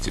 Se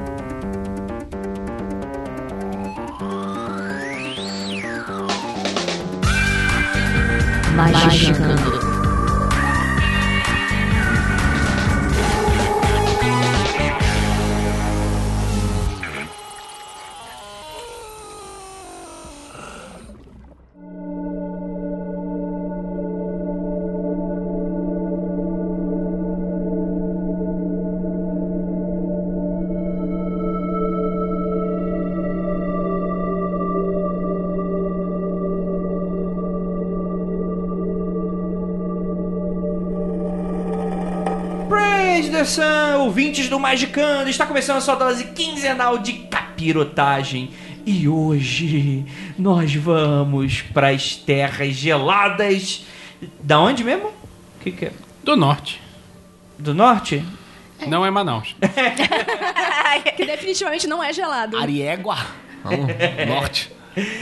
Magicando. Praise the Sun, ouvintes do Magicando, está começando a sua dose quinzenal de capirotagem. E hoje nós vamos para as terras geladas. Da onde mesmo? O que, que é? Do norte. Do norte? Não é Manaus. Que definitivamente não é gelado. Ariégua. norte.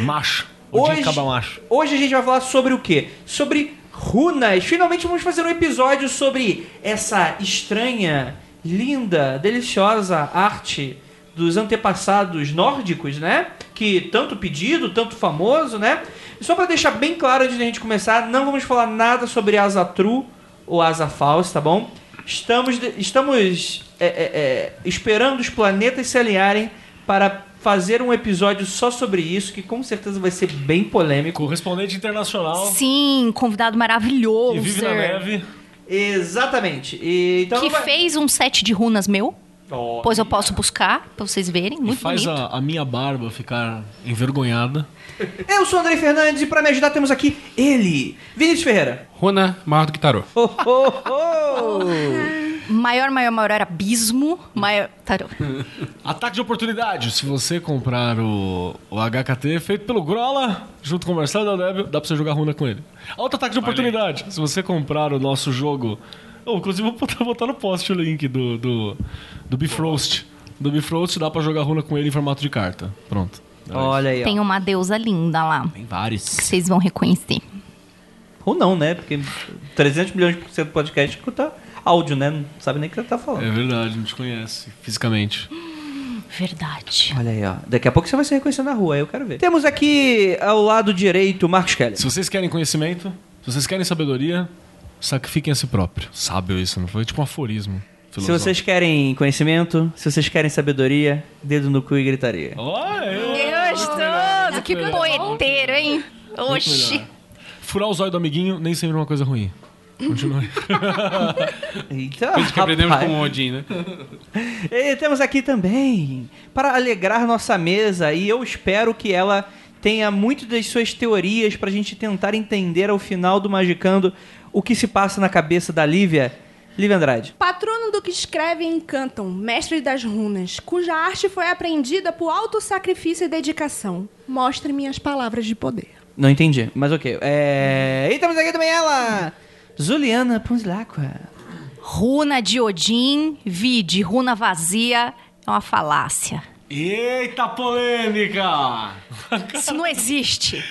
Macho. O dia Hoje, de caba macho. hoje a gente vai falar sobre o quê? Sobre runas. Finalmente vamos fazer um episódio sobre essa estranha, linda, deliciosa arte dos antepassados nórdicos, né? Que tanto pedido, tanto famoso, né? E Só pra deixar bem claro antes da gente começar, não vamos falar nada sobre asa true ou asa falsa, tá bom? Estamos, estamos é, é, é, esperando os planetas se alinharem para fazer um episódio só sobre isso, que com certeza vai ser bem polêmico. Correspondente internacional Sim, convidado que maravilhoso. vive na neve. Exatamente. E, então Que vai- fez um set de runas meu. Ó, Pois eu posso buscar pra vocês verem. Muito Faz bonito. a, a minha barba ficar envergonhada. Eu sou o Andrei Fernandes e para me ajudar temos aqui ele, Vinícius Ferreira. Runa maior do que tarô. Oh, oh, oh. Maior, maior, maior era abismo. Maior. Tarô. Hum. Ataque de oportunidade. Se você comprar o, o HKT feito pelo Grola, junto com o Marcelo Del Débio, dá pra você jogar runa com ele. Outro ataque de oportunidade. Se você comprar o nosso jogo. Eu, inclusive, vou botar, botar no post o link do, do, do Bifrost. Do Bifrost dá pra jogar runa com ele em formato de carta. Pronto. Olha aí, ó. Tem um- uma deusa linda lá. Tem vários. Que vocês vão reconhecer. Ou não, né? Porque 300 milhões por cento do podcast escuta áudio, né? Não sabe nem o que você tá falando. É verdade, não te conhece fisicamente. Verdade. Olha aí, ó. Daqui a pouco você vai se reconhecer na rua, aí eu quero ver. Temos aqui ao lado direito o Marcos Kelly. Se vocês querem conhecimento, se vocês querem sabedoria, sacrifiquem a si próprio. Sábio isso, não foi? Tipo um aforismo. Se vocês querem conhecimento, se vocês querem sabedoria, dedo no cu e gritaria. Gostoso! Que poeteiro, hein? Oxi. Furar o zóio do amiguinho nem sempre é uma coisa ruim. Continue. Então, Coisa que aprendemos rapaz. com o Odin, né? E temos aqui também, para alegrar nossa mesa, e eu espero que ela tenha muito das suas teorias para a gente tentar entender ao final do Magicando o que se passa na cabeça da Lívia. Lívia Andrade. Patrono do que escreve e encantam, mestre das runas, cuja arte foi aprendida por alto sacrifício e dedicação. Mostre-me as palavras de poder. Não entendi, mas ok. É... E temos aqui também ela, Juliana Ponzilacqua. Runa de Odin, vide, runa vazia é uma falácia. Eita polêmica! Isso não existe.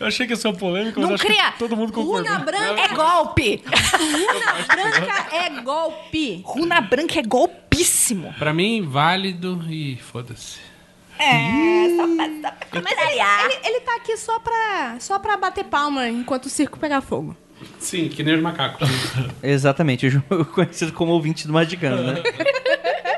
Eu achei que ia ser uma polêmica, mas Não acho cria. que todo mundo concordou. Runa branca, É golpe. runa branca é golpe. Runa branca é golpíssimo. Pra mim, válido e foda-se. Mas ele, ele, ele tá aqui só pra, só pra bater palma enquanto o circo pegar fogo. Sim, que nem os macacos. Exatamente, o Ju- conhecido como ouvinte do Magicando, né?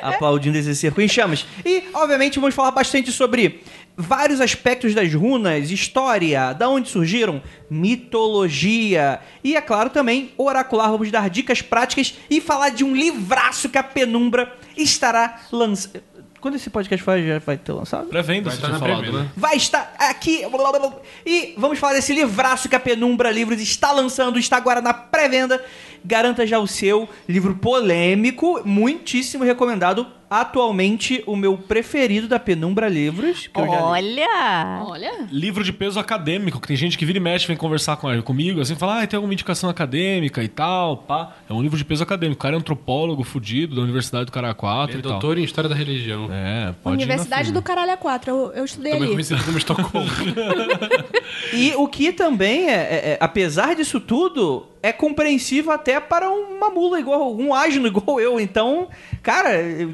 Aplaudindo esse circo em chamas. E, obviamente, vamos falar bastante sobre vários aspectos das runas, história, da onde surgiram, mitologia. E, é claro, também oracular. Vamos dar dicas práticas e falar de um livraço que a penumbra estará lançando. Quando esse podcast for, já vai ter lançado? Pré-venda, Vai você tá na tinha falado, pré-venda. né? vai estar aqui. blá, blá, blá. E vamos falar desse livraço que a Penumbra Livros está lançando, está agora na pré-venda. Garanta já o seu livro polêmico, muitíssimo recomendado atualmente o meu preferido da Penumbra Livros, que eu já li. Olha! Olha. Livro de peso acadêmico, que tem gente que vira e mexe, vem conversar com, comigo, assim, fala, ah, tem alguma indicação acadêmica e tal, pá. É um livro de peso acadêmico. O cara é antropólogo fudido da Universidade do Caracuato Ele e é tal. doutor em História da Religião. Então. É, pode ir na é Universidade fundo. do Caralho a 4, eu, eu estudei Também ali. conhecido como Estocolmo. E o que também, é, é- é- apesar disso tudo, é compreensível até para uma mula igual, um asno igual eu. Então, cara, é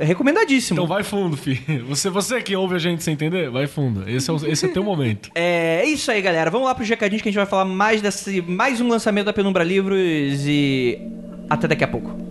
recomendadíssimo. Então vai fundo, filho. Você, você que ouve a gente sem entender, vai fundo. Esse é, o, esse é teu momento. É é isso aí, galera. Vamos lá pros recadinhos que a gente vai falar mais desse mais um lançamento da Penumbra Livros e até daqui a pouco.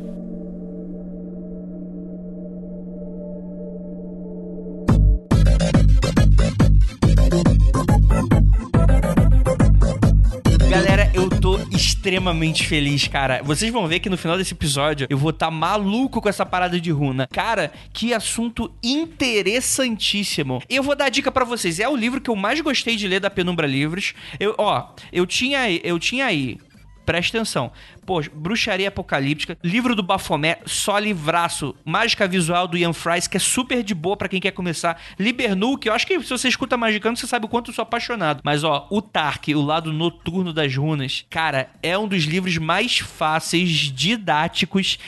Galera, eu tô extremamente feliz, cara. Vocês vão ver que no final desse episódio eu vou estar maluco com essa parada de runa. Cara, que assunto interessantíssimo. Eu vou dar a dica pra vocês. É o livro que eu mais gostei de ler da Penumbra Livros. Eu, ó, eu tinha aí, eu tinha aí. Presta atenção. Pô, Bruxaria Apocalíptica, livro do Bafomé, só livraço, Mágica Visual do Ian Fries, que é super de boa pra quem quer começar. Libernu, que eu acho que se você escuta Magicano, você sabe o quanto eu sou apaixonado. Mas ó, o Tark, o lado noturno das runas, cara, é um dos livros mais fáceis, didáticos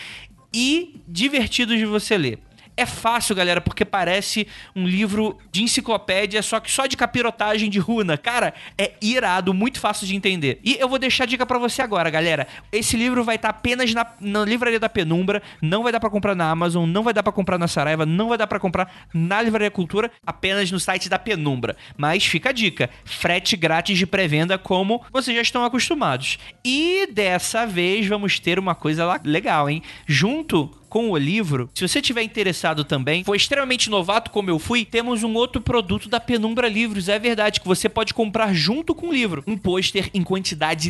e divertidos de você ler. É fácil, galera, porque parece um livro de enciclopédia, só que só de capirotagem de runa. Cara, é irado, muito fácil de entender. E eu vou deixar a dica pra você agora, galera. Esse livro vai estar apenas na, na livraria da Penumbra, não vai dar pra comprar na Amazon, não vai dar pra comprar na Saraiva, não vai dar pra comprar na Livraria Cultura, apenas no site da Penumbra. Mas fica a dica, frete grátis de pré-venda como vocês já estão acostumados. E dessa vez vamos ter uma coisa lá legal, hein? Junto com o livro. Se você tiver interessado também, foi extremamente novato como eu fui, temos um outro produto da Penumbra Livros, é verdade, que você pode comprar junto com o livro. Um pôster em quantidade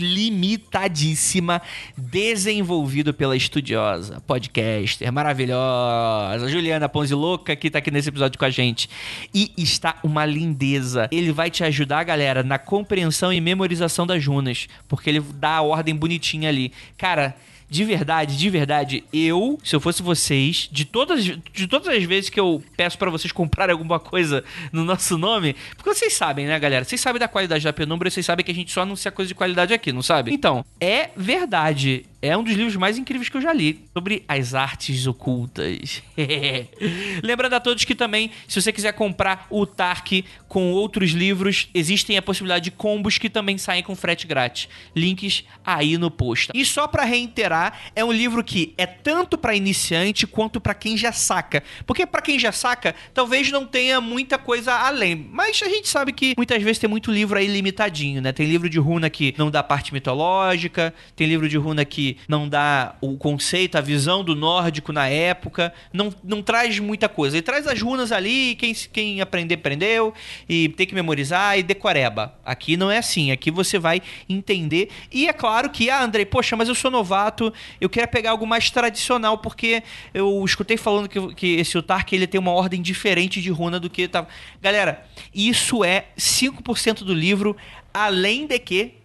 limitadíssima, desenvolvido pela estudiosa, podcaster, maravilhosa, Juliana Ponzi Louca, que tá aqui nesse episódio com a gente. E está uma lindeza. Ele vai te ajudar, galera, na compreensão e memorização das runas, porque ele dá a ordem bonitinha ali. Cara, de verdade, de verdade, eu, se eu fosse vocês, de todas, de todas as vezes que eu peço pra vocês comprarem alguma coisa no nosso nome, porque vocês sabem, né, galera? Vocês sabem da qualidade da Penumbra, vocês sabem que a gente só anuncia coisa de qualidade aqui, não sabe? Então, é verdade. É um dos livros mais incríveis que eu já li sobre as artes ocultas. Lembrando a todos que também, se você quiser comprar o Tark com outros livros, existem a possibilidade de combos que também saem com frete grátis. Links aí no post. E só pra reiterar, é um livro que é tanto pra iniciante quanto pra quem já saca. Porque pra quem já saca, talvez não tenha muita coisa além. Mas a gente sabe que muitas vezes tem muito livro aí limitadinho, né? Tem livro de runa que não dá parte mitológica, tem livro de runa que não dá o conceito, a visão do nórdico na época, não, não traz muita coisa. Ele traz as runas ali, quem, quem aprender, aprendeu, e tem que memorizar e decoreba. Aqui não é assim, aqui você vai entender. E é claro que, ah, Andrei, poxa, mas eu sou novato, eu queria pegar algo mais tradicional, porque eu escutei falando que, que esse Utark ele tem uma ordem diferente de runa do que tava. Galera, isso é 5% do livro, além de que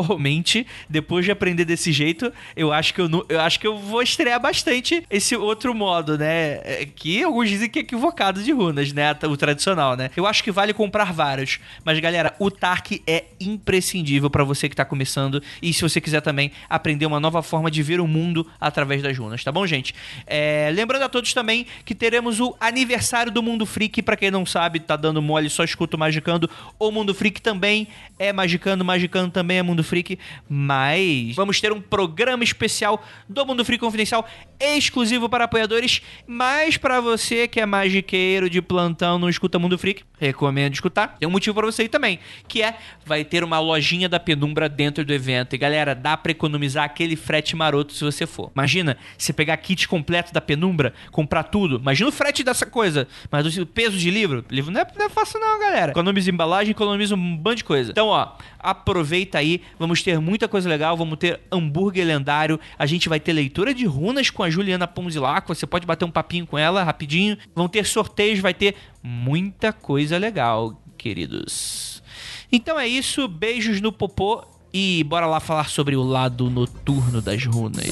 pessoalmente, depois de aprender desse jeito, eu acho que eu, nu- eu acho que eu vou estrear bastante esse outro modo, né? É, Que alguns dizem que é equivocado de runas, né? O tradicional, né? Eu acho que vale comprar vários. Mas, galera, o Tark é imprescindível pra você que tá começando. E se você quiser também aprender uma nova forma de ver o mundo através das runas, tá bom, gente? É, lembrando a todos também que teremos o aniversário do Mundo Freak. Pra quem não sabe, tá dando mole, só escuta o Magicando. O Mundo Freak também é Magicando, Magicando também é Mundo Freak, mas vamos ter um programa especial do Mundo Freak Confidencial exclusivo para apoiadores, mas para você que é magiqueiro de plantão, não escuta Mundo Freak, recomendo escutar. Tem um motivo para você ir também, que é vai ter uma lojinha da Penumbra dentro do evento. E galera, dá para economizar aquele frete maroto se você for. Imagina, você pegar kit completo da Penumbra, comprar tudo. Imagina o frete dessa coisa, mas o peso de livro, livro não é, não é fácil não, galera. Economiza embalagem, economiza um bando de coisa. Então, ó, aproveita aí, vamos ter muita coisa legal, vamos ter hambúrguer lendário, a gente vai ter leitura de runas com a Juliana Ponzilaco, você pode bater um papinho com ela rapidinho, vão ter sorteios, vai ter muita coisa legal, queridos. Então é isso, beijos no popô e bora lá falar sobre o lado noturno das runas.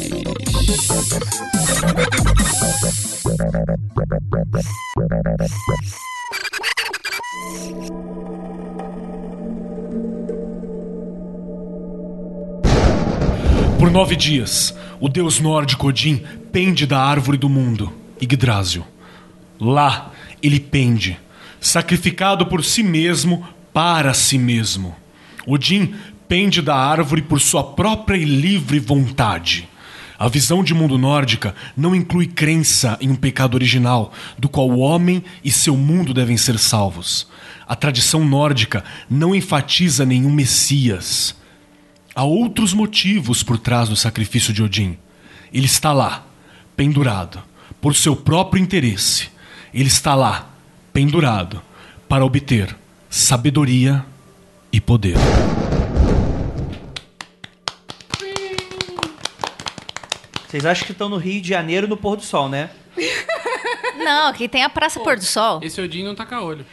Por nove dias, o deus nórdico Odin pende da árvore do mundo, Yggdrasil. Lá, ele pende, sacrificado por si mesmo para si mesmo. Odin pende da árvore por sua própria e livre vontade. A visão de mundo nórdica não inclui crença em um pecado original, do qual o homem e seu mundo devem ser salvos. A tradição nórdica não enfatiza nenhum messias. Há outros motivos por trás do sacrifício de Odin. Ele está lá, pendurado, por seu próprio interesse. Ele está lá, pendurado, para obter sabedoria e poder. Vocês acham que estão no Rio de Janeiro no pôr do sol, né? Não, aqui tem a Praça Pôr do Sol. Esse Odin não tá taca olho.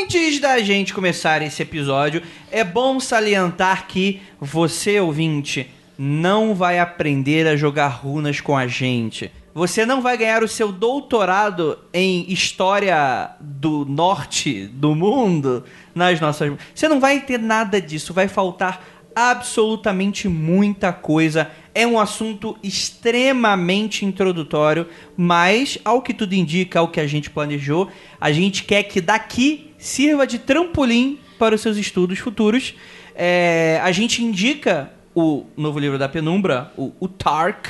Antes da gente começar esse episódio, é bom salientar que você, ouvinte, não vai aprender a jogar runas com a gente. Você não vai ganhar o seu doutorado em história do norte do mundo nas nossas. Você não vai ter nada disso, vai faltar absolutamente muita coisa. É um assunto extremamente introdutório, mas ao que tudo indica, ao que a gente planejou, a gente quer que daqui sirva de trampolim para os seus estudos futuros. É, a gente indica o novo livro da Penumbra, o, o Tark,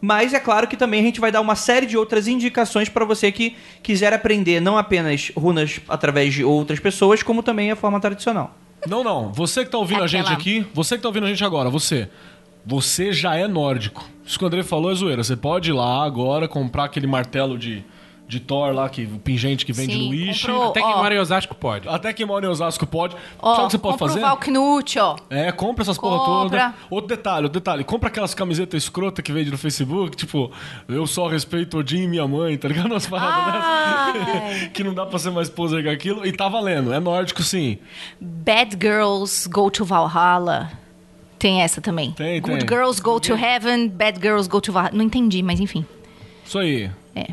mas é claro que também a gente vai dar uma série de outras indicações para você que quiser aprender não apenas runas através de outras pessoas, como também a forma tradicional. Não, não. Você que tá ouvindo a gente Aquela- aqui, você que tá ouvindo a gente agora, você. Você já é nórdico. Isso que o André falou é zoeira. Você pode ir lá agora comprar aquele martelo de, de Thor lá, que, o pingente que vende Sim, no Wish. comprou. Ô, Até que ó. mora em Osasco pode. Até quem mora em Osasco pode. Sabe o Ó, que você pode compra fazer? o Valknut, ó. É, compra essas porra Compra. toda. Outro detalhe, outro detalhe. Compra aquelas camisetas escrota que vende no Facebook, tipo, eu só respeito Odin e minha mãe, tá ligado? Umas paradas Ai. dessas. que não dá pra ser mais poser que aquilo. E tá valendo. É nórdico, sim. Bad Girls Go to Valhalla. Tem essa também. Tem, Good tem. Girls Go to Heaven, Bad Girls Go to Valhalla. Não entendi, mas enfim. Isso aí. É.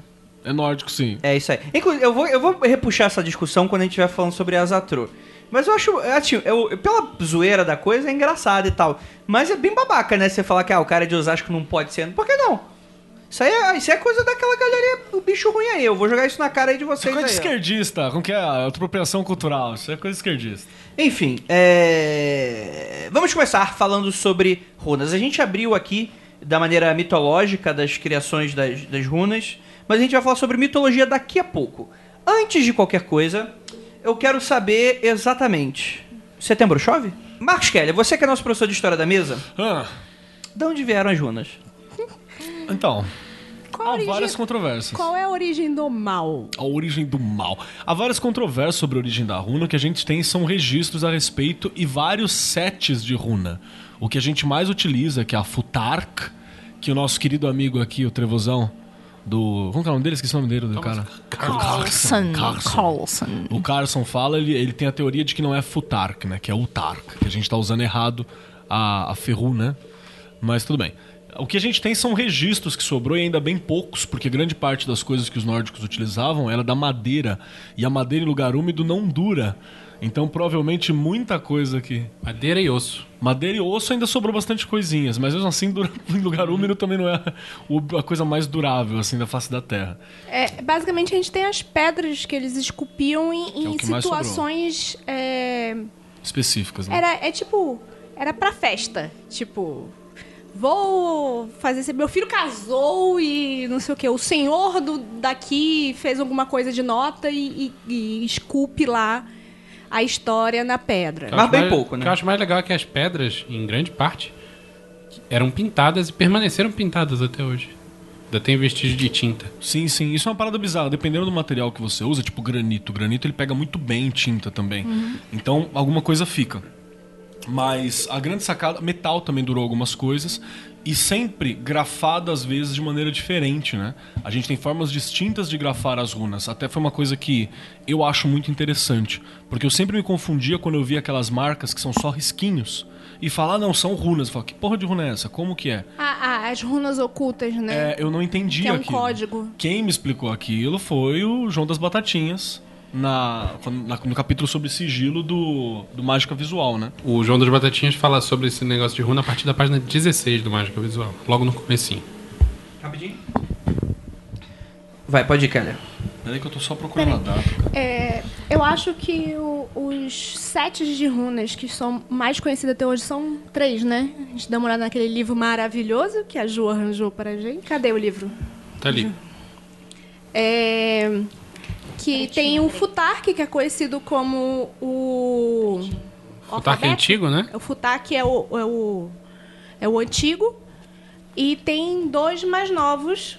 É nórdico, sim. É isso aí. Inclusive, eu vou, eu vou repuxar essa discussão quando a gente estiver falando sobre Azatru. Mas eu acho, é, assim, eu- eu- pela zoeira da coisa, é engraçado e tal. Mas é bem babaca, né? Você falar que ah, o cara de Osasco não pode ser. Por que não? Isso aí é, isso aí é coisa daquela galerinha, o bicho ruim aí. Eu vou jogar isso na cara aí de Isso é vocês coisa de aí. ó. esquerdista, como que é? Apropriação cultural, isso é coisa de esquerdista. Enfim, é... vamos começar falando sobre runas. A gente abriu aqui da maneira mitológica das criações das, das runas, mas a gente vai falar sobre mitologia daqui a pouco. Antes de qualquer coisa, eu quero saber exatamente. Setembro chove? Marcos Kelly, você que é nosso professor de história da mesa, Ah, de onde vieram as runas? então, Qual, a há origem- várias controvérsias. qual é a origem do mal? A origem do mal. Há várias controvérsias sobre a origem da runa. O que a gente tem são registros a respeito e vários sets de runa. O que a gente mais utiliza, que é a Futark, que o nosso querido amigo aqui, o Trevozão, do. Como que é o nome dele? Esqueci o nome dele, do cara. Carlson. Carlson. Carlson. O Carson fala, ele, ele tem a teoria de que não é Futark, né? Que é Utark, que a gente tá usando errado a, a Ferru, né? Mas tudo bem. O que a gente tem são registros que sobrou e ainda bem poucos, porque grande parte das coisas que os nórdicos utilizavam era da madeira. E a madeira em lugar úmido não dura. Então provavelmente muita coisa que. Madeira e osso. Madeira e osso ainda sobrou bastante coisinhas, mas mesmo assim, dura- em lugar úmido também não é o- a coisa mais durável, assim, da face da terra. É, basicamente, a gente tem as pedras que eles esculpiam em, é o em que mais sobrou. situações. é, Específicas, né? era, é tipo. Era pra festa. Tipo. Vou fazer. esse- Meu filho casou e não sei o quê. O senhor do, daqui fez alguma coisa de nota e, e, e esculpe lá a história na pedra. Mas acho bem mais- pouco, né? O que eu acho mais legal é que as pedras, em grande parte, eram pintadas e permaneceram pintadas até hoje. Ainda tem vestígio de tinta. Sim, sim. Isso é uma parada bizarra. Dependendo do material que você usa, tipo granito. Granito ele pega muito bem tinta também. Então alguma coisa fica. Mas a grande sacada, metal também durou algumas coisas e sempre grafada às vezes de maneira diferente, né? A gente tem formas distintas de grafar as runas. Até foi uma coisa que eu acho muito interessante, porque eu sempre me confundia quando eu via aquelas marcas que são só risquinhos e falar ah, não são runas, eu falava, que porra de runa é essa? Como que é? Ah, ah, as runas ocultas, né? É, eu não entendi Que é um aquilo. código. Quem me explicou aquilo foi o João das Batatinhas. Na, quando- na- no capítulo sobre sigilo do, do Mágica Visual, né? O João das Batatinhas fala sobre esse negócio de runa a partir da página 16 do Mágica Visual, logo no comecinho. Rapidinho. Vai, pode ir, Keller. Peraí que eu tô só procurando a data. É, eu acho que o- os sets de runas que são mais conhecidos até hoje são três, né? A gente dá uma olhada naquele livro maravilhoso que a Ju arranjou pra gente. Cadê o livro? Tá Uhum. ali. É, que tem o Futark, que é conhecido como o. O Tark é alfabeto. antigo, né? O Futark é o, é o. é o antigo. E tem dois mais novos.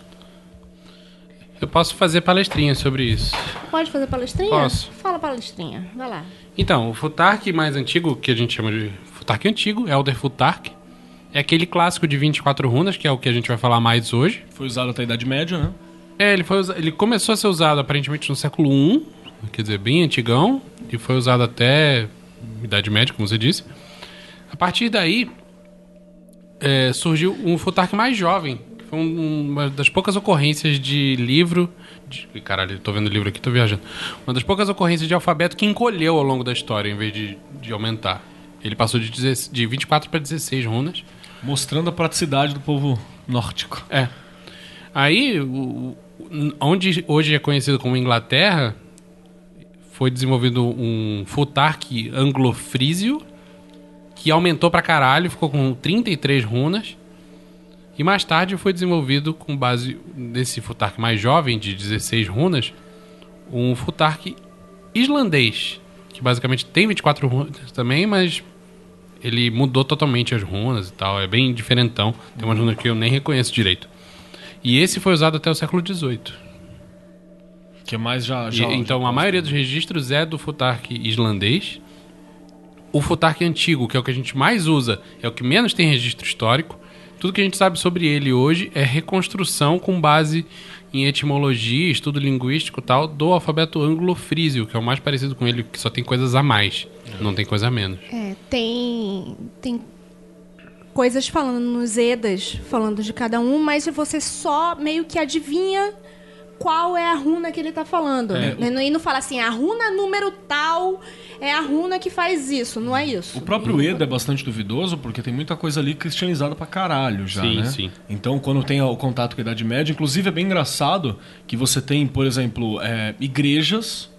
Eu posso fazer palestrinha sobre isso. Pode fazer palestrinha? Posso. Fala palestrinha, vai lá. Então, o Futark mais antigo, que a gente chama de Futark antigo, Elder Futark, é aquele clássico de 24 runas, que é o que a gente vai falar mais hoje. Foi usado até a Idade Média, né? É, ele, foi usa- ele começou a ser usado aparentemente no século I, quer dizer, bem antigão, e foi usado até Idade Média, como você disse. A partir daí, é, surgiu um Futark mais jovem, que foi um- uma das poucas ocorrências de livro. De, caralho, eu tô vendo livro aqui, tô viajando. Uma das poucas ocorrências de alfabeto que encolheu ao longo da história, em vez de, de aumentar. Ele passou de, 16 de 24 para 16 runas. Mostrando a praticidade do povo nórdico. É. Aí, o- o- onde hoje é conhecido como Inglaterra, foi desenvolvido um futark anglo-frísio, que aumentou pra caralho, ficou com 33 runas. E mais tarde foi desenvolvido, com base nesse futark mais jovem, de 16 runas, um futark islandês, que basicamente tem 24 runas também, mas ele mudou totalmente as runas e tal, é bem diferentão. Tem umas runas que eu nem reconheço direito. E esse foi usado até o século XVIII. Que é mais já. E- já então, a maioria dos registros é do Futark islandês. O Futark antigo, que é o que a gente mais usa, é o que menos tem registro histórico. Tudo que a gente sabe sobre ele hoje é reconstrução com base em etimologia, estudo linguístico e tal, do alfabeto anglo-frísio, que é o mais parecido com ele, que só tem coisas a mais, não tem coisa a menos. É, tem. Tem coisas falando nos Edas, falando de cada um, mas você só meio que adivinha qual é a runa que ele tá falando. É, Né? E não fala assim, a runa número tal é a runa que faz isso, não é isso. O próprio Eda é bastante duvidoso, porque tem muita coisa ali cristianizada pra caralho já, Sim, né? sim. Então, quando tem o contato com a Idade Média, inclusive é bem engraçado que você tem, por exemplo, é, igrejas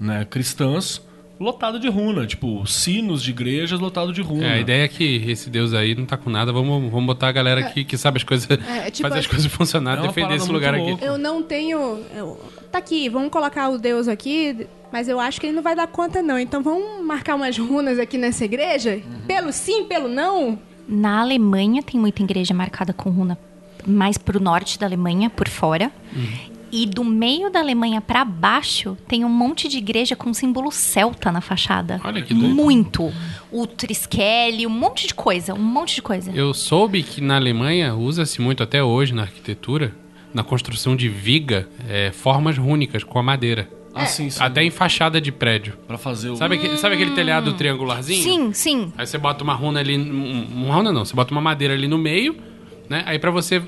né, cristãs lotadas de runa. Tipo, sinos de igrejas lotado de runa. É, a ideia é que esse Deus aí não tá com nada, vamos, vamos botar a galera aqui que sabe as coisas, É, tipo, fazer as coisas é funcionar, uma defender parada esse muito lugar louca. aqui. Eu não tenho. eu- tá aqui, vamos colocar o Deus aqui, mas eu acho que ele não vai dar conta, não. Então vamos marcar umas runas aqui nessa igreja? Pelo sim, pelo não? Na Alemanha tem muita igreja marcada com runa mais pro norte da Alemanha, por fora. Uhum. E do meio da Alemanha pra baixo tem um monte de igreja com símbolo celta na fachada. Olha que doido. Muito. O Triskele, um monte de coisa, um monte de coisa. Eu soube que na Alemanha usa-se muito até hoje na arquitetura, na construção de viga, é, formas rúnicas com a madeira. Ah, sim, sim. É, Até em fachada de prédio. Pra fazer o... Sabe, aque- sabe Hum. aquele telhado triangularzinho? Sim, sim. Aí você bota uma runa ali, um- uma runa não, você bota uma madeira ali no meio, né? Aí pra você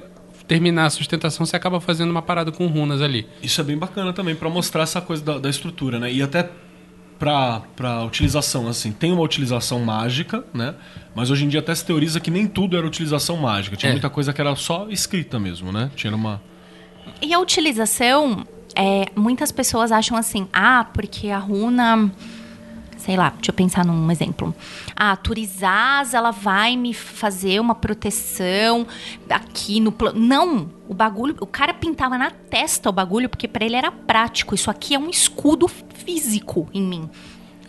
terminar a sustentação, você acaba fazendo uma parada com runas ali. Isso é bem bacana também pra mostrar essa coisa da, da estrutura, né? E até pra, pra utilização, assim, tem uma utilização mágica, né? Mas hoje em dia até se teoriza que nem tudo era utilização mágica. Tinha É. muita coisa que era só escrita mesmo, né? Tinha uma. E a utilização, é, muitas pessoas acham assim, ah, porque a runa, sei lá, deixa eu pensar num exemplo. Ah, a Turizaz, ela vai me fazer uma proteção aqui no plano. Não, o bagulho, o cara pintava na testa o bagulho porque pra ele era prático. Isso aqui é um escudo físico em mim.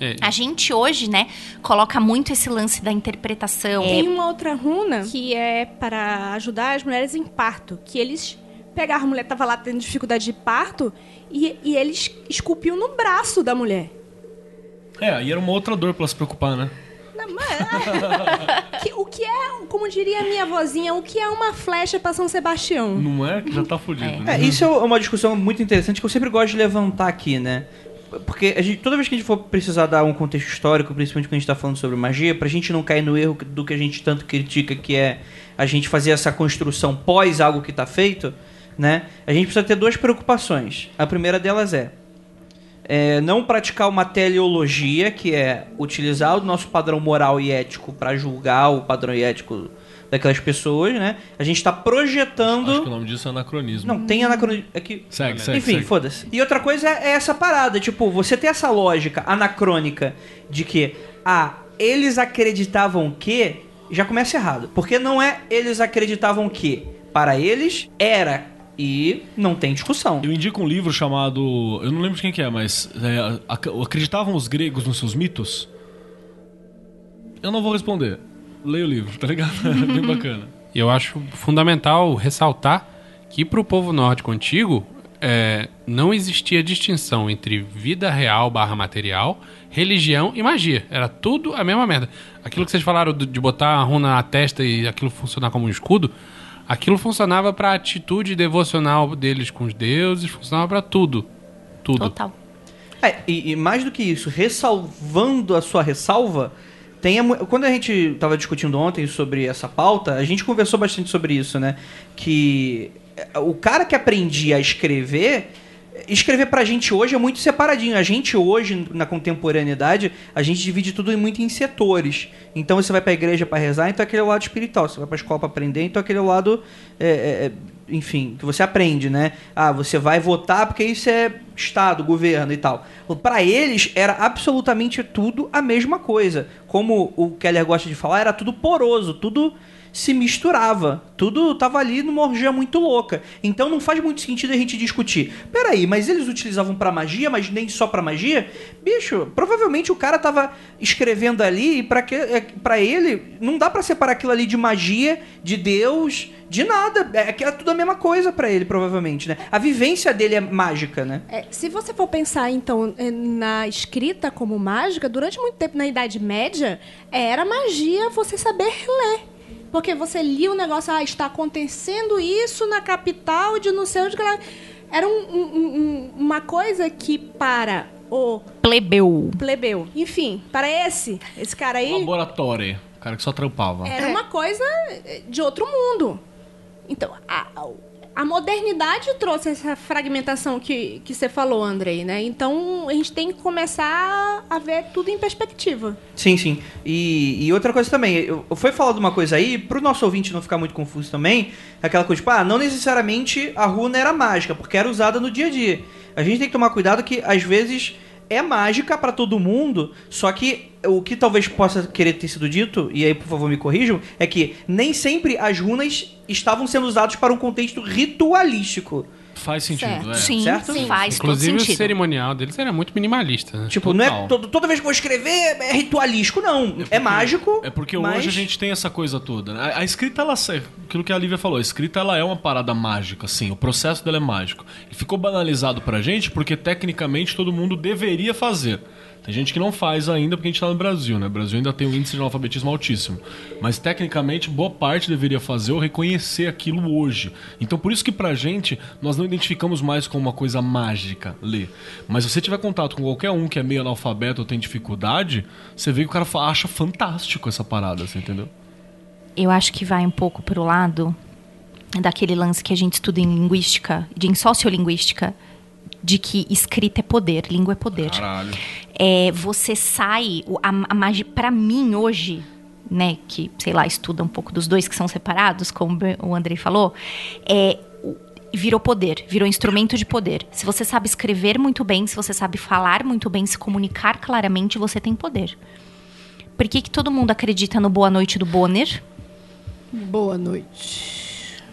É, A gente hoje, né, coloca muito esse lance da interpretação. É, Tem uma outra runa É. que é para ajudar as mulheres em parto, que eles pegaram a mulher tava lá tendo dificuldade de parto e, e eles esculpiam no braço da mulher. É, aí era uma outra dor pra se preocupar, né? Não, mas- Que- o que é, como diria a minha vozinha, o que é uma flecha pra São Sebastião? Não é? Que já tá fudido, né? É, isso é uma discussão muito interessante que eu sempre gosto de levantar aqui, né? Porque a gente- toda vez que a gente for precisar dar um contexto histórico, principalmente quando a gente tá falando sobre magia, pra gente não cair no erro do que a gente tanto critica, que é a gente fazer essa construção pós algo que tá feito, né? A gente precisa ter duas preocupações. A primeira delas é, é, não praticar uma teleologia, que é utilizar o nosso padrão moral e ético pra julgar o padrão e ético daquelas pessoas, né? A gente tá Acho que projetando... o nome disso é anacronismo. Não, tem anacronismo. É que Segue, segue, enfim, segue. foda-se. E outra coisa é essa parada, tipo, você tem essa lógica anacrônica de que, ah, eles acreditavam que, já começa errado. Porque não é eles acreditavam que, para eles, era. E não tem discussão. Eu indico um livro chamado. Eu não lembro de quem que é, mas. é, ac- acreditavam os gregos nos seus mitos? Eu não vou responder. Leia o livro, tá ligado? É Bem bacana. E eu acho fundamental ressaltar que para o povo nórdico antigo é, não existia distinção entre vida real barra material, religião e magia. Era tudo a mesma merda. Aquilo que vocês falaram do- de botar a runa na testa e aquilo funcionar como um escudo, aquilo funcionava para a atitude devocional deles com os deuses, funcionava para tudo. Tudo. Total. É, e, e mais do que isso, ressalvando a sua ressalva, tem a mu- quando a gente tava discutindo ontem sobre essa pauta, a gente conversou bastante sobre isso, né? Que é, o cara que aprendia a escrever, escrever pra gente hoje é muito separadinho. A gente hoje, na contemporaneidade, a gente divide tudo em- muito em setores. Então você vai pra igreja pra rezar, então é aquele lado espiritual. Você vai pra escola pra aprender, então é aquele lado... é, é, é, enfim, que você aprende, né? Ah, você vai votar porque isso é Estado, governo e tal. Pra eles era absolutamente tudo a mesma coisa. Como o Keller gosta de falar, era tudo poroso, tudo se misturava, tudo tava ali numa orgia muito louca. Então não faz muito sentido a gente discutir. Peraí, mas eles utilizavam pra magia, mas nem só pra magia? Bicho, provavelmente o cara tava escrevendo ali e pra que para ele não dá pra separar aquilo ali de magia, de Deus, de nada. É, é tudo a mesma coisa pra ele, provavelmente, né? A vivência dele é mágica, né? É, se você for pensar, então, eh, na escrita como mágica, durante muito tempo na Idade Média, era magia você saber ler. Porque você lia o negócio, ah, está acontecendo isso na capital de não sei onde. que lá. Era um- um- um- um- uma coisa que para o Plebeu. plebeu, enfim, para esse, esse cara aí, Laboratório. O cara que só trampava. era uma coisa eh, de outro mundo. Então, a, a modernidade trouxe essa fragmentação que, que você falou, Andrei, né? Então, a gente tem que começar a ver tudo em perspectiva. Sim, sim. E, e outra coisa também, eu, eu foi falado uma coisa aí, pro nosso ouvinte não ficar muito confuso também, aquela coisa, tipo, ah, não necessariamente a runa era mágica, porque era usada no dia a dia. A gente tem que tomar cuidado que, às vezes, é mágica pra todo mundo, só que o que talvez possa querer ter sido dito, e aí, por favor, me corrijam, é que nem sempre as runas estavam sendo usadas para um contexto ritualístico. Faz sentido, Certo. é. Sim, Certo? faz Inclusive todo o sentido. cerimonial deles era muito minimalista. né? Tipo, não é Total. todo- toda vez que eu vou escrever é ritualístico, não. É, mágico. É porque mas- hoje a gente tem essa coisa toda. né? A, a escrita, ela. se- Aquilo que a Lívia falou, a escrita ela é uma parada mágica, assim. O processo dela é mágico. E ficou banalizado pra gente porque tecnicamente todo mundo deveria fazer. Tem gente que não faz ainda porque a gente tá no Brasil, né? O Brasil ainda tem um índice de analfabetismo altíssimo. Mas tecnicamente, boa parte deveria fazer ou reconhecer aquilo hoje. Então por isso que pra gente, nós não identificamos mais como uma coisa mágica ler. Mas se você tiver contato com qualquer um que é meio analfabeto ou tem dificuldade, você vê que o cara fa- acha fantástico essa parada, você entendeu? Eu acho que vai um pouco pro lado daquele lance que a gente estuda em linguística, de em sociolinguística, de que escrita é poder, língua é poder. Caralho. É, você sai, o- a, a magia, pra mim hoje, né, que, sei lá, estuda um pouco dos dois que são separados, como o Andrei falou, é, o- virou poder, virou instrumento de poder. Se você sabe escrever muito bem, se você sabe falar muito bem, se comunicar claramente, você tem poder. Por que, que todo mundo acredita no Boa Noite do Bonner? Boa noite.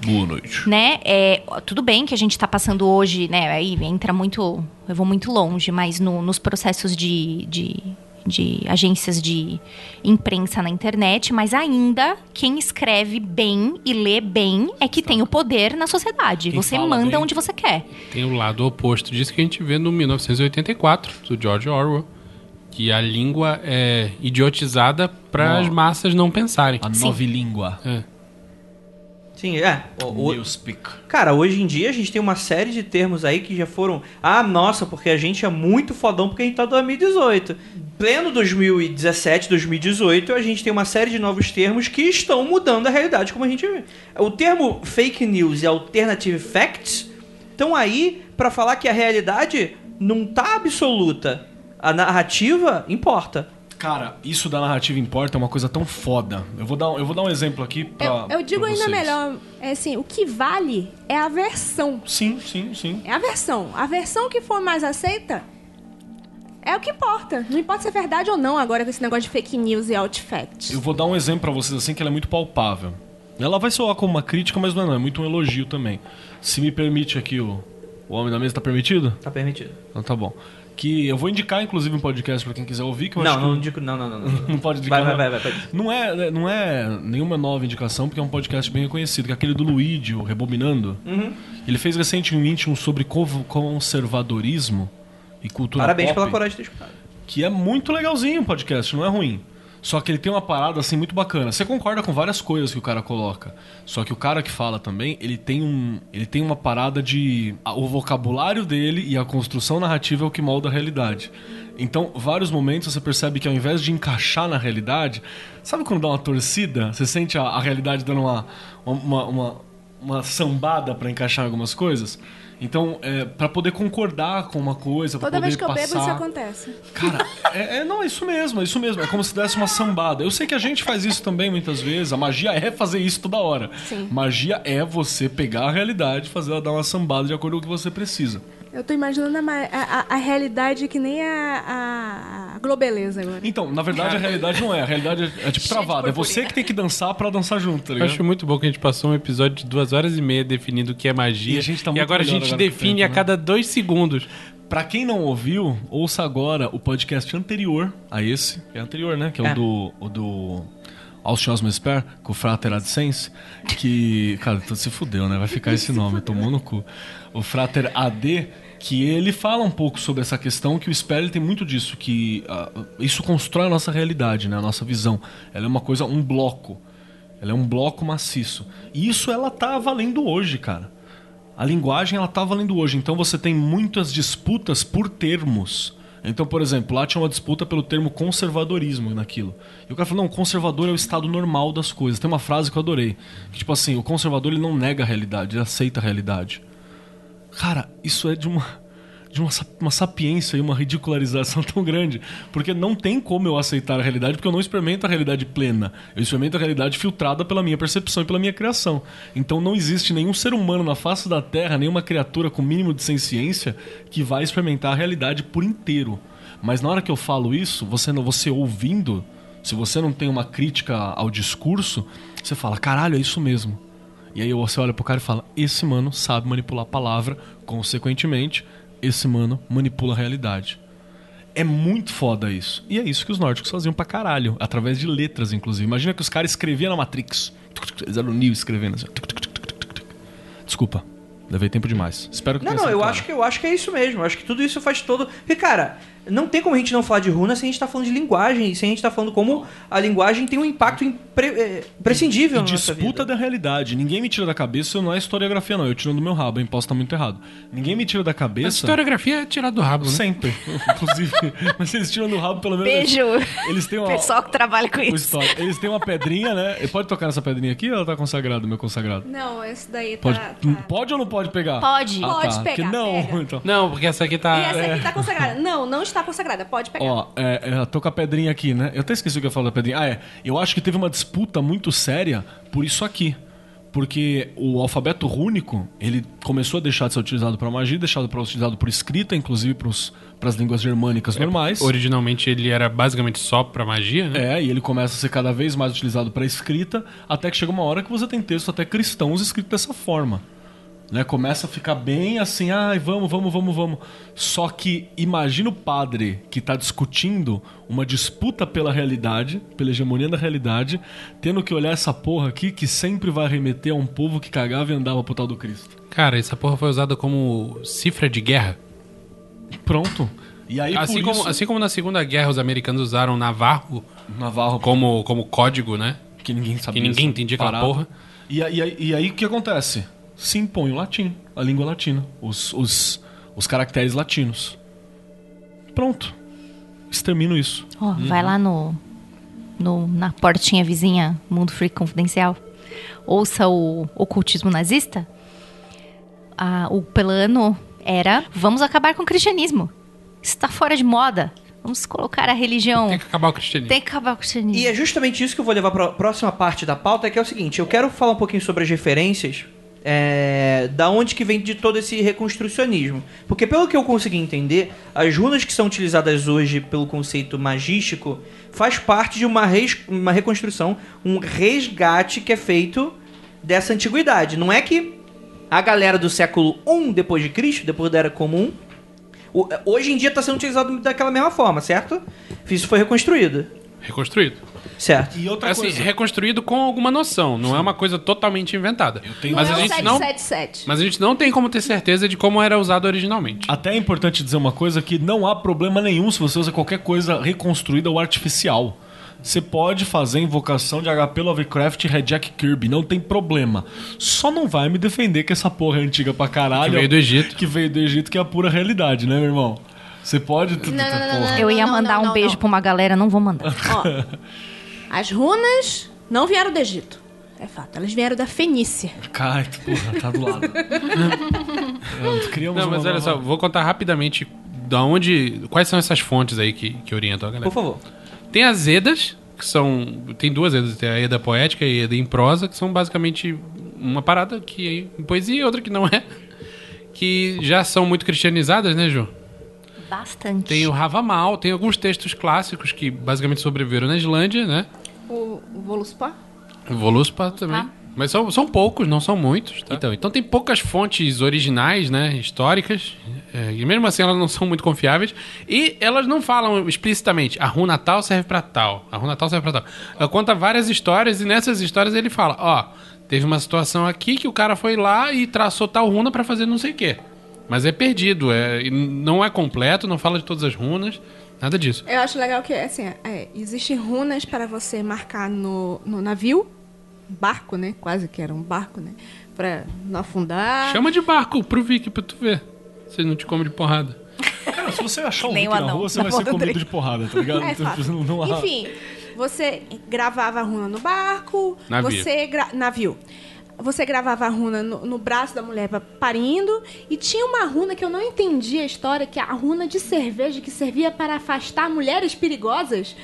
Boa noite. né? É, tudo bem que a gente está passando hoje, né? Aí entra muito. Eu vou muito longe, mas no- nos processos de, de, de agências de imprensa na internet, mas ainda quem escreve bem e lê bem é que tem o poder na sociedade. Quem você fala manda bem. onde você quer. Tem o lado oposto disso que a gente vê no 1984, do George Orwell, Que a língua é idiotizada para as Ó. massas não pensarem. A nove língua. É. Sim, é. O- o- Newspeak. Cara, hoje em dia a gente tem uma série de termos aí que já foram. Ah, nossa, porque a gente é muito fodão porque a gente tá em 2018. Pleno 2017, 2018, a gente tem uma série de novos termos que estão mudando a realidade como a gente vê. O termo fake news e alternative facts estão aí pra falar que a realidade não tá absoluta. A narrativa importa. Cara, isso da narrativa importa é uma coisa tão foda. Eu vou dar, um- eu vou dar um exemplo aqui pra. Eu, eu digo pra ainda vocês. melhor, é assim, o que vale é a versão. Sim, sim, sim. É a versão. A versão que for mais aceita é o que importa. Não importa se é verdade ou não agora com esse negócio de fake news e outfacts. Eu vou dar um exemplo pra vocês assim que ela é muito palpável. Ela vai soar como uma crítica, mas não é, não, é muito um elogio também. Se me permite aqui o, o homem da mesa, tá permitido? Tá permitido. Então tá bom. Que eu vou indicar inclusive um podcast pra quem quiser ouvir que eu acho Não, que não indico. Não, não, não. Não, Não pode indicar. Vai, vai, não. vai, vai. pode. Não é, não é nenhuma nova indicação, porque é um podcast bem reconhecido, que é aquele do Luigi, o Rebobinando. Uhum. Ele fez recentemente um sobre conv- conservadorismo e cultura Parabéns pop, pela coragem de ter escutado. que é muito legalzinho o podcast, não é ruim. Só que ele tem uma parada assim muito bacana. Você concorda com várias coisas que o cara coloca. Só que o cara que fala também, ele tem um, ele tem uma parada de a- o vocabulário dele e a construção narrativa é o que molda a realidade. Então, vários momentos você percebe que ao invés de encaixar na realidade, sabe quando dá uma torcida, você sente a, a realidade dando uma uma, uma, uma sambada pra encaixar algumas coisas? Então, é, para poder concordar com uma coisa, pra Toda poder vez que eu passar... bebo, isso acontece. Cara, é, é- não, é isso mesmo, é isso mesmo. É como se desse uma sambada. Eu sei que a gente faz isso também muitas vezes. A magia é fazer isso toda hora. Sim. Magia é você pegar a realidade e fazer ela dar uma sambada de acordo com o que você precisa. Eu tô imaginando a, ma- a- a- a realidade que nem a, a Globeleza agora. Então, na verdade, a realidade não é. A realidade é, é tipo travada. É você que tem que dançar pra dançar junto, tá Eu ligado? acho muito bom que a gente passou um episódio de duas horas e meia definindo o que é magia. E a gente tá muito agora a melhor gente agora com o define tempo, a né? cada dois segundos. Pra quem não ouviu, ouça agora o podcast anterior a esse. É anterior, né? Que é, É. o do. O do Austin Mesper, com o Frater AdSense, que. Cara, tu se fudeu, né? Vai ficar esse nome, tomou no cu. O Frater AD, que ele fala um pouco sobre essa questão, que o Sperry tem muito disso, que ah, isso constrói a nossa realidade, né? A nossa visão. Ela é uma coisa, um bloco. Ela é um bloco maciço. E isso ela tá valendo hoje, cara. A linguagem ela tá valendo hoje, então você tem muitas disputas por termos. Então, por exemplo, lá tinha uma disputa pelo termo conservadorismo naquilo. E o cara falou: não, conservador é o estado normal das coisas. Tem uma frase que eu adorei: que, tipo assim, o conservador ele não nega a realidade, ele aceita a realidade. Cara, isso é de uma. De uma, sa- uma sapiência e uma ridicularização tão grande. Porque não tem como eu aceitar a realidade, porque eu não experimento a realidade plena. Eu experimento a realidade filtrada pela minha percepção e pela minha criação. Então não existe nenhum ser humano na face da Terra, nenhuma criatura com mínimo de ciência que vai experimentar a realidade por inteiro. Mas na hora que eu falo isso, você não você ouvindo, se você não tem uma crítica ao discurso, você fala: caralho, é isso mesmo. E aí você olha pro cara e fala: Esse mano sabe manipular a palavra, consequentemente, esse mano manipula a realidade. É muito foda isso. E é isso que os nórdicos faziam pra caralho, através de letras, inclusive. Imagina que os caras escreviam na Matrix. Eles eram Neo escrevendo assim. Desculpa, levei tempo demais. Espero que Não, tenha não, sido eu claro. acho, que, eu acho que é isso mesmo. Eu acho que tudo isso faz todo. Porque, cara, não tem como a gente não falar de runa se a gente tá falando de linguagem, se a gente tá falando como a linguagem tem um impacto impre... eh, imprescindível E na nossa disputa vida. da realidade. Ninguém me tira da cabeça, eu não é historiografia, não. Eu tiro do meu rabo, hein? Posso estar muito errado. Ninguém me tira da A cabeça. historiografia é tirada do rabo, né? Sempre, inclusive. Mas eles tiram do rabo, pelo menos. Beijo, Eles têm uma. pessoal que trabalha com o isso. histórico. Eles têm uma pedrinha, né? Ele Pode tocar nessa pedrinha aqui ou ela tá consagrada, meu consagrado? Não, esse daí tá. Pode, tá- Hum, pode ou não pode pegar? Ah, tá. Pode. Pode pegar, que não, pega. então. Não, porque essa aqui tá. E essa aqui tá consagrada. Não, não está consagrada. Pode pegar. Ó, é, é, tô com a pedrinha aqui, né? Eu até esqueci o que eu falo da pedrinha. Ah, é. Eu acho que teve uma disputa muito séria por isso aqui. Porque o alfabeto rúnico, ele começou a deixar de ser utilizado para magia, deixado para utilizado por escrita, inclusive para as línguas germânicas normais. é, Originalmente ele era basicamente só pra magia, né? É, e ele começa a ser cada vez mais utilizado para escrita, até que chega uma hora que você tem textos até cristãos escritos dessa forma. Né? Começa a ficar bem assim, ai, vamos, vamos, vamos, vamos. Só que imagina o padre que tá discutindo uma disputa pela realidade, pela hegemonia da realidade, tendo que olhar essa porra aqui que sempre vai remeter a um povo que cagava e andava pro tal do Cristo. Cara, essa porra foi usada como cifra de guerra. Pronto. E aí, Assim por como, isso, assim como na Segunda Guerra os americanos usaram Navarro Navarro, como, como código, né? que ninguém sabia. que ninguém essa entendia aquela parada. porra. E, aí- e aí- e aí, o que acontece? Se impõe o latim, a língua latina, os, os, os caracteres latinos. Pronto. Extermino isso. Ó, Uhum. Vai lá no, no- na portinha vizinha Mundo Freak Confidencial. Ouça o ocultismo nazista. Ah, o plano era: vamos acabar com o cristianismo. Isso está fora de moda. Vamos colocar a religião. Tem que acabar o cristianismo. Tem que acabar com o cristianismo. E é justamente isso que eu vou levar para a próxima parte da pauta, que é o seguinte: eu quero falar um pouquinho sobre as referências, é, da onde que vem de todo esse reconstrucionismo. Porque, pelo que eu consegui entender, as runas que são utilizadas hoje pelo conceito magístico faz parte de uma, res- uma reconstrução, um resgate que é feito dessa antiguidade. Não é que a galera do século I depois de Cristo, depois da Era Comum, o- hoje em dia está sendo utilizado daquela mesma forma, certo? Isso foi reconstruído, Reconstruído. certo? E outra Assim, coisa. reconstruído com alguma noção. Não é uma coisa totalmente inventada. mas, não a é o gente não, 777. mas a gente não tem como ter certeza de como era usado originalmente. Até é importante dizer uma coisa que não há problema nenhum se você usa qualquer coisa reconstruída ou artificial. Você pode fazer invocação de HP Lovecraft e Red Jack Kirby, não tem problema. Só não vai me defender que essa porra é antiga pra caralho. Que veio do Egito. Que veio do Egito, que é a pura realidade, né, meu irmão? Você pode. não, não, não, não. Eu ia Não, não, mandar não, um não. beijo pra uma galera, não vou mandar. As runas não vieram do Egito. É fato, elas vieram da Fenícia. Cai, tu, porra, tá do lado. Eu- Criamos Não, uma mas olha nova- só, vou contar rapidamente da onde. Quais são essas fontes aí que, que orientam a galera? né? Por favor. Tem as Edas, que são. Tem duas Edas, tem a Eda poética e a Eda em prosa, que são basicamente uma parada que é em poesia e outra que não é. Que já são muito cristianizadas, né, Ju? Bastante. Tem o Ravamal, tem alguns textos clássicos que basicamente sobreviveram na Islândia, né? O, o Voluspa? O Voluspa também. Mas são, são poucos, não são muitos. tá? Então, então tem poucas fontes originais, né? Históricas. é, e mesmo assim elas não são muito confiáveis. E elas não falam explicitamente a runa tal serve pra tal. A runa tal serve pra tal. Ela conta várias histórias e nessas histórias ele fala: ó, teve uma situação aqui que o cara foi lá e traçou tal runa pra fazer não sei o quê. Mas é perdido, é, e não é completo, não fala de todas as runas, nada disso. Eu acho legal que, assim, é, existem runas para você marcar no, no navio, barco, né? Quase que era um barco, né? Pra não afundar. Chama de barco pro Vic pra tu ver. Se ele não te come de porrada. Cara, se você achar um Nem Hulk o na anão. rua, você Na vai mão ser do comido Drake. de porrada, tá ligado? É fato. Não- não há- Enfim, você gravava a runa no barco, Navio. você gra- navio. Você gravava a runa no, no braço da mulher pa- parindo e tinha uma runa que eu não entendi a história, que é a runa de cerveja que servia para afastar mulheres perigosas.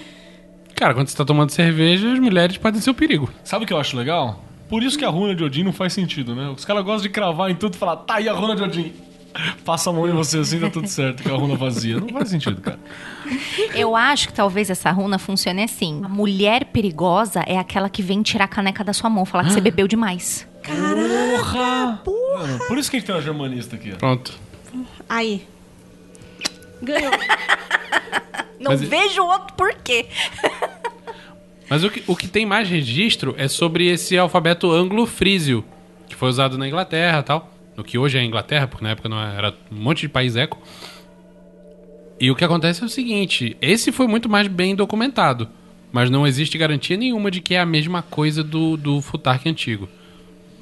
Cara, quando você tá tomando cerveja, as mulheres podem ser o perigo. Sabe o que eu acho legal? Por isso que a runa de Odin não faz sentido, né? Os caras gostam de cravar em tudo e falar, tá aí a runa de Odin. Passa a mão em você assim, tá tudo certo, com a runa vazia. Não faz sentido, cara. Eu acho que talvez essa runa funcione assim. A mulher perigosa é aquela que vem tirar a caneca da sua mão, falar que você bebeu demais. Porra! Mano, por isso que a gente tem uma germanista aqui. ó. Pronto. Aí. Ganhou. Não Mas- vejo outro porquê. Mas o que, o que tem mais registro é sobre esse alfabeto anglo-frísio, que foi usado na Inglaterra e tal. No que hoje é a Inglaterra, porque na época não era era um monte de país eco. E o que acontece é o seguinte: esse foi muito mais bem documentado. Mas não existe garantia nenhuma de que é a mesma coisa do, do Futark antigo.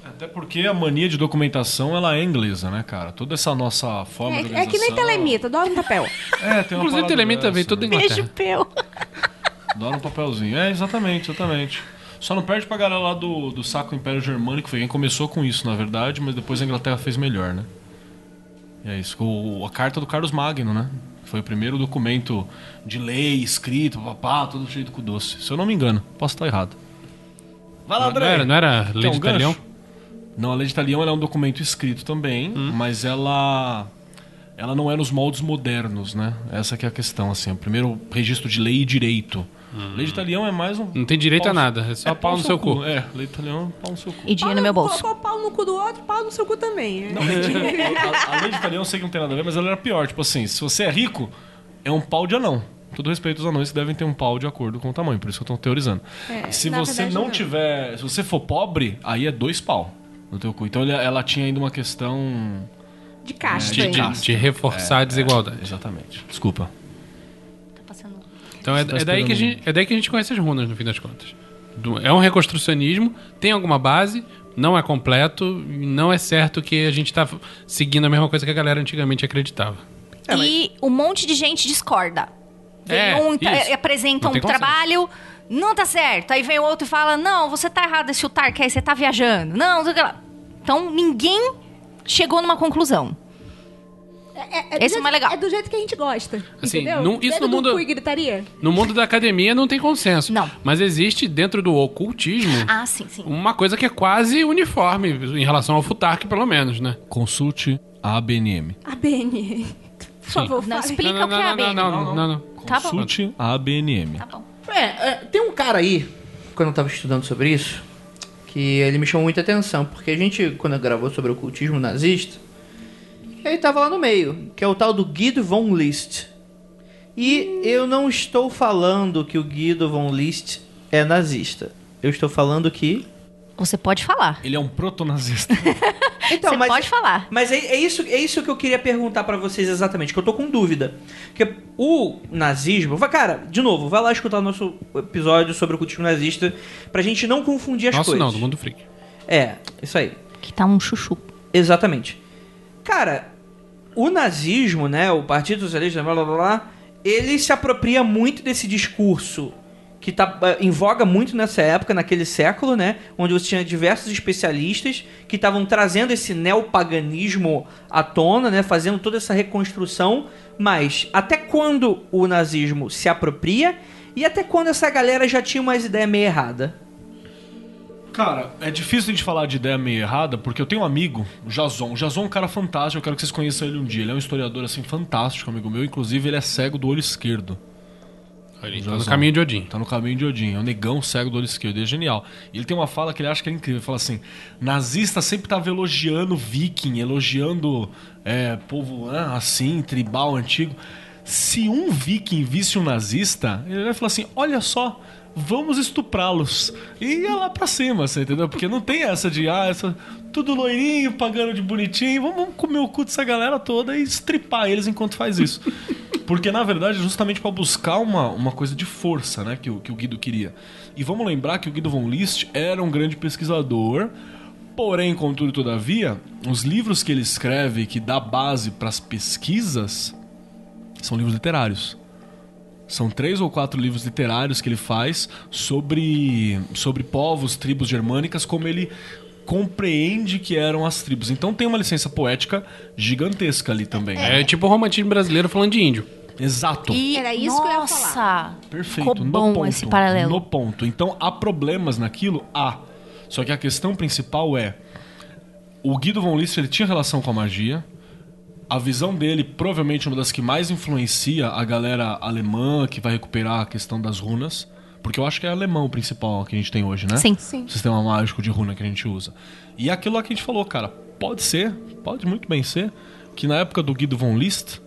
Até porque a mania de documentação, ela é inglesa, né, cara? Toda essa nossa forma de É, é que nem organização- telemita, dói no papel. É, tem uma Inclusive, parada Telemita dessa, veio toda né? Inglaterra. Peu. Dora um papelzinho. É, exatamente, exatamente. Só não perde pra galera lá do, do Saco Império Germânico, foi quem começou com isso, na verdade, mas depois a Inglaterra fez melhor, né? E é isso. O, a carta do Carlos Magno, né? Foi o primeiro documento de lei, escrito, papá, todo jeito com doce. Se eu não me engano, posso estar errado. Vai lá, Não André! era, não era Tem lei um de gancho? italião? Não, a lei de Italião ela é um documento escrito também, Hum. mas ela ela não é nos moldes modernos, né? Essa que é a questão, assim. O primeiro registro de lei e direito. Lei de Italião é mais um... Hum. Não tem direito a pau- nada, é só pau no seu cu. É, lei de Italião é pau no seu cu. E dinheiro no meu bolso. Colocou o pau no cu do outro, pau no seu cu também. É. Não, lei de- a, a lei de Italião eu sei que não tem nada a ver, mas ela era pior. Tipo assim, se você é rico, é um pau de anão. Todo respeito aos anões que devem ter um pau de acordo com o tamanho, por isso que eu tô teorizando. É, se na você verdade, não não. tiver. Se você for pobre, aí é dois pau no teu cu. Então ele- ela tinha ainda uma questão É, de De, casta. de- de reforçar a desigualdade. Exatamente. Desculpa. Tá passando. Então é, Você tá é daí que a esperando- gente, é daí que a gente conhece as runas, no fim das contas. Do- é um reconstrucionismo, tem alguma base, não é completo, e não é certo que a gente tá f- seguindo a mesma coisa que a galera antigamente acreditava. E um monte de gente discorda. Vem É, um e isso. apresenta Não um tem consenso. trabalho, não tá certo. Aí vem o outro e fala: Não, você tá errado esse altar, que aí você tá viajando. Não, não sei o que lá. Então ninguém chegou numa conclusão. É, Esse é o do mais jeito- legal. É do jeito que a gente gosta. Assim, entendeu? num- isso Dedo no do mundo- cu e gritaria. No mundo da academia não tem consenso. Não. Mas existe dentro do ocultismo Ah, sim, sim. uma coisa que é quase uniforme em relação ao Futark, pelo menos, né? Consulte a ABNM. A BN. Por favor, Não, fale. explica não, o que é a não, não, BN. não, não, não, não. Tá bom. Consulte a ABNM. Tá bom. É, é, tem um cara aí, quando eu tava estudando sobre isso, que ele me chamou muita atenção, porque a gente, quando gravou sobre o cultismo nazista, ele tava lá no meio, que é o tal do Guido von List. E eu não estou falando que o Guido von List é nazista. Eu estou falando que. Você pode falar. Ele é um protonazista. Então, você pode falar. Mas é, é isso, é isso que eu queria perguntar pra vocês exatamente, que eu tô com dúvida. Porque o nazismo. vai- Cara, de novo, vai lá escutar o nosso episódio sobre o cultismo nazista pra gente não confundir as Nosso coisas. não, do mundo freak. É, isso aí. Que tá um chuchu. Exatamente. Cara, o nazismo, né, o Partido Socialista, blá blá blá, blá, ele se apropria muito desse discurso que tá eh, em voga muito nessa época, naquele século, né, onde você tinha diversos especialistas que estavam trazendo esse neopaganismo à tona, né, fazendo toda essa reconstrução, mas até quando o nazismo se apropria e até quando essa galera já tinha umas ideias meio errada? Cara, é difícil a gente falar de ideia meio errada, porque eu tenho um amigo, o Jason. O Jason é um cara fantástico, eu quero que vocês conheçam ele um dia. Ele é um historiador, assim, fantástico, amigo meu. Inclusive, ele é cego do olho esquerdo. Olha, Já tá no são. caminho de Odin. Tá no caminho de Odin. É um negão cego do olho esquerdo. Ele é genial. E ele tem uma fala que ele acha que é incrível. Ele fala assim: nazista sempre tava elogiando viking, elogiando é, povo ah, assim, tribal, antigo. Se um viking visse um nazista, ele ia falar assim: olha só. Vamos estuprá-los. E ia lá pra cima, você entendeu? Porque não tem essa de, ah, essa, tudo loirinho, pagando de bonitinho, vamos, vamos comer o cu dessa galera toda e estripar eles enquanto faz isso. Porque, na verdade, é justamente para buscar uma, uma coisa de força, né? Que, o- que o Guido queria. E vamos lembrar que o Guido von List era um grande pesquisador. Porém, contudo e todavia, os livros que ele escreve que dá base para as pesquisas são livros literários. São três ou quatro livros literários que ele faz sobre, sobre povos, tribos germânicas, como ele compreende que eram as tribos. Então tem uma licença poética gigantesca ali também. É tipo o romantismo brasileiro falando de índio. Exato. E, Era isso que eu ia nossa, Perfeito. ficou no bom ponto, esse paralelo. No ponto. Então há problemas naquilo? Há. Só que a questão principal é: o Guido von List ele tinha relação com a magia. A visão dele, provavelmente uma das que mais influencia a galera alemã que vai recuperar a questão das runas. Porque eu acho que é alemão o principal que a gente tem hoje, né? Sim. Sim. O sistema mágico de runa que a gente usa. E aquilo lá que a gente falou, cara, pode ser, pode muito bem ser, que na época do Guido von List,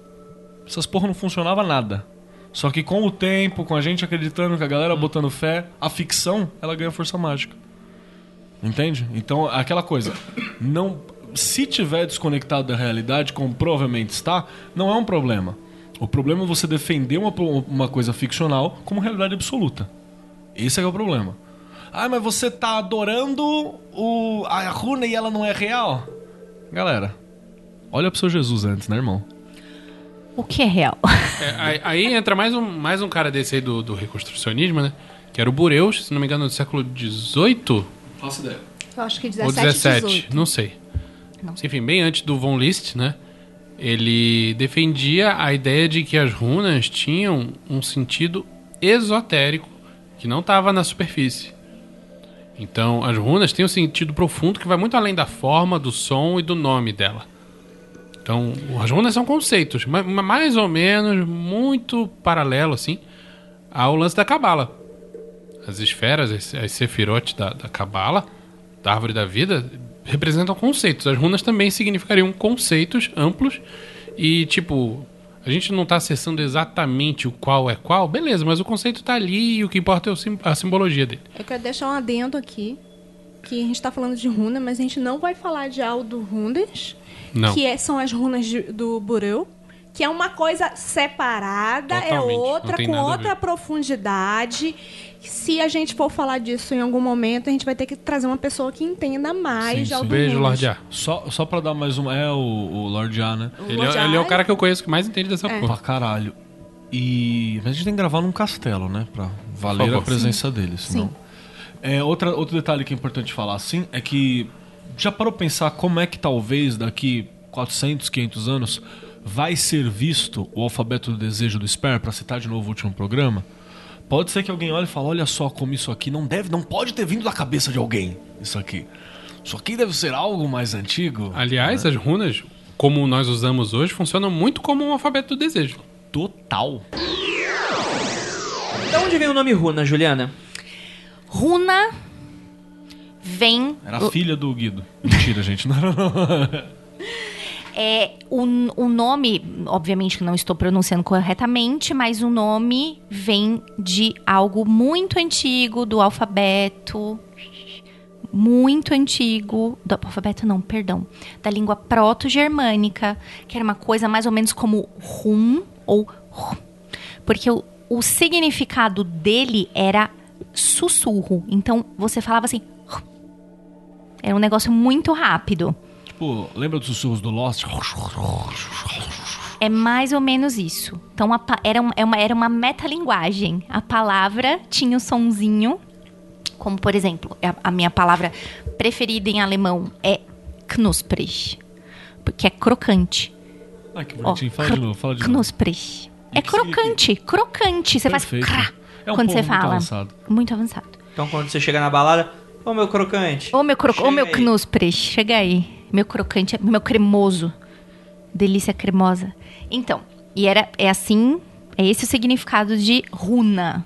essas porra não funcionava nada. Só que com o tempo, com a gente acreditando, com a galera botando fé, a ficção, ela ganha força mágica. Entende? Então, aquela coisa, não se tiver desconectado da realidade, como provavelmente está, não é um problema. O problema é você defender uma, pro- uma coisa ficcional como realidade absoluta. Esse é que é o problema. Ah, mas você tá adorando o, a runa e ela não é real? Galera, olha pro seu Jesus antes, né, irmão? O que é real? É, aí, aí entra mais um, mais um cara desse aí do, do reconstrucionismo, né? Que era o Bureus, se não me engano, do século XVIII Faça ideia. Eu acho que ou 17, 17, 18. não sei. Enfim, bem antes do Von List, né? Ele defendia a ideia de que as runas tinham um sentido esotérico que não estava na superfície. Então, as runas têm um sentido profundo que vai muito além da forma, do som e do nome dela. Então, as runas são conceitos, ma- ma- mais ou menos, muito paralelo, assim, ao lance da cabala. As esferas, as, as sefirot da, da cabala, da árvore da vida, representam conceitos. As runas também significariam conceitos amplos e, tipo, a gente não está acessando exatamente o qual é qual, tá beleza, mas o conceito está ali e o que importa é o sim- a simbologia dele. Eu quero deixar um adendo aqui. que a gente tá falando de runa, mas a gente não vai falar de Aldo Rundas, Não. que é- são as runas de- do Bureu, que é uma coisa separada, é Totalmente, não outra, tem com nada a outra ver. profundidade. Se a gente for falar disso em algum momento, a gente vai ter que trazer uma pessoa que entenda mais Sim, de sim. Aldo Beijo, Rundas. Lorde A. Só, só pra dar mais uma. É o, o Lorde A, né? Ele, Lorde é, A, É. ele é o cara que eu conheço que mais entende dessa Pra porra. caralho. E. Mas a gente tem que gravar num castelo, né? Pra valer a favor. presença dele, senão. Sim. É, outra, outro detalhe que é importante falar, assim, é que. Já parou pra pensar como é que talvez daqui 400, 500 anos vai ser visto o alfabeto do desejo do Sper, pra citar de novo o último programa? Pode ser que alguém olhe e fale: olha só como isso aqui não deve, não pode ter vindo da cabeça de alguém. Isso aqui. Isso aqui deve ser algo mais antigo. Aliás, as runas, como nós usamos hoje, funcionam muito como um alfabeto do desejo. Total. Da onde vem o nome Runa, Juliana? Runa vem. Era a filha do Guido. Mentira, gente. Não era, não. É, o, o nome, obviamente que não estou pronunciando corretamente, mas o nome vem de algo muito antigo do alfabeto. Muito antigo. Do alfabeto não, perdão. Da língua proto-germânica, que era uma coisa mais ou menos como rum ou rum. Porque o, o significado dele era sussurro. Então você falava assim. rum. Era um negócio muito rápido. Tipo, lembra dos sussurros do Lost? É mais ou menos isso. Então, a pa- era, um- é uma, era uma metalinguagem. A palavra tinha o sonzinho, como, por exemplo, é a, a minha palavra preferida em alemão é Knusprig, que é crocante. Ai, que Ó, bonitinho. Fala de cr- novo, fala de novo. Knusprig. E É que significa? crocante, crocante. Você Perfeito. faz crá É um quando você povo muito fala. avançado. Muito avançado. Então quando você chega na balada, ô meu crocante. Ô meu, croc... Chega Ô, meu aí. Knusprig, chega aí. Meu crocante, é- meu cremoso. Delícia cremosa. Então, e era, é assim, é esse o significado de runa.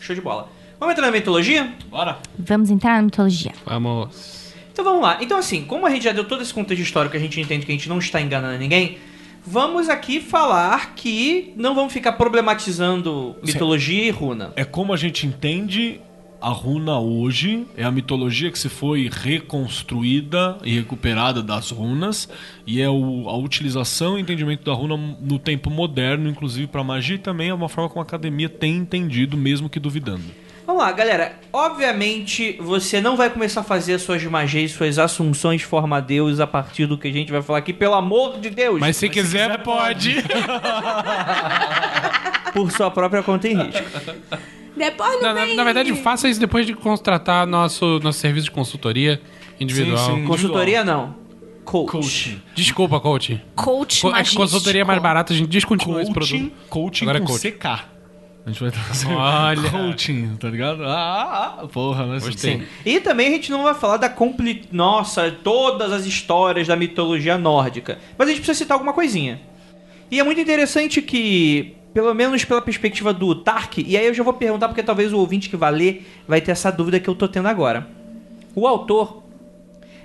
Show de bola. Vamos entrar na mitologia? Bora. Vamos entrar na mitologia. Vamos. Então vamos lá. Então assim, como a gente já deu todo esse contexto histórico, a gente entende que a gente não está enganando ninguém. Vamos aqui falar que não vamos ficar problematizando mitologia e runa. É como a gente entende a runa hoje. É a mitologia que se foi reconstruída e recuperada das runas. E é o- a utilização e entendimento da runa no tempo moderno, inclusive pra magia. E também é uma forma como a academia tem entendido, mesmo que duvidando. Vamos lá, galera. Obviamente, você não vai começar a fazer suas magias, suas assunções forma Deus a partir do que a gente vai falar aqui, pelo amor de Deus. Mas se quiser, pode. Por sua própria conta e risco. Depois não, Na, na- vem... na verdade, faça isso depois de contratar nosso, nosso serviço de consultoria individual. Sim, sim. Consultoria não. Coach. Desculpa, coaching. Coach Co- É que magístico. consultoria é mais barata, a gente descontinua esse Coaching, produto. coaching Agora é com coaching. CK. A gente vai trazer Olha. coaching, tá ligado? Ah, ah, ah, porra, mas Gostei. Sim. E também a gente não vai falar da compli... Nossa, todas as histórias da mitologia nórdica. Mas a gente precisa citar alguma coisinha. E é muito interessante que, pelo menos pela perspectiva do Tark, e aí eu já vou perguntar porque talvez o ouvinte que vai ler vai ter essa dúvida que eu tô tendo agora. O autor,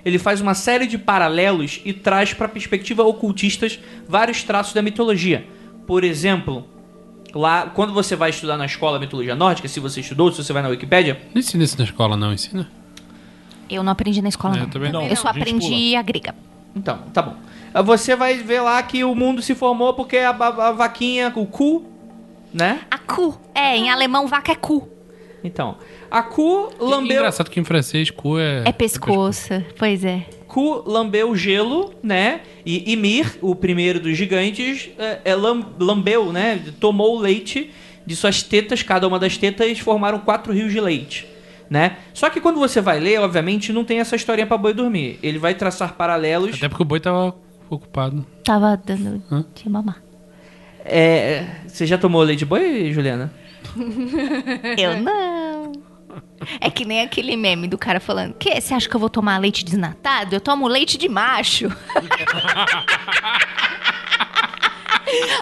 ele faz uma série de paralelos e traz para perspectiva ocultistas vários traços da mitologia. Por exemplo, lá quando você vai estudar na escola mitologia nórdica, se você estudou, se você vai na Wikipédia, Não ensina isso na escola, não. Ensina. Eu não aprendi na escola, É, não. eu também não. Eu só A gente aprendi a grega. Então, tá bom. Ah, Você vai ver lá que o mundo se formou porque a, a- a vaquinha, o cu, né? A cu. É, em alemão vaca é cu. Então, a cu E lambeu, Engraçado que em francês, cu é. É pescoço. Pois é. cu lambeu o gelo, né? E Ymir, o primeiro dos gigantes, é, é lam- lambeu, né? Tomou o leite de suas tetas, cada uma das tetas formaram quatro rios de leite. Né? Só que quando você vai ler, obviamente, não tem essa historinha pra boi dormir. Ele vai traçar paralelos. Até porque o boi tava ocupado. Tava dando de mamar. É, você já tomou leite de boi, Juliana? Eu não. É que nem aquele meme do cara falando: que você acha que eu vou tomar leite desnatado? Eu tomo leite de macho.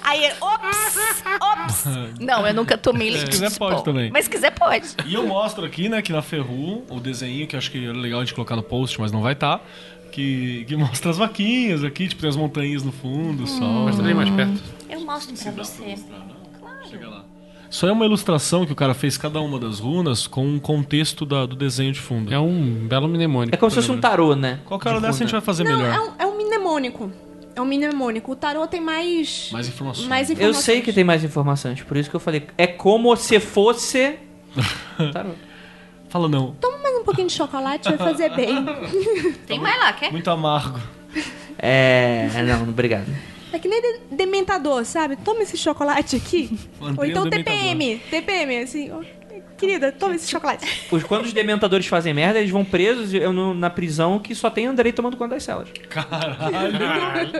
Aí ele, ops, ops. Não, eu nunca tomei leite quiser, de pode pol- também. Mas se quiser, pode. E eu mostro aqui, né, que na Ferru, o desenho, que eu acho que é legal de colocar no post, mas não vai estar. que, que mostra as vaquinhas aqui, tipo, tem as tá montanhas no fundo, só. Mostra ali mais perto. Eu mostro pra você. Chega lá. Isso aí é uma ilustração que o cara fez cada uma das runas com um contexto da- do desenho de fundo. É um belo mnemônico. É como se fosse um tarô, né? Qualquer hora de dessa a gente runa. vai fazer Não, melhor. é um, é um mnemônico. É um mnemônico. O tarô tem mais. Mais informações. mais Eu informações. sei que tem mais informações, por isso que eu falei. É como se fosse. Tarô. Fala não. Toma mais um pouquinho de chocolate, vai fazer bem. Tem mais lá, quer? Muito amargo. É. Não, obrigado. É que nem de- dementador, sabe? Toma esse chocolate aqui. Mandei é Ou então um dementador. TPM. TPM, assim. ó, Querida, toma esse chocolate. Os, quando os dementadores fazem merda, eles vão presos eu, no- na prisão que só tem Andrei tomando conta das celas. Caralho!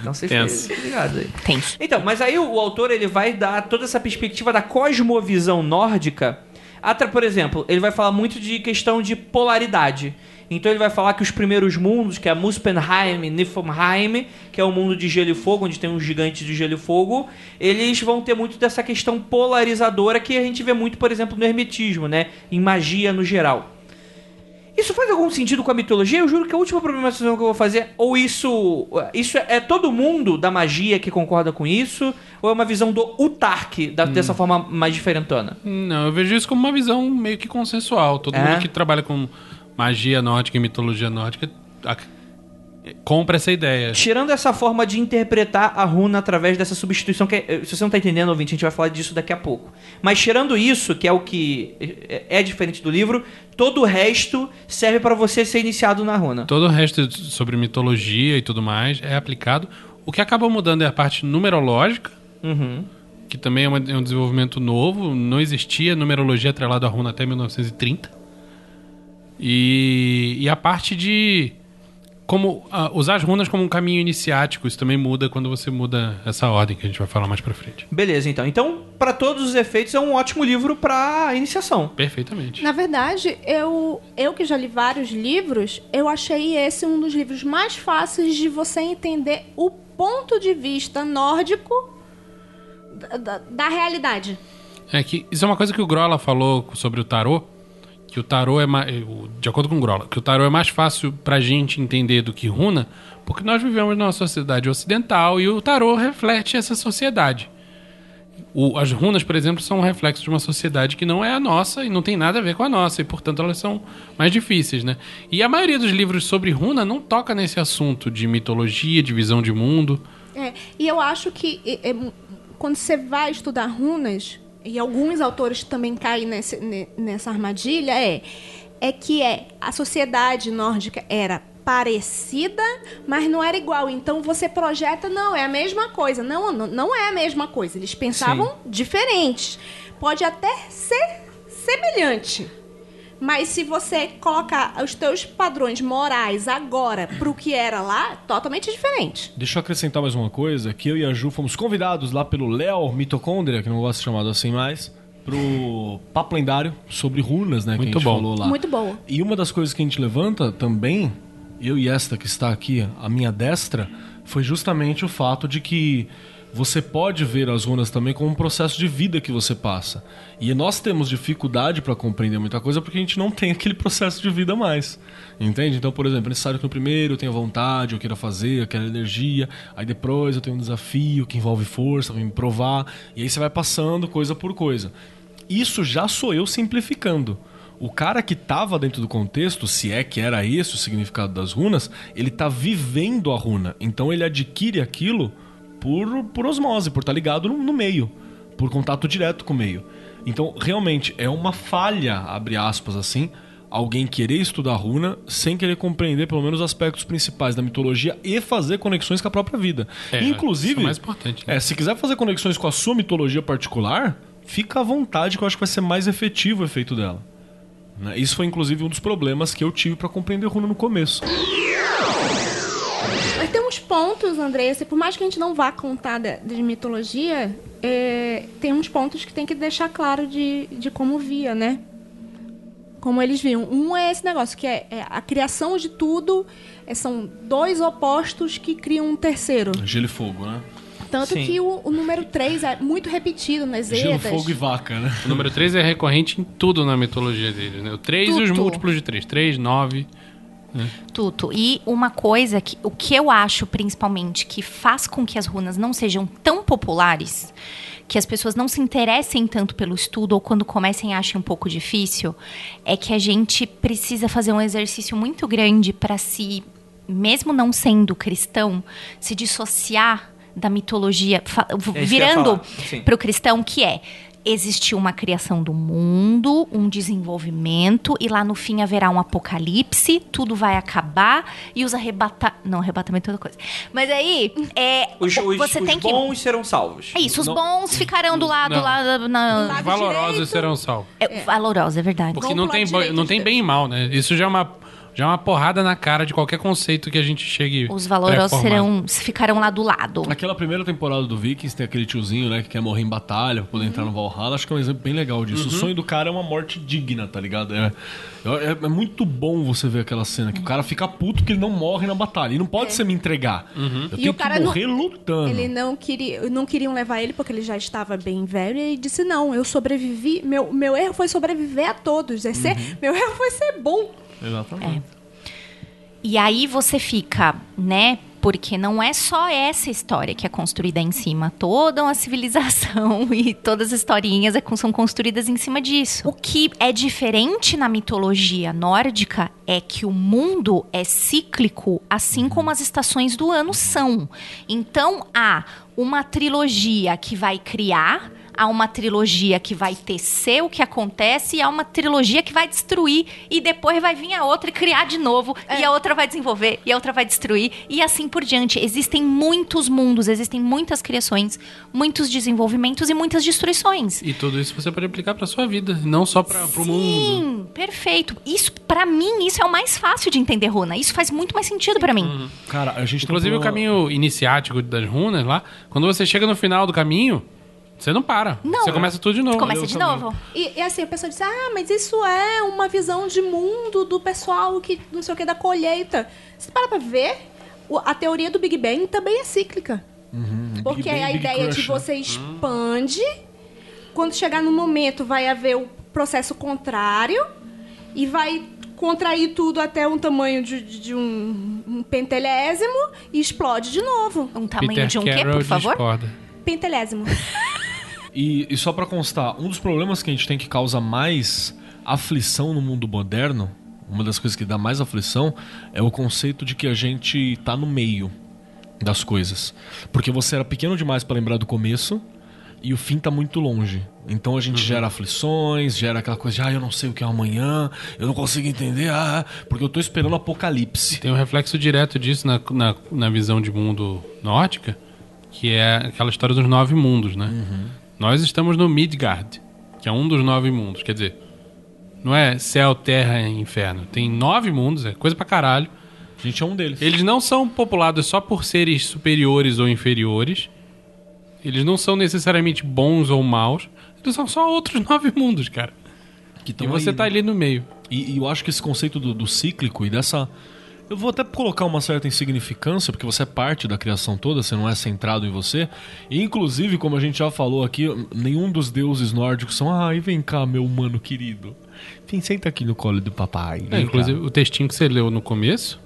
Então vocês Tenso. fiquem ligados aí. Tem. Então, mas aí o, o autor ele vai dar toda essa perspectiva da cosmovisão nórdica. Atra, por exemplo, ele vai falar muito de questão de polaridade. Então ele vai falar que os primeiros mundos, que é Muspelheim e Niflheim, que é o mundo de gelo e fogo, onde tem um gigante de gelo e fogo, eles vão ter muito dessa questão polarizadora que a gente vê muito, por exemplo, no hermetismo, né? Em magia no geral. Isso faz algum sentido com a mitologia? Eu juro que a última problemação que eu vou fazer, ou isso. Isso é é todo mundo da magia que concorda com isso, ou é uma visão do Utark, da- dessa forma mais diferentona? Não, eu vejo isso como uma visão meio que consensual. Todo É? mundo que trabalha com magia nórdica e mitologia nórdica ac- compra essa ideia. Tirando essa forma de interpretar a runa através dessa substituição, que é- se você não tá entendendo, ouvinte, a gente vai falar disso daqui a pouco. Mas tirando isso, que é o que é- é diferente do livro, todo o resto serve para você ser iniciado na runa. Todo o resto sobre mitologia e tudo mais é aplicado. O que acaba mudando é a parte numerológica, Uhum. que também é, uma- é um desenvolvimento novo. Não existia numerologia atrelada à runa até 1930. E, e a parte de como ah, usar as runas como um caminho iniciático, isso também muda quando você muda essa ordem que a gente vai falar mais pra frente. Beleza, então. Então, para todos os efeitos, é um ótimo livro para iniciação. Perfeitamente. Na verdade, eu, eu que já li vários livros, eu achei esse um dos livros mais fáceis de você entender o ponto de vista nórdico da, da- da realidade. É que isso é uma coisa que o Grola falou sobre o tarô, que o tarô é ma- eh, o- de acordo com o Grola, que o tarô é mais fácil pra gente entender do que runa, porque nós vivemos numa sociedade ocidental e o tarô reflete essa sociedade. O- as runas, por exemplo, são um reflexo de uma sociedade que não é a nossa e não tem nada a ver com a nossa, e portanto elas são mais difíceis, né? E a maioria dos livros sobre runa não toca nesse assunto de mitologia, de visão de mundo. É, e eu acho que e- é mu- quando você vai estudar runas, e alguns autores também caem nesse- ne- nessa armadilha, é, é que é, a sociedade nórdica era parecida, mas não era igual. Então você projeta, não, é a mesma coisa. Não, não, não é a mesma coisa. Eles pensavam diferentes. Pode até ser semelhante. Mas se você colocar os teus padrões morais agora pro que era lá, totalmente diferente. Deixa eu acrescentar mais uma coisa, que eu e a Ju fomos convidados lá pelo Léo Mitocôndria, que não gosto de ser chamado assim mais, pro papo lendário sobre runas, né, Muito que a gente bom. falou lá. Muito boa. E uma das coisas que a gente levanta também, eu e esta que está aqui, a minha destra, foi justamente o fato de que você pode ver as runas também como um processo de vida que você passa. E nós temos dificuldade para compreender muita coisa porque a gente não tem aquele processo de vida mais. Entende? Então, por exemplo, é necessário que no primeiro eu tenha vontade, eu queira fazer, eu quero energia, aí depois eu tenho um desafio que envolve força, vem me provar, e aí você vai passando coisa por coisa. Isso já sou eu simplificando. O cara que tava dentro do contexto, se é que era esse o significado das runas, ele tá vivendo a runa. Então ele adquire aquilo por, por osmose, por estar ligado no, no meio, por contato direto com o meio. Então, realmente, é uma falha, abre aspas assim, alguém querer estudar runa sem querer compreender pelo menos os aspectos principais da mitologia e fazer conexões com a própria vida. É, Inclusive, isso é o mais importante, né? é, se quiser fazer conexões com a sua mitologia particular, fica à vontade que eu acho que vai ser mais efetivo o efeito dela. Né? Isso foi inclusive um dos problemas que eu tive pra compreender runa no começo. Mas tem uns pontos, Andressa, por mais que a gente não vá contar da- de, mitologia, é, tem uns pontos que tem que deixar claro de, de como via, né? Como eles viam. Um é esse negócio, que é, é a criação de tudo, é, são dois opostos que criam um terceiro. Gelo e fogo, né? Tanto Sim. que o, o número 3 é muito repetido nas Gelo, edas. fogo e vaca, né? O número 3 é recorrente em tudo na mitologia deles, né? O 3 e os Tudo. múltiplos de 3. 3, 9. Tudo. E uma coisa que o que eu acho principalmente que faz com que as runas não sejam tão populares, que as pessoas não se interessem tanto pelo estudo ou quando comecem achem um pouco difícil, é que a gente precisa fazer um exercício muito grande para se, mesmo não sendo cristão, se dissociar da mitologia, fa- ia virando falar, sim. para o cristão que é existiu uma criação do mundo, um desenvolvimento e lá no fim haverá um apocalipse, tudo vai acabar e os arrebata, não arrebatamento é outra coisa. Mas aí é Os, os- você os tem que bons serão salvos. é isso, os bons ficarão do lado Não. lá da- na Lado Valorosos direito. serão salvos. é, valorosa, é verdade. Porque Vamos não pro tem, lado bo- direito não de tem Deus. bem e mal, né? Isso já é uma, já é uma porrada na cara de qualquer conceito que a gente chegue. Os valorosos pré-formado. serão um. ficarão lá do lado. Aquela primeira temporada do Vikings tem aquele tiozinho, né, que quer morrer em batalha pra poder entrar no Valhalla. Acho que é um exemplo bem legal disso. O sonho do cara é uma morte digna, tá ligado? É, é, é muito bom você ver aquela cena que o cara fica puto que ele não morre na batalha. E não pode você me entregar. Eu tenho É. o cara que não- morrer lutando. Ele não queria, não queriam levar ele porque ele já estava bem velho e ele disse não, eu sobrevivi, meu, meu erro foi sobreviver a todos, é ser, Uhum. meu erro foi ser bom. Exatamente. E aí você fica, né? Porque não é só essa história que é construída em cima. Toda uma civilização e todas as historinhas é con- são construídas em cima disso. O que é diferente na mitologia nórdica é que o mundo é cíclico, assim como as estações do ano são. Então há uma trilogia que vai criar. Há uma trilogia que vai tecer o que acontece e há uma trilogia que vai destruir e depois vai vir a outra e criar de novo e a outra vai desenvolver e a outra vai destruir e assim por diante. Existem muitos mundos, existem muitas criações, muitos desenvolvimentos e muitas destruições. E tudo isso você pode aplicar pra sua vida, não só pra, pro mundo. Sim, perfeito. Isso para mim isso é o mais fácil de entender, Rona. Isso faz muito mais sentido pra mim. Uhum. É. Cara, a gente tem um Inclusive o problema- caminho iniciático das runas lá, quando você chega no final do caminho, você não para. Não. Você começa tudo de novo. Começa de novo. E, e assim, a pessoa disse, ah, mas isso é uma visão de mundo do pessoal que não sei o que, da colheita. Você para pra ver, o- a teoria do Big Bang também é cíclica. Porque Big Bang, a Big Crush, ideia né? Hum. de você expande, quando chegar no momento vai haver o processo contrário e vai contrair tudo até um tamanho de, de- de um, um pentelésimo e explode de novo. Um tamanho Peter de um quê, Carroll por favor? discorda. Pentelésimo. E, e só pra constar, um dos problemas que a gente tem que causa mais aflição no mundo moderno, uma das coisas que dá mais aflição, é o conceito de que a gente tá no meio das coisas. Porque você era pequeno demais pra lembrar do começo e o fim tá muito longe. Então a Uhum. gente gera aflições, gera aquela coisa de, ah, eu não sei o que é amanhã, eu não consigo entender, ah, porque eu tô esperando o apocalipse. Tem um reflexo direto disso na, na, na visão de mundo nórdica, que é aquela história dos nove mundos, né? Uhum. Nós estamos no Midgard, que é um dos nove mundos. Quer dizer, não é céu, terra e inferno. Tem nove mundos, é coisa pra caralho. A gente é um deles. Eles não são populados só por seres superiores ou inferiores. Eles não são necessariamente bons ou maus. Eles são só outros nove mundos, cara. Que E tão você aí, tá né? ali no meio. E, e eu acho que esse conceito do, do cíclico e dessa. Eu vou até colocar uma certa insignificância, porque você é parte da criação toda, você não é centrado em você. E, inclusive, como a gente já falou aqui, nenhum dos deuses nórdicos são. Ai, vem cá, meu humano querido. Vem, senta aqui no colo do papai. É, vem cá." inclusive, o textinho que você leu no começo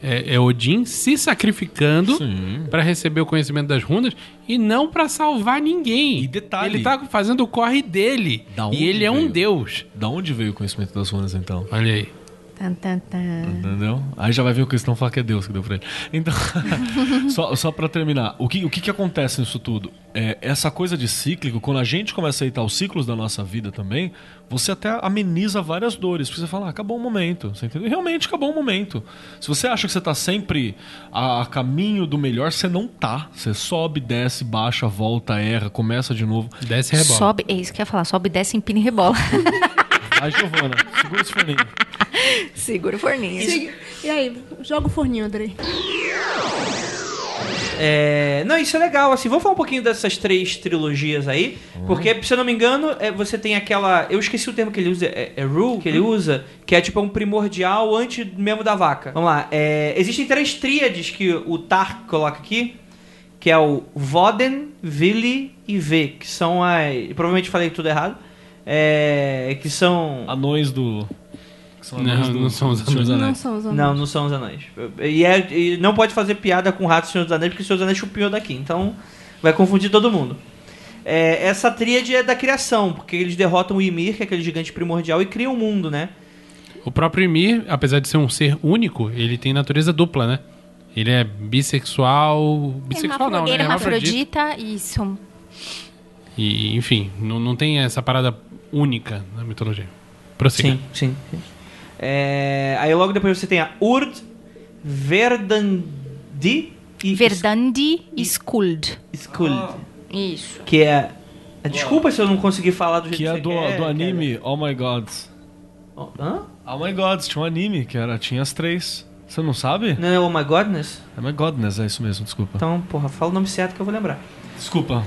é, é Odin se sacrificando Sim. pra receber o conhecimento das runas e não pra salvar ninguém. E detalhe- Ele tá fazendo o corre dele. Da onde E ele é um veio? deus. Da onde veio o conhecimento das runas, então? Olha aí. Tan, tan, tan. Entendeu? Aí já vai ver o cristão falar que é Deus que deu pra ele. Então, só, só pra terminar, o que, o que que acontece nisso tudo? É, essa coisa de cíclico, quando a gente começa a aceitar os ciclos da nossa vida também, você até ameniza várias dores. Porque você fala, ah, acabou o momento. Você entendeu? E Realmente acabou o momento. Se você acha que você tá sempre a, a caminho do melhor, você não tá. Você sobe, desce, baixa, volta, erra, começa de novo. Desce e rebola. Sobe, é isso que eu ia falar, sobe, desce, empina e rebola. Ai, Giovana, segura esse forninho. Segura o forninho. E aí, joga o forninho, Andrei. É, não, isso é legal. Assim, vamos falar um pouquinho dessas três trilogias aí. Porque, se eu não me engano, é, você tem aquela. Eu esqueci o termo que ele usa. É, é rule que ele usa, que é tipo um primordial antes mesmo da vaca. Vamos lá. é, existem três tríades que o Tark coloca aqui. Que é o Voden, Vili e V, que são as. Provavelmente falei tudo errado. É, que são. Anões do. que são Não, anões não são os do Senhor dos anões. Não Anéis. são os homens. Não, não são os anéis. E, é- e não pode fazer piada com o rato do Senhor dos Anéis, porque o Senhor dos Anéis chupinhou daqui. Então vai confundir todo mundo. É, essa tríade é da criação, porque eles derrotam o Ymir, que é aquele gigante primordial, e criam o mundo, né? O próprio Ymir, apesar de ser um ser único, ele tem natureza dupla, né? Ele é bissexual. Bissexual não, né? Ele é uma Hermafrodita. afrodita, isso. E, enfim, não, não tem essa parada única na mitologia. Prossiga. Sim, sim. sim. É, aí logo depois você tem a Urd, Verdandi e Verdandi e Skuld. Skuld. Isso. Que é. Desculpa se eu não consegui falar do jeito Que é você do, quer, do cara. anime Oh My Gods. Hã? Oh My Gods, tinha um anime que era, tinha as três. Você não sabe? Não é Oh My Godness? Oh My Godness, é isso mesmo, desculpa. Então, porra, fala o nome certo que eu vou lembrar. Desculpa.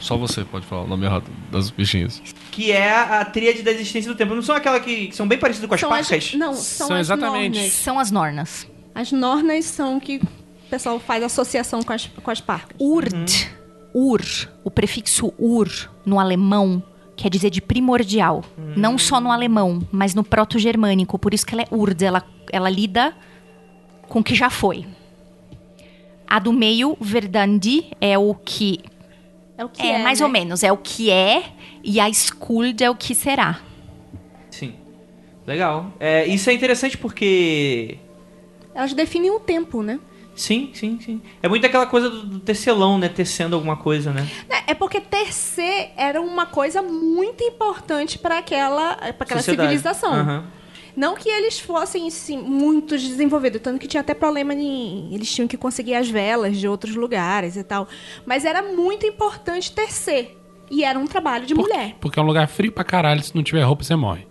Só você pode falar o nome errado das bichinhas. Que é a tríade da existência do tempo. Não são aquelas que, que são bem parecidas com as São as, parcas? não, são, São as exatamente. nornas. São as nornas. As nornas são que o pessoal faz associação com as, com as parcas. Urd, Uhum. ur, o prefixo ur no alemão quer dizer de primordial. Hum. Não só no alemão, mas no proto-germânico. Por isso que ela é urd, ela, ela lida com o que já foi. A do meio, verdandi, é o que É o que é, é, mais né? ou menos, é o que é, e a skuld é o que será. Sim. Legal. É, isso é interessante porque. Elas definem o tempo, né? Sim, sim, sim. É muito aquela coisa do, do tecelão, né? Tecendo alguma coisa, né? Né, É porque tercer era uma coisa muito importante para aquela, pra aquela Sociedade. civilização. Aham. Não que eles fossem sim, muito desenvolvidos, tanto que tinha até problema em. Eles tinham que conseguir as velas de outros lugares e tal. Mas era muito importante tercer. E era um trabalho de mulher. Porque é um lugar frio pra caralho, se não tiver roupa, você morre.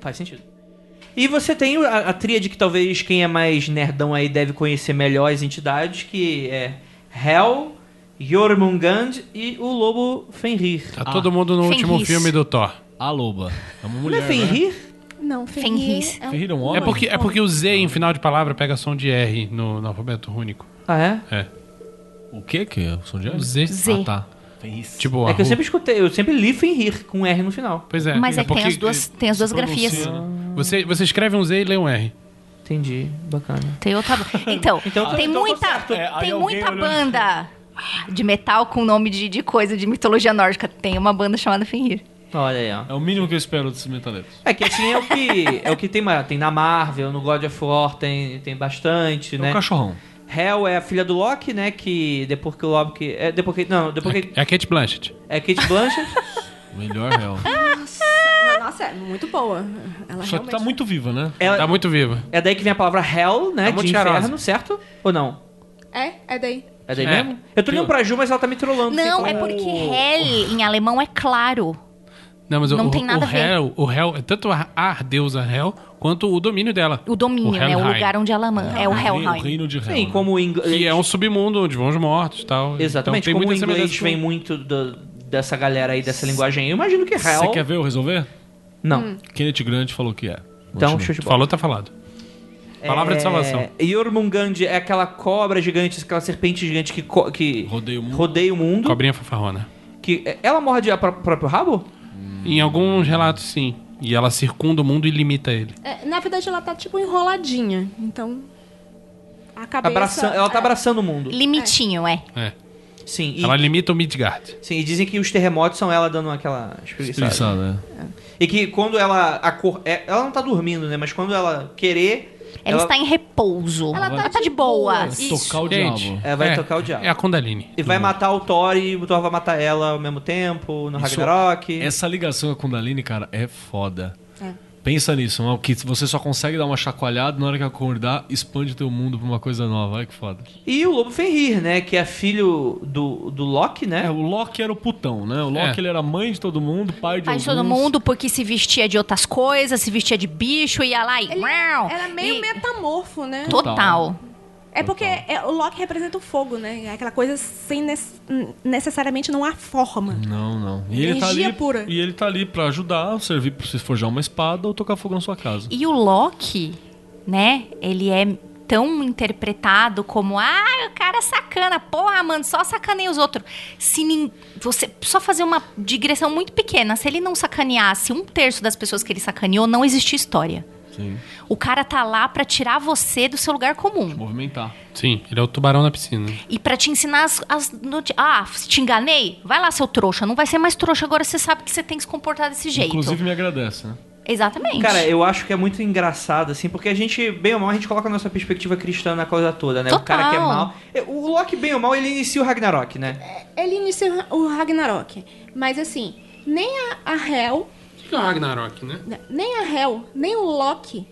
Faz sentido. E você tem a, a tríade que talvez quem é mais nerdão aí deve conhecer melhor as entidades, que é Hel, Jormungand e o Lobo Fenrir. Tá todo mundo no Fenris. último filme do Thor. A loba. É uma Não é mulher. né? Fenrir? Não, Fenris. Fenris. é um- Fenrir é um homem? É porque, é porque o Z em final de palavra pega som de R no, no alfabeto único. Ah, é? É. O que que é? O som de O anjo? Z. Z. Ah, tá. Fez. Tipo, É que arru- eu sempre escutei, eu sempre li Fenrir com R no final. Pois é. Mas é que tem porque as duas, tem as se duas grafias. pronuncia- Você, você escreve um Z e lê um R. Entendi, bacana. Tem outra. Então, Então, tem então muita, tá certo. É, aí tem alguém muita olhou- banda de metal com nome de, de coisa de mitologia nórdica. Tem uma banda chamada Fenrir. Olha aí, ó. É o mínimo que eu espero desses metaleiros. É que assim é o que é o que tem, ma- tem na Marvel, no God of War tem, tem bastante, É né? um cachorrão. Hel é a filha do Loki, né? Que depois que o Loki. É, depois que, não, depois que. É a Kate Blanchett. É Kate Blanchett. Melhor real. Não, Nossa, é muito boa. Ela Só que tá realmente- muito viva, né? Ela- Tá muito viva. É daí que vem a palavra hell, né? É de muito inferno, cheirosa. certo? Ou não? É, é daí. É daí É. mesmo? Eu tô olhando pra Ju, mas ela tá me trollando. sei Não, como. é porque Oh. Hel em alemão é claro. Não, mas Não o, tem nada o a ver. Hel, o Hel, é tanto a, a deusa Hel quanto o domínio dela. O domínio, né? O Helheim, lugar onde ela ama. É o rei- O Helheim. reino de né? real. Sim, como o inglês. Que é um submundo onde vão os mortos e tal. Exatamente, Então, tem como o muita inglês semelhança com- vem muito do- dessa galera aí, dessa linguagem. Eu imagino que hell. Você quer ver eu resolver? Não. Hum. Kenneth Grant falou que é. Então, Continua. show de bola. Falou, tá falado. Palavra de salvação. É, Jormungand é aquela cobra gigante, aquela serpente gigante que, co- que Rodeia o mundo. rodeia o mundo. Cobrinha fanfarrona. Que, é, ela morde a pró- próprio rabo? Em alguns relatos, sim. E ela circunda o mundo e limita ele. É, na verdade, ela tá tipo enroladinha. Então. A cabeça. é, Abraçando, ela tá abraçando o mundo. Limitinho, é. É. Sim e, Ela limita o Midgard. sim, e dizem que os terremotos são ela dando aquela espreguiçada. Preguiçada, é. E que quando ela acor... é, ela não tá dormindo, né? Mas quando ela querer, Ela, está em repouso. Ela, Ela tá tá de boa. de Isso. Tocar o diabo. É, vai tocar o diabo. É a Kundalini. Uhum. e vai matar o Thor e o Thor vai matar ela ao mesmo tempo no Isso- Ragnarok. é Essa ligação com a Kundalini, cara, é foda. é. Pensa nisso, mano, que você só consegue dar uma chacoalhada na hora que acordar, expande teu mundo pra uma coisa nova. Olha que foda. E o Lobo Fenrir, né? Que é filho do, do Loki, É, né? o Loki era o putão, né? O Loki É. ele era mãe de todo mundo, pai de Pai de todo alguns. mundo porque se vestia de outras coisas, se vestia de bicho, ia lá e. Ele era meio E- metamorfo, né? Total. É porque é- o Loki representa o fogo, né? É Aquela coisa sem nes- necessariamente não há forma. Não, não. E ele, tá Energia ali, pura. e ele tá ali pra ajudar, servir pra se forjar uma espada ou tocar fogo na sua casa. E o Loki, né? Ele é tão interpretado como ah, o cara é sacana, porra, mano, só sacaneia os outros. Se nin... você só fazer uma digressão muito pequena, se ele não sacaneasse um terço das pessoas que ele sacaneou, não existia história. Sim. O cara tá lá pra tirar você do seu lugar comum. Movimentar. Sim, ele é o tubarão na piscina. E pra te ensinar as, as noti- Ah, te enganei? Vai lá, seu trouxa. Não vai ser mais trouxa agora, você sabe que você tem que se comportar desse jeito. Inclusive me agradece, né? Exatamente. Cara, eu acho que é muito engraçado, assim, porque a gente, bem ou mal, a gente coloca a nossa perspectiva cristã na coisa toda, né? O cara que é Total. mal. O Loki, bem ou mal, ele inicia o Ragnarok, É, né? Ele inicia o Ragnarok. Mas assim, nem a, a Hel, O que é o Ragnarok, né? nem a Hel, nem o Loki,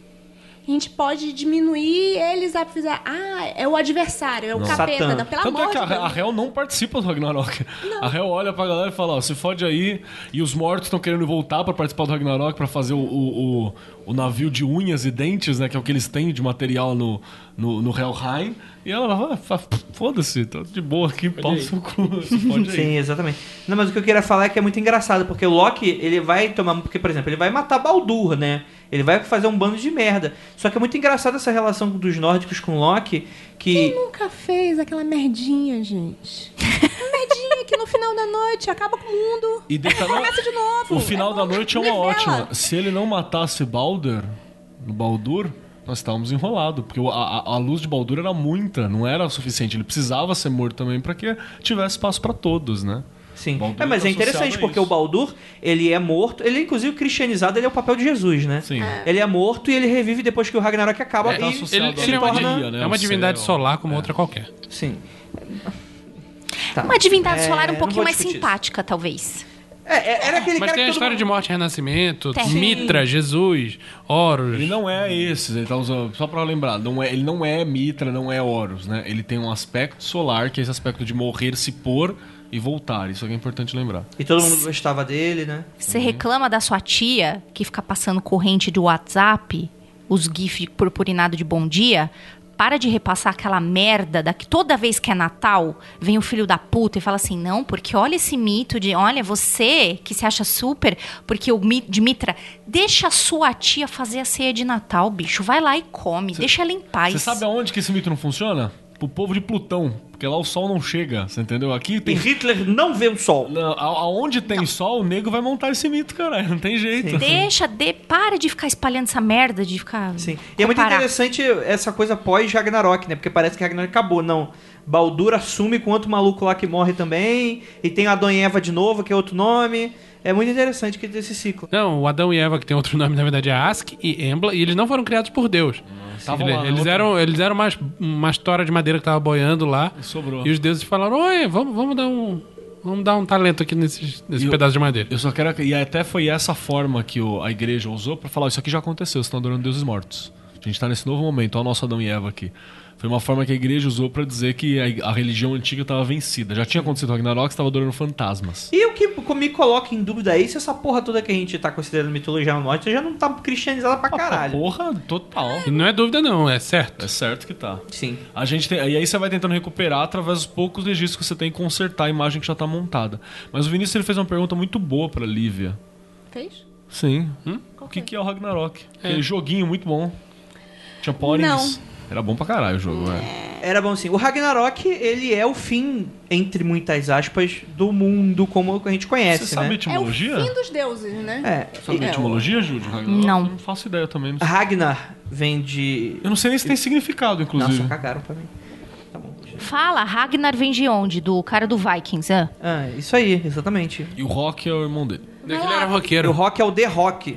a gente pode diminuir eles a precisar. Ah, é o adversário, é o capeta. Satã. Não, pelo Tanto é amor que a, de a Deus. Hel não participa do Ragnarok. A Hel olha pra galera e fala, ó, se fode aí, e os mortos estão querendo voltar pra participar do Ragnarok pra fazer o, o, o- o navio de unhas e dentes, né? Que é o que eles têm de material no, no, no Helheim. E ela fala, ah, foda-se, tá de boa aqui, pau no seu cu, se fode aí. Sim, exatamente. Não, mas o que eu queria falar é que é muito engraçado, porque o Loki, ele vai tomar. Porque, por exemplo, ele vai matar Baldur, né? Ele vai fazer um bando de merda. Só que é muito engraçado essa relação dos nórdicos com Loki, que. Nunca fez aquela merdinha, gente. merdinha que no final da noite acaba com o mundo. E detalhe, Começa de novo. o final É da bom. noite é uma Nivela. ótima. Se ele não matasse Baldur, no Baldur, nós estávamos enrolados. Porque a, a- a luz de Baldur era muita, não era o suficiente. Ele precisava ser morto também pra que tivesse espaço pra todos, né? Sim. Baldur É, mas tá é associado interessante, a porque isso. o Baldur, ele é morto. Ele, é, inclusive, cristianizado, ele é o papel de Jesus, né? Sim. Ele é morto e ele revive depois que o Ragnarok acaba. É, e tá associado Ele, Céu da ele é uma, Torna- di- né, é uma o divindade céu. solar como outra qualquer. Sim. Tá. Uma divindade É, solar um não pouquinho vou mais discutir isso. simpática, talvez. É, é- era aquele Ah, Mas tem cara a que todo história de morte e renascimento, Tem. Mitra, Jesus, Ele Horus. não é esses, ele tá usando, só pra lembrar, não é- ele não é Mitra, não é Horus, né? Ele tem um aspecto solar, que é esse aspecto de morrer, se pôr e voltar. Isso aqui é importante lembrar. E todo mundo gostava dele, né? Você reclama da sua tia que fica passando corrente do WhatsApp, os GIFs purpurinado de bom dia. Para de repassar aquela merda da que toda vez que é Natal vem o filho da puta e fala assim: não, porque olha esse mito de, olha, você que se acha super, porque o mi- de Mitra, deixa a sua tia fazer a ceia de Natal, bicho. Vai lá e come, deixa ela em paz. Você sabe aonde que esse mito não funciona? Pro povo de Plutão, porque lá o sol não chega, você entendeu? Aqui E tem Hitler não vê o sol. Não, a- aonde tem sol, o nego vai montar esse mito, caralho. Não tem jeito. Deixa, de, para de ficar espalhando essa merda, de ficar. Sim. E é muito comparar. interessante essa coisa pós-Ragnarok, né? Porque parece que Ragnarok acabou. Não. Baldur assume com outro maluco lá que morre também. E tem a Dona Eva de novo, que é outro nome. É muito interessante que tem esse ciclo. Não, o Adão e Eva, que tem outro nome, na verdade, é Ask e Embla, e eles não foram criados por Deus. Tava Ele- lá, eles, outra- eram, eles eram mais uma história de madeira que tava boiando lá. Sobrou. E os deuses falaram: Oi, vamos, vamos dar um. Vamos dar um talento aqui nesse, nesse E o- pedaço de madeira. Eu só quero. E até foi essa forma que o- a igreja usou pra falar: isso aqui já aconteceu, vocês estão adorando deuses mortos. A gente tá nesse novo momento, ó, o nosso Adão e Eva aqui. Foi uma forma que a igreja usou pra dizer que a, a religião antiga tava vencida. Já tinha acontecido o Ragnarok, estava adorando fantasmas. E o que me coloca em dúvida aí, se essa porra toda que a gente tá considerando mitologia nórdica já não tá cristianizada pra caralho. Porra, total. E não é dúvida, não, é certo. É certo que tá. Sim. A gente tem, e aí você vai tentando recuperar através dos poucos registros que você tem e consertar a imagem que já tá montada. Mas o Vinícius ele fez uma pergunta muito boa pra Lívia. Fez? Sim. O que, que é o Ragnarok? Aquele joguinho muito bom. Tinha Porings. Era bom pra caralho o jogo, velho. Era bom sim. O Ragnarok, ele é o fim, entre muitas aspas, do mundo como a gente Você conhece, né? sabe a É o etimologia? fim dos deuses, né? É. Sabe e- a etimologia, Júlio? do Ragnarok? Não. Eu Não faço ideia também. não sei. Ragnar vem de. Eu não sei nem se tem significado, inclusive. Nossa, cagaram pra mim. Tá bom. Fala, Ragnar vem de onde? Do cara do Vikings, ah? Ah, isso aí, exatamente. E o Rock é o irmão dele. Ele era E roqueiro. o rock é o The Rock.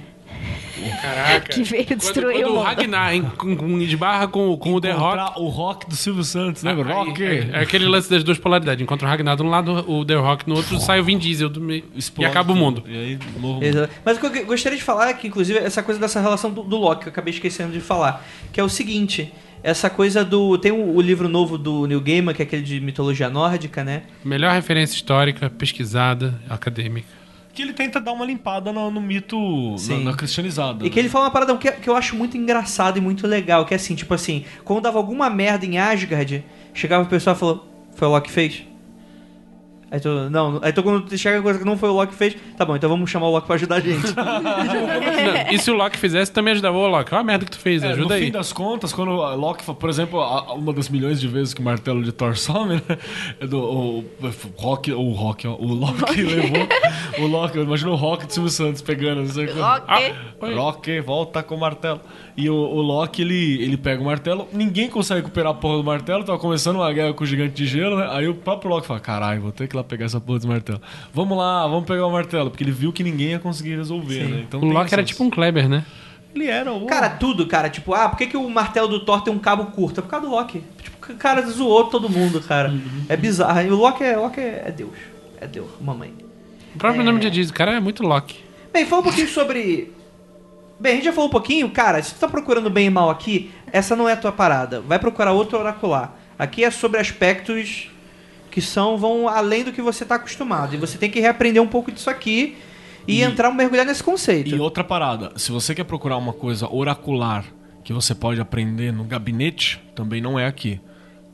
Caraca. Que veio destruir quando, o quando mundo. Ragnar em- com- com- esbarra com, com o The Rock. Encontrar O Rock do Silvio Santos, lembra? Aí, Rock! É, é aquele lance das duas polaridades. Encontra o Ragnar de um lado, o The Rock no outro, sai o Vin Diesel do meio. Explode e acaba o tudo. mundo. E aí, morro. Exato. Mas o que eu g- gostaria de falar é que, inclusive, essa coisa dessa relação do, do Loki, que eu acabei esquecendo de falar, que é o seguinte. Essa coisa do. Tem o, o livro novo do Neil Gaiman, que é aquele de mitologia nórdica, né? Melhor referência histórica, pesquisada, acadêmica. Que ele tenta dar uma limpada no, no mito, Sim. na, na cristianizada. E que ele né? fala uma parada que, que eu acho muito engraçado e muito legal, que é assim, tipo assim, quando dava alguma merda em Asgard, chegava o pessoal e falou, foi o Loki que fez? Aí tu, não, aí tu quando chega a coisa que não foi o Loki que fez, tá bom, então vamos chamar o Loki pra ajudar a gente. Não, e se o Loki fizesse, também ajudava o Loki. Olha a merda que tu fez, É, no ajuda fim aí. das contas, quando a Loki, fa- por exemplo, a- a- uma das milhões de vezes que o martelo de Thor some, né? é do- o, o Rock, o Rock, ó, o Loki levou. O Loki, eu imagino o Rock de Silvio Santos pegando, não sei o que. Rock. Ah, Rock, volta com o martelo. E o, o Loki, ele, ele pega o martelo, ninguém consegue recuperar a porra do martelo, tava começando uma guerra com o gigante de gelo, né? Aí o próprio Loki fala: caralho, vou ter que ir lá pegar essa porra do martelo. Vamos lá, vamos pegar o martelo, porque ele viu que ninguém ia conseguir resolver, né? Então O tem Loki era essas- tipo um Kleber, né? Ele era o. Cara, tudo, cara. Tipo, ah, por que, que o martelo do Thor tem um cabo curto? É por causa do Loki. Tipo, o cara zoou todo mundo, cara. É bizarro. E o Loki é, Loki é é Deus. É Deus, mamãe. O próprio nome já diz, o cara é muito Loki. Bem, fala um pouquinho sobre. Bem, a gente já falou um pouquinho, cara. Se tu tá procurando bem e mal aqui, essa não é a tua parada. Vai procurar outro oracular. Aqui é sobre aspectos que são vão além do que você tá acostumado. E você tem que reaprender um pouco disso aqui e, entrar, mergulhar nesse conceito. E outra parada, se você quer procurar uma coisa oracular que você pode aprender no gabinete, também não é aqui.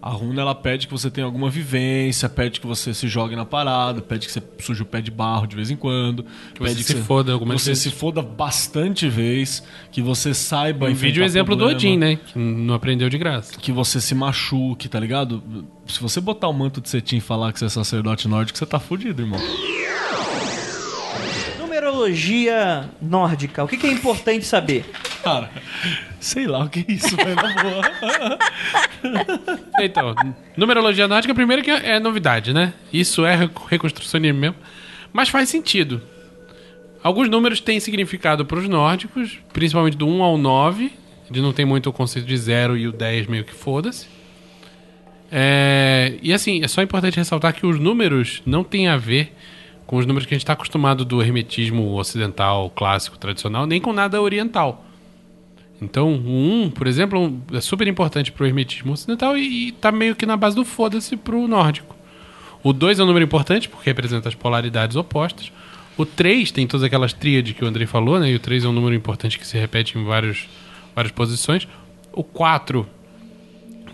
A runa ela pede que você tenha alguma vivência, pede que você se jogue na parada, pede que você suje o pé de barro de vez em quando, que você se foda algumas você vezes. se foda bastante vez, que você saiba Um vídeo enfrentar exemplo do problema Odin, né? Que não aprendeu de graça. que você se machuque, tá ligado? Se você botar o manto de cetim e falar que você é sacerdote nórdico, você tá fudido, irmão. Numerologia nórdica. O que, que é importante saber? Cara, sei lá o que é isso, velho, na boa. Então, numerologia nórdica, primeiro que é novidade, né? Isso é recu- reconstrucionismo mesmo. Mas faz sentido. Alguns números têm significado para os nórdicos, principalmente do 1 ao 9. Eles não tem muito o conceito de 0 e o 10 meio que foda-se. É, e assim, é só importante ressaltar que os números não têm a ver com os números que a gente está acostumado do hermetismo ocidental, clássico, tradicional, nem com nada oriental. Então, o 1, por exemplo, um- é super importante pro hermetismo ocidental e, e tá meio que na base do foda-se pro nórdico. O 2 é um número importante porque representa as polaridades opostas. O 3 tem todas aquelas tríades que o Andrei falou, né? E o 3 é um número importante que se repete em vários, várias posições. O 4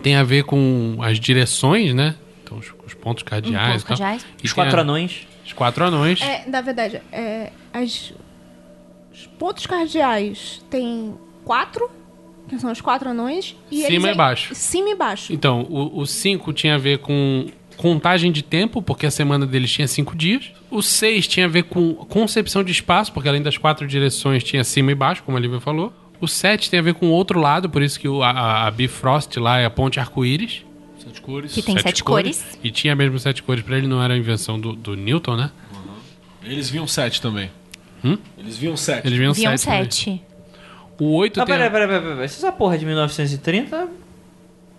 tem a ver com as direções, né? Então, os, os pontos cardeais. pontos e tal. cardeais. E tem Os quatro a- anões. Os quatro anões. É, na verdade, é, as, os pontos cardeais tem quatro, que são os quatro anões. E Cima eles e é- baixo. Cima e baixo. Então, o 5 tinha a ver com contagem de tempo, porque a semana deles tinha cinco dias. O 6 tinha a ver com concepção de espaço, porque além das quatro direções tinha cima e baixo, como a Lívia falou. O 7 tem a ver com o outro lado, por isso que o- a- a, a Bifrost lá é a ponte arco-íris. Sete cores. Que tem sete, cores. E tinha mesmo sete cores pra ele, não era a invenção do, do Newton, né? Eles viam sete também. Eles viam sete. Hum? Eles vinham Viam um sete. também. um sete. O 8 Ah, tem... a- um- peraí, peraí, peraí, peraí. Essa porra de 1930.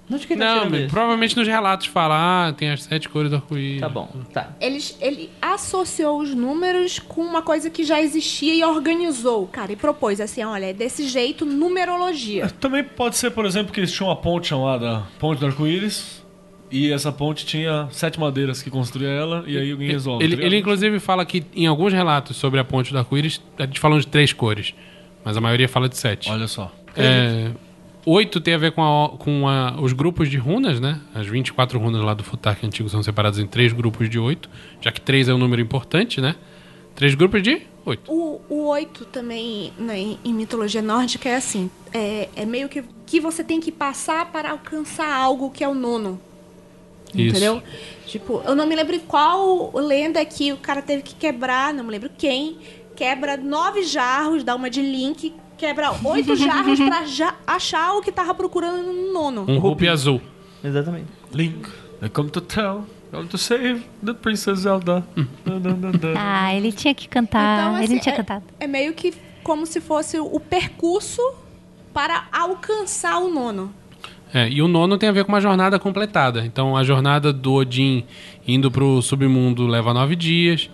Não te Não, tá tirando isso? provavelmente nos relatos fala, ah, tem as sete cores do arco-íris. Tá bom, tá. Eles, ele associou os números com uma coisa que já existia e organizou, cara, e propôs assim, olha, é desse jeito, numerologia. É, Também pode ser, por exemplo, que eles tinham uma ponte chamada Ponte do Arco-Íris. E essa ponte tinha sete madeiras que construía ela e aí alguém resolve. tá Ele, ligado? ele, inclusive, fala que em alguns relatos sobre a ponte do arco-íris, a gente falou de três cores, mas a maioria fala de sete. Olha só. É, oito tem a ver com, a- com a- os grupos de runas, né? As 24 runas lá do Futark antigo são separadas em três grupos de oito, já que três é um número importante, né? Três grupos de oito. O, o oito também, né, em, em mitologia nórdica, é assim, é, é meio que, que você tem que passar para alcançar algo que é o nono. Isso. Entendeu? Tipo, eu não me lembro qual lenda que o cara teve que quebrar, não me lembro quem. Quebra nove jarros, dá uma de link, quebra oito jarros pra já achar o que tava procurando no nono. Um rupi azul. Exatamente. Link, I come to tell, come to save the Princess Zelda. Hum. Dan, dan, dan, dan. Ah, ele tinha que cantar. Então, ele assim, não tinha é- cantado. É meio que como se fosse o percurso para alcançar o nono. É, e o nono tem a ver com uma jornada completada. Então a jornada do Odin indo pro submundo leva nove dias.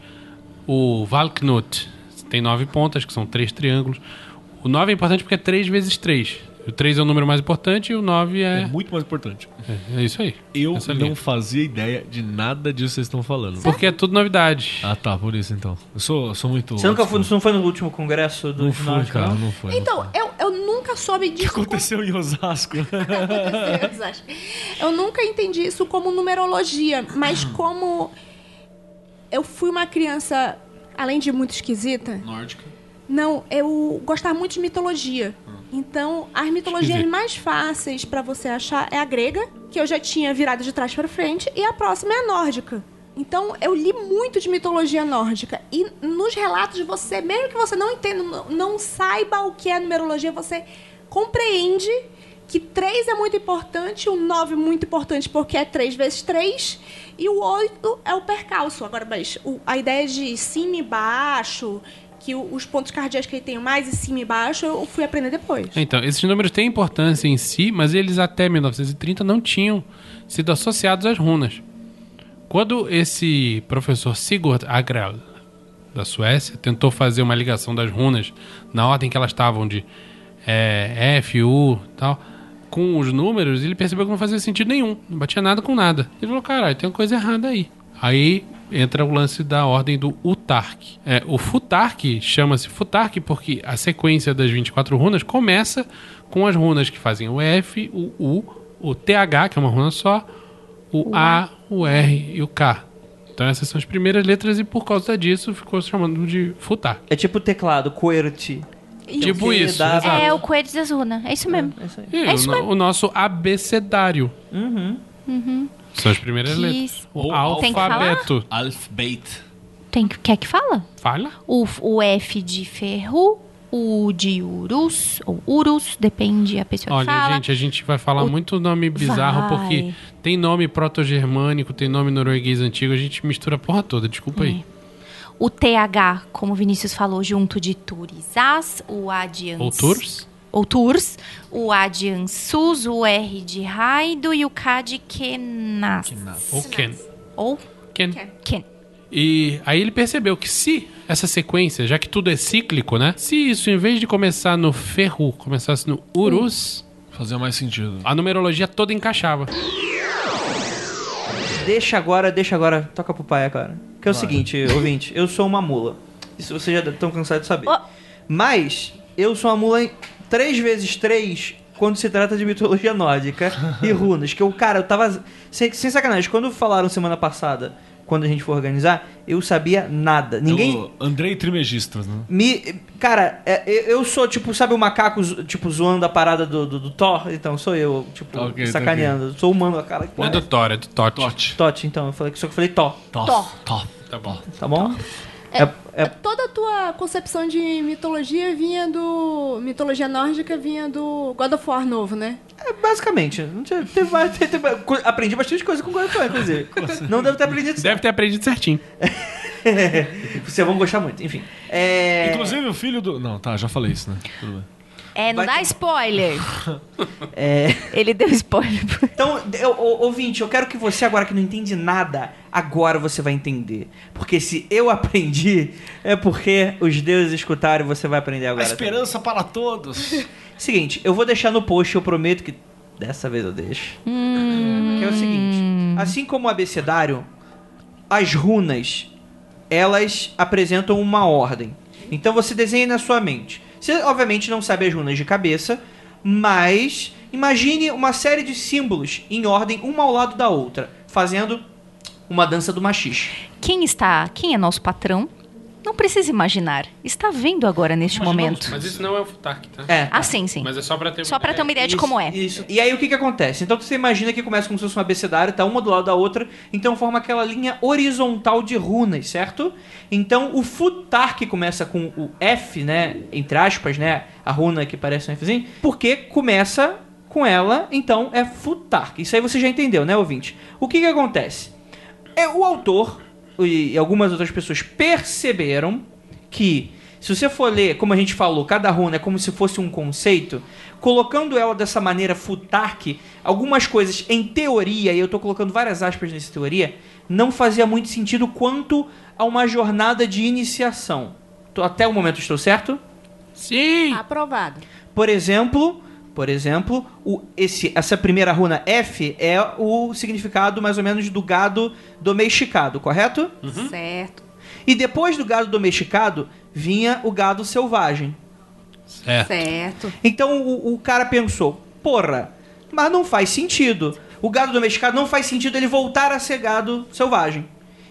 O Valknut tem nove pontas, que são três triângulos. O nove é importante porque é três vezes três. O três é o número mais importante e o nove É é. muito mais importante. É, é isso aí. Eu Essa linha. não fazia ideia de nada disso que vocês estão falando. Porque é tudo novidade. Ah tá, por isso então. Eu sou, sou muito. Você nunca foi, você não foi no último congresso do Não fui, Norte, cara, não foi. Então, eu, eu nunca soube O que disso. como- aconteceu em Osasco? certeza, acho. Eu nunca entendi isso como numerologia, mas como eu fui uma criança, além de muito esquisita, Nórdica. não, eu gostava muito de mitologia. Então, as mitologias Esquisito. mais fáceis pra você achar é a grega, que eu já tinha virado de trás pra frente, e a próxima é a nórdica. Então, eu li muito de mitologia nórdica. E nos relatos de você, mesmo que você não entenda, não- não saiba o que é numerologia, você compreende que 3 é muito importante, o 9 é muito importante porque é 3 vezes 3, e o 8 é o percalço. Agora, mas o- a ideia de cima e baixo, que o- os pontos cardíacos que ele tem mais e cima e baixo, eu fui aprender depois. Então, esses números têm importância em si, mas eles até 1930 não tinham sido associados às runas. Quando esse professor Sigurd Agrell, da Suécia, tentou fazer uma ligação das runas na ordem que elas estavam de eh, F, U tal, com os números, ele percebeu que não fazia sentido nenhum, não batia nada com nada. Ele falou, caralho, tem uma coisa errada aí. Aí entra o lance da ordem do Utark. É, o Futark chama-se Futark porque a sequência das 24 runas começa com as runas que fazem o F, o U, o TH, que é uma runa só, o A, o R e o K. Então essas são as primeiras letras e por causa disso ficou se chamando de futar. É tipo teclado, QWERTY. Tipo que isso, dá- exato. É o coelho de Azuna. É isso mesmo. É isso aí. E É isso o, no- o nosso abecedário. São as primeiras Que- letras. O Tem que falar? alfabeto. Alfbeit. Tem que- quer que fala? Fala. O, o F de ferro, o de urus, ou urus, depende a pessoa Olha, que fala. gente, a gente vai falar O- muito nome Vai. bizarro, porque tem nome proto-germânico, tem nome norueguês antigo, a gente mistura a porra toda, desculpa aí. O TH, como o Vinícius falou, junto de Turizás, o A de Ou Ans- Tours? ou Tours, o A de Ansus, o R de Raido e o K de Kenas. Ou Ken. Ou Ken. Ken. E aí ele percebeu que se essa sequência, já que tudo é cíclico, né? Se isso, em vez de começar no ferru, começasse no urus, Fazia mais sentido. a numerologia toda encaixava. Deixa agora, deixa agora, toca pro pai agora. Que é o seguinte, ouvinte, eu sou uma mula. Isso vocês já estão cansados de saber. Ó. Mas eu sou uma mula em 3 vezes 3 quando se trata de mitologia nórdica e runas. Que eu, cara, eu tava. Sem, sem sacanagem, quando falaram semana passada, quando a gente for organizar, eu sabia nada. Ninguém. Eu- Andrei Trimegistras, né? Me. Cara, é, eu- eu sou tipo, sabe o macaco zo- tipo, zoando a parada do, do, do Thor? Então, sou eu, tipo, Tá ok, tá sacaneando. Sou humano, cara. Que Não é porra do Thor, é do Tote. Tote. Tote, então, eu falei, só que eu falei Thor, Tof. Tof. Tá bom. tá bom? É- é- Toda a tua concepção de mitologia vinha do. Mitologia nórdica vinha do God of War novo, né? é, basicamente. Não tinha- teve mais- teve- teve- co- aprendi bastante coisa com o Guardião, inclusive. assim? Não deve ter aprendido. Deve ter aprendido certinho. Vocês vão gostar muito, enfim. É, Inclusive o filho do. Não, tá, já falei isso, né? Tudo bem. É, não Vai dá spoiler. é, Ele deu spoiler. Então, eu, ô- ouvinte, eu quero que você, agora que não entende nada, agora você vai entender. Porque se eu aprendi, é porque os deuses escutaram e você vai aprender A agora. também. esperança para todos. Seguinte, eu vou deixar no post, eu prometo que dessa vez eu deixo. Que é o seguinte, assim como o abecedário, as runas, elas apresentam uma ordem. Então você desenha na sua mente. Você obviamente não sabe as runas de cabeça, mas imagine uma série de símbolos em ordem uma ao lado da outra, fazendo uma dança do machixe. Quem está, quem é nosso patrão, não precisa imaginar. Está vendo agora neste momento. Mas isso não é o Futark, tá? É. Ah, sim, sim. Mas é só pra ter uma Só pra ter ideia. uma ideia de Isso, como é. Isso. E aí o que que acontece? Então você imagina que começa como se fosse um abecedário, tá uma do lado da outra, então forma aquela linha horizontal de runas, certo? Então o futar que começa com o F, né, entre aspas, né, a runa que parece um Fzinho, porque começa com ela, então é futar. Isso aí você já entendeu, né, ouvinte? O que que acontece? É o autor e algumas outras pessoas perceberam que se você for ler, como a gente falou, cada runa é como se fosse um conceito, colocando ela dessa maneira futarque, algumas coisas em teoria, e eu tô colocando várias aspas nessa teoria, não fazia muito sentido quanto a uma jornada de iniciação. Tô- Até o momento estou certo? Sim! Ah. Aprovado. Por exemplo, por exemplo, o, esse, essa primeira runa F é o significado mais ou menos do gado domesticado, correto? Uhum. Certo. E depois do gado domesticado vinha o gado selvagem. É. Certo. Então o, o cara pensou, porra, mas não faz sentido. O gado domesticado não faz sentido ele voltar a ser gado selvagem.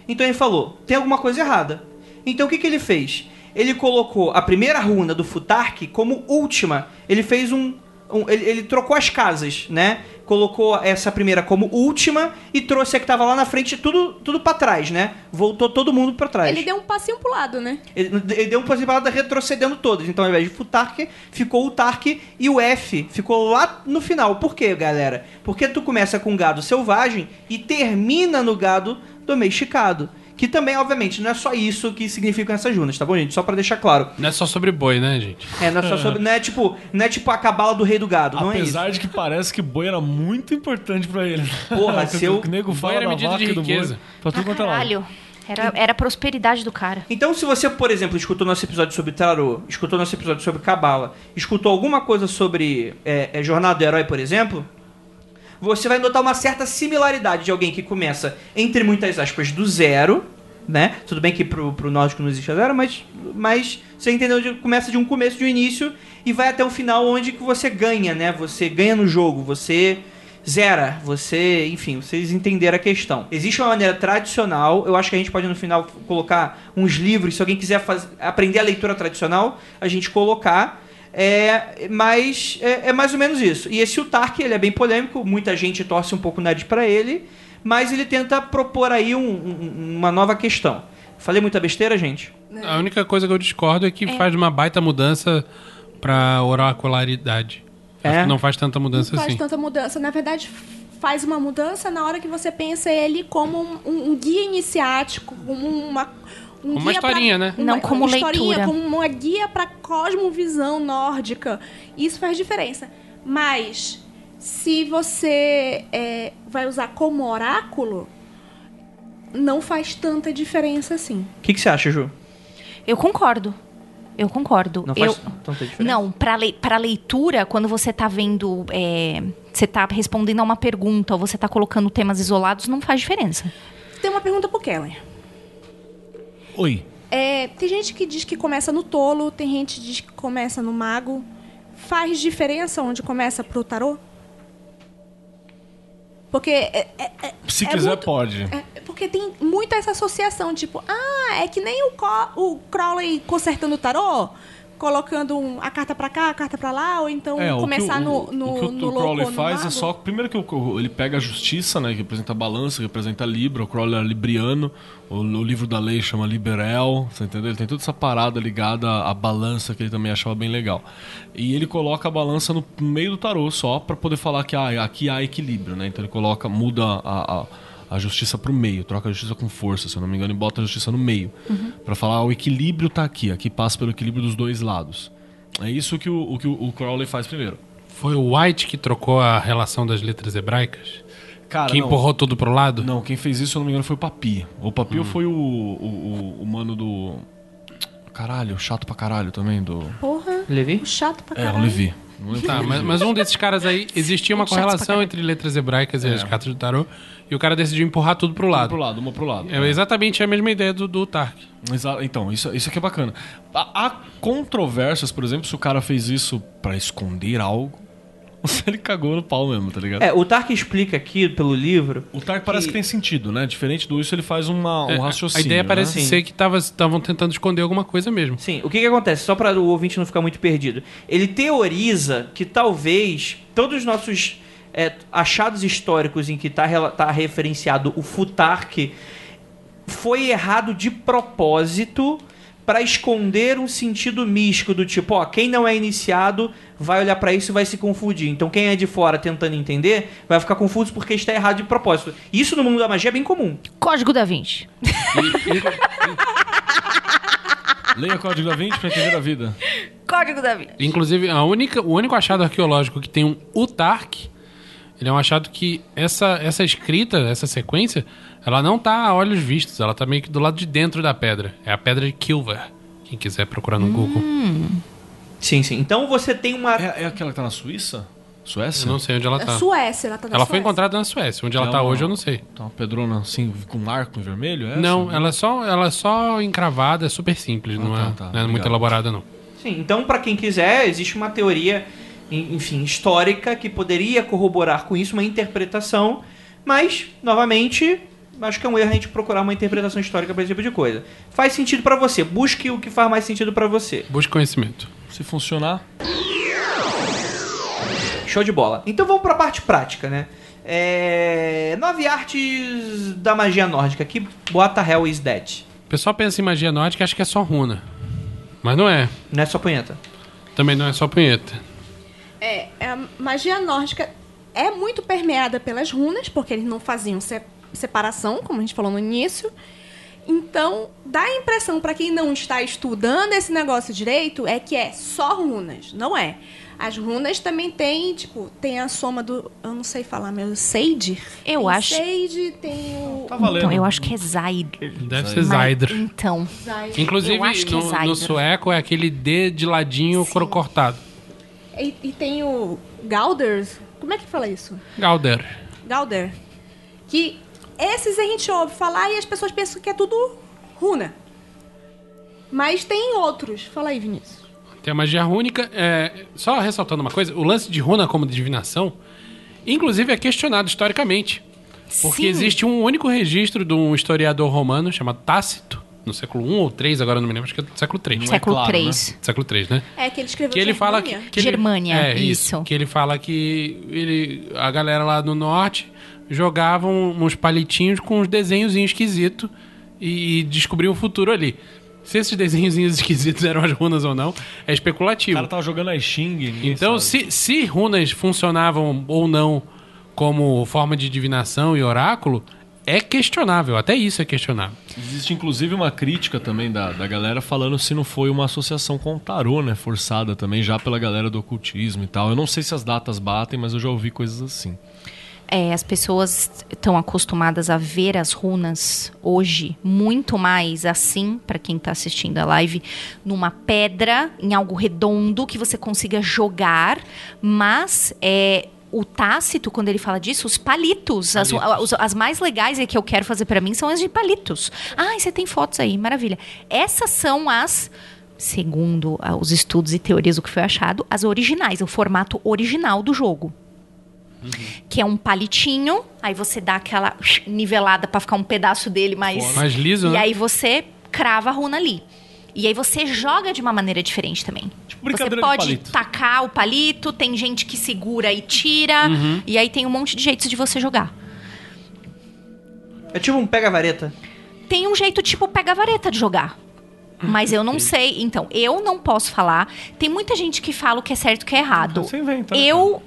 Então ele falou, tem alguma coisa errada. Então o que, que ele fez? Ele colocou a primeira runa do Futark como última. Ele fez um um- ele, ele trocou as casas, né? Colocou essa primeira como última e trouxe a que tava lá na frente tudo, tudo para trás, né? Voltou todo mundo para trás. Ele deu um passinho pro lado, né? Ele, ele deu um passo de parada retrocedendo todas. Então, ao invés de Futark, ficou o Tark e o F ficou lá no final. Por quê, galera? Porque tu começa com gado selvagem e termina no gado domesticado. Que também, obviamente, não é só isso que significam essas runas, tá bom, gente? Só pra deixar claro. Não é só sobre boi, né, gente? É, não é só sobre. Não é tipo, não é tipo a cabala do rei do gado, não é isso. Apesar de que parece que boi era muito importante pra ele. Porra, Que seu- O nego fala era da medida vaca de e do boi riqueza. Pra tudo Ah, quanto é lado. caralho. Era, era a prosperidade do cara. Então, se você, por exemplo, escutou nosso episódio sobre tarô, escutou nosso episódio sobre cabala, escutou alguma coisa sobre é, é, Jornada do Herói, por exemplo, você vai notar uma certa similaridade de alguém que começa, entre muitas aspas, do zero, né? Tudo bem que pro, pro nórdico não existe zero, mas, mas você entendeu? de- Começa de um começo, de um início, e vai até um final onde que você ganha, né? Você ganha no jogo, você zera, você... Enfim, vocês entenderam a questão. Existe uma maneira tradicional, eu acho que a gente pode no final colocar uns livros, se alguém quiser faz- aprender a leitura tradicional, a gente colocar... É, mas é, é mais ou menos isso. E esse Utark, ele é bem polêmico, muita gente torce um pouco o nariz pra ele, mas ele tenta propor aí um- um- uma nova questão. Falei muita besteira, gente? A única coisa que eu discordo é que faz uma baita mudança pra oracularidade. Acho É? que não faz tanta mudança não faz assim. tanta mudança. Na verdade, f- faz uma mudança na hora que você pensa ele como um, um- um guia iniciático, como uma. um Uma guia historinha, pra- né? uma- Não como uma historinha, leitura. como uma guia para cosmovisão nórdica. Isso faz diferença. Mas se você é, vai usar como oráculo, não faz tanta diferença assim. O que, que você acha, Ju? Eu concordo. Eu concordo. Não faz Eu- tanta diferença? Não, para lei, pra leitura, quando você tá vendo. é, você tá respondendo a uma pergunta ou você tá colocando temas isolados, não faz diferença. Tem uma pergunta pro Keller. Oi. É, tem gente que diz que começa no tolo, tem gente que diz que começa no mago. Faz diferença onde começa pro tarô? Porque é, é- é- Se É quiser, muito- pode. é- porque tem muita essa associação, tipo, ah, é que nem o, co o Crowley consertando o tarô, colocando um- a carta pra cá, a carta pra lá, ou então É, o que começar o- no, no, o que o no louco ou Crowley no faz é mago. só primeiro que o- ele pega a justiça, né, que representa a balança, que representa a Libra, o Crowley é libriano, o, o livro da lei chama Liberel, você entendeu? Ele tem toda essa parada ligada à balança que ele também achava bem legal. E ele coloca a balança no meio do tarô só pra poder falar que ah, aqui há equilíbrio, né? Então ele coloca, muda a, a, a justiça pro meio, troca a justiça com força, se eu não me engano, e bota a justiça no meio. Pra falar, ah, o equilíbrio tá aqui, aqui passa pelo equilíbrio dos dois lados. É isso que o, o que o- o Crowley faz primeiro. Foi o White que trocou a relação das letras hebraicas? Cara, que não. empurrou tudo pro lado? Não, quem fez isso, se eu não me engano, foi o Papi. O Papi Hum. ou foi o, o, o- o mano do. Caralho, chato pra caralho também, do. Porra, Levi? chato pra É, o caralho. Levi. Não lembro Tá, quem mas, mas um desses caras aí, existia uma Chatos pra correlação caralho. entre letras hebraicas É. e as cartas do tarô, e o cara decidiu empurrar tudo pro Uma lado. pro lado, uma pro lado. É exatamente a mesma ideia do, do Tark. Exa- Então, isso, isso aqui é bacana. Há, há controvérsias, por exemplo, se o cara fez isso pra esconder algo, ou se ele cagou no pau mesmo, tá ligado? É, o Tark explica aqui pelo livro. O Tark parece que tem sentido, né? Diferente do isso, ele faz uma, É, um raciocínio. a ideia né? parece Sim. ser que estavam tentando esconder alguma coisa mesmo. Sim, o que, que acontece? Só para o ouvinte não ficar muito perdido. Ele teoriza que talvez todos os nossos é, achados históricos em que está referenciado o Futark foi errado de propósito para esconder um sentido místico do tipo, ó, quem não é iniciado vai olhar pra isso e vai se confundir. Então quem é de fora tentando entender vai ficar confuso porque está errado de propósito. Isso no mundo da magia é bem comum. Código da Vinci. Leia Código da Vinci pra entender a vida. Código da Vinci. Inclusive, a única, o único achado arqueológico que tem um Utark, ele é um achado que essa, essa escrita, essa sequência, ela não tá a olhos vistos, ela tá meio que do lado de dentro da pedra. É a pedra de Kilver. Quem quiser procurar no Google. Sim, sim. Então você tem uma É, é aquela que tá na Suíça? Suécia? Eu não sei onde ela É tá. Suécia, ela tá na Ela foi Suécia. encontrada na Suécia. Onde ela É tá uma- hoje, eu não sei. Tá uma pedrona assim, com um arco em vermelho? É Não, essa? ela é só, ela é só encravada, é super simples, não, tá, é, tá, não é muito obrigado. elaborada, não. Sim, então para quem quiser, existe uma teoria, en- enfim, histórica que poderia corroborar com isso uma interpretação, mas novamente, acho que é um erro a gente procurar uma interpretação histórica para esse tipo de coisa. Faz sentido para você, busque o que faz mais sentido para você. tá Busque conhecimento. Se funcionar. Show de bola. Então vamos pra parte prática, né? É, Nove artes da magia nórdica. Que bota Hell is Dead. O pessoal pensa em magia nórdica e acha que é só runa. Mas não é. Não é só punheta. Também não é só punheta. É, a magia nórdica é muito permeada pelas runas, porque eles não faziam se- separação, como a gente falou no início. Então, dá a impressão para quem não está estudando esse negócio direito é que é só runas, não é? As runas também tem, tipo, tem a soma do, eu não sei falar, meu Seidir. Eu tem acho- Seidir, tem o Tá valendo. Então, eu acho que é Zaid. Deve ser Mas- Zyder. Então, Zayr. Inclusive, Eu acho que é no, Zyder. no sueco é aquele D de ladinho coro cortado. E, e tem o Galders. Como é que fala isso? Galder. Galder. Que esses a gente ouve falar e as pessoas pensam que é tudo runa. Mas tem outros. Fala aí, Vinícius. Tem a magia rúnica. É, só ressaltando uma coisa, o lance de runa como divinação, inclusive, é questionado historicamente. Porque Sim. existe um único registro de um historiador romano chamado Tácito, no século I ou III, agora eu não me lembro, acho que é do século III. século claro, III. Século III, né? É que ele escreveu Que ele fala que, Germânia. que ele- Germânia, é, isso. Que ele fala que ele, a galera lá do norte jogava um- uns palitinhos com uns desenhozinhos esquisitos e, e descobriu o futuro ali. Se esses desenhozinhos esquisitos eram as runas ou não, é O especulativo. cara tava jogando a Xing. né? Então, se, se runas funcionavam ou não como forma de divinação e oráculo, é questionável. Até isso é questionável. Existe inclusive uma crítica também da, da galera falando se não foi uma associação com o tarô, né? Forçada também, já pela galera do ocultismo e tal. Eu não sei se as datas batem, mas eu já ouvi coisas assim. É, as pessoas estão acostumadas a ver as runas hoje muito mais assim, para quem tá assistindo a live, numa pedra, em algo redondo que você consiga jogar, mas é o Tácito, quando ele fala disso, os palitos, as- As, as mais legais e que eu quero fazer para mim são as de palitos. Ah, e você tem fotos aí, maravilha. Essas são as segundo ah, os estudos e teorias do que foi achado, as originais, o formato original do jogo que é um palitinho, aí você dá aquela nivelada pra ficar um pedaço dele mais Mais liso, E né? aí você crava a runa ali. E aí você joga de uma maneira diferente também. Tipo Você brincadeira de pode palito. tacar o palito, tem gente que segura e tira, Uhum. e aí tem um monte de jeitos de você jogar. É tipo um pega-vareta. Tem um jeito tipo pega a vareta de jogar. Hum, Mas eu não sei, então, eu não posso falar. Tem muita gente que fala o que é certo e o que é Então errado. Você inventa, né, eu,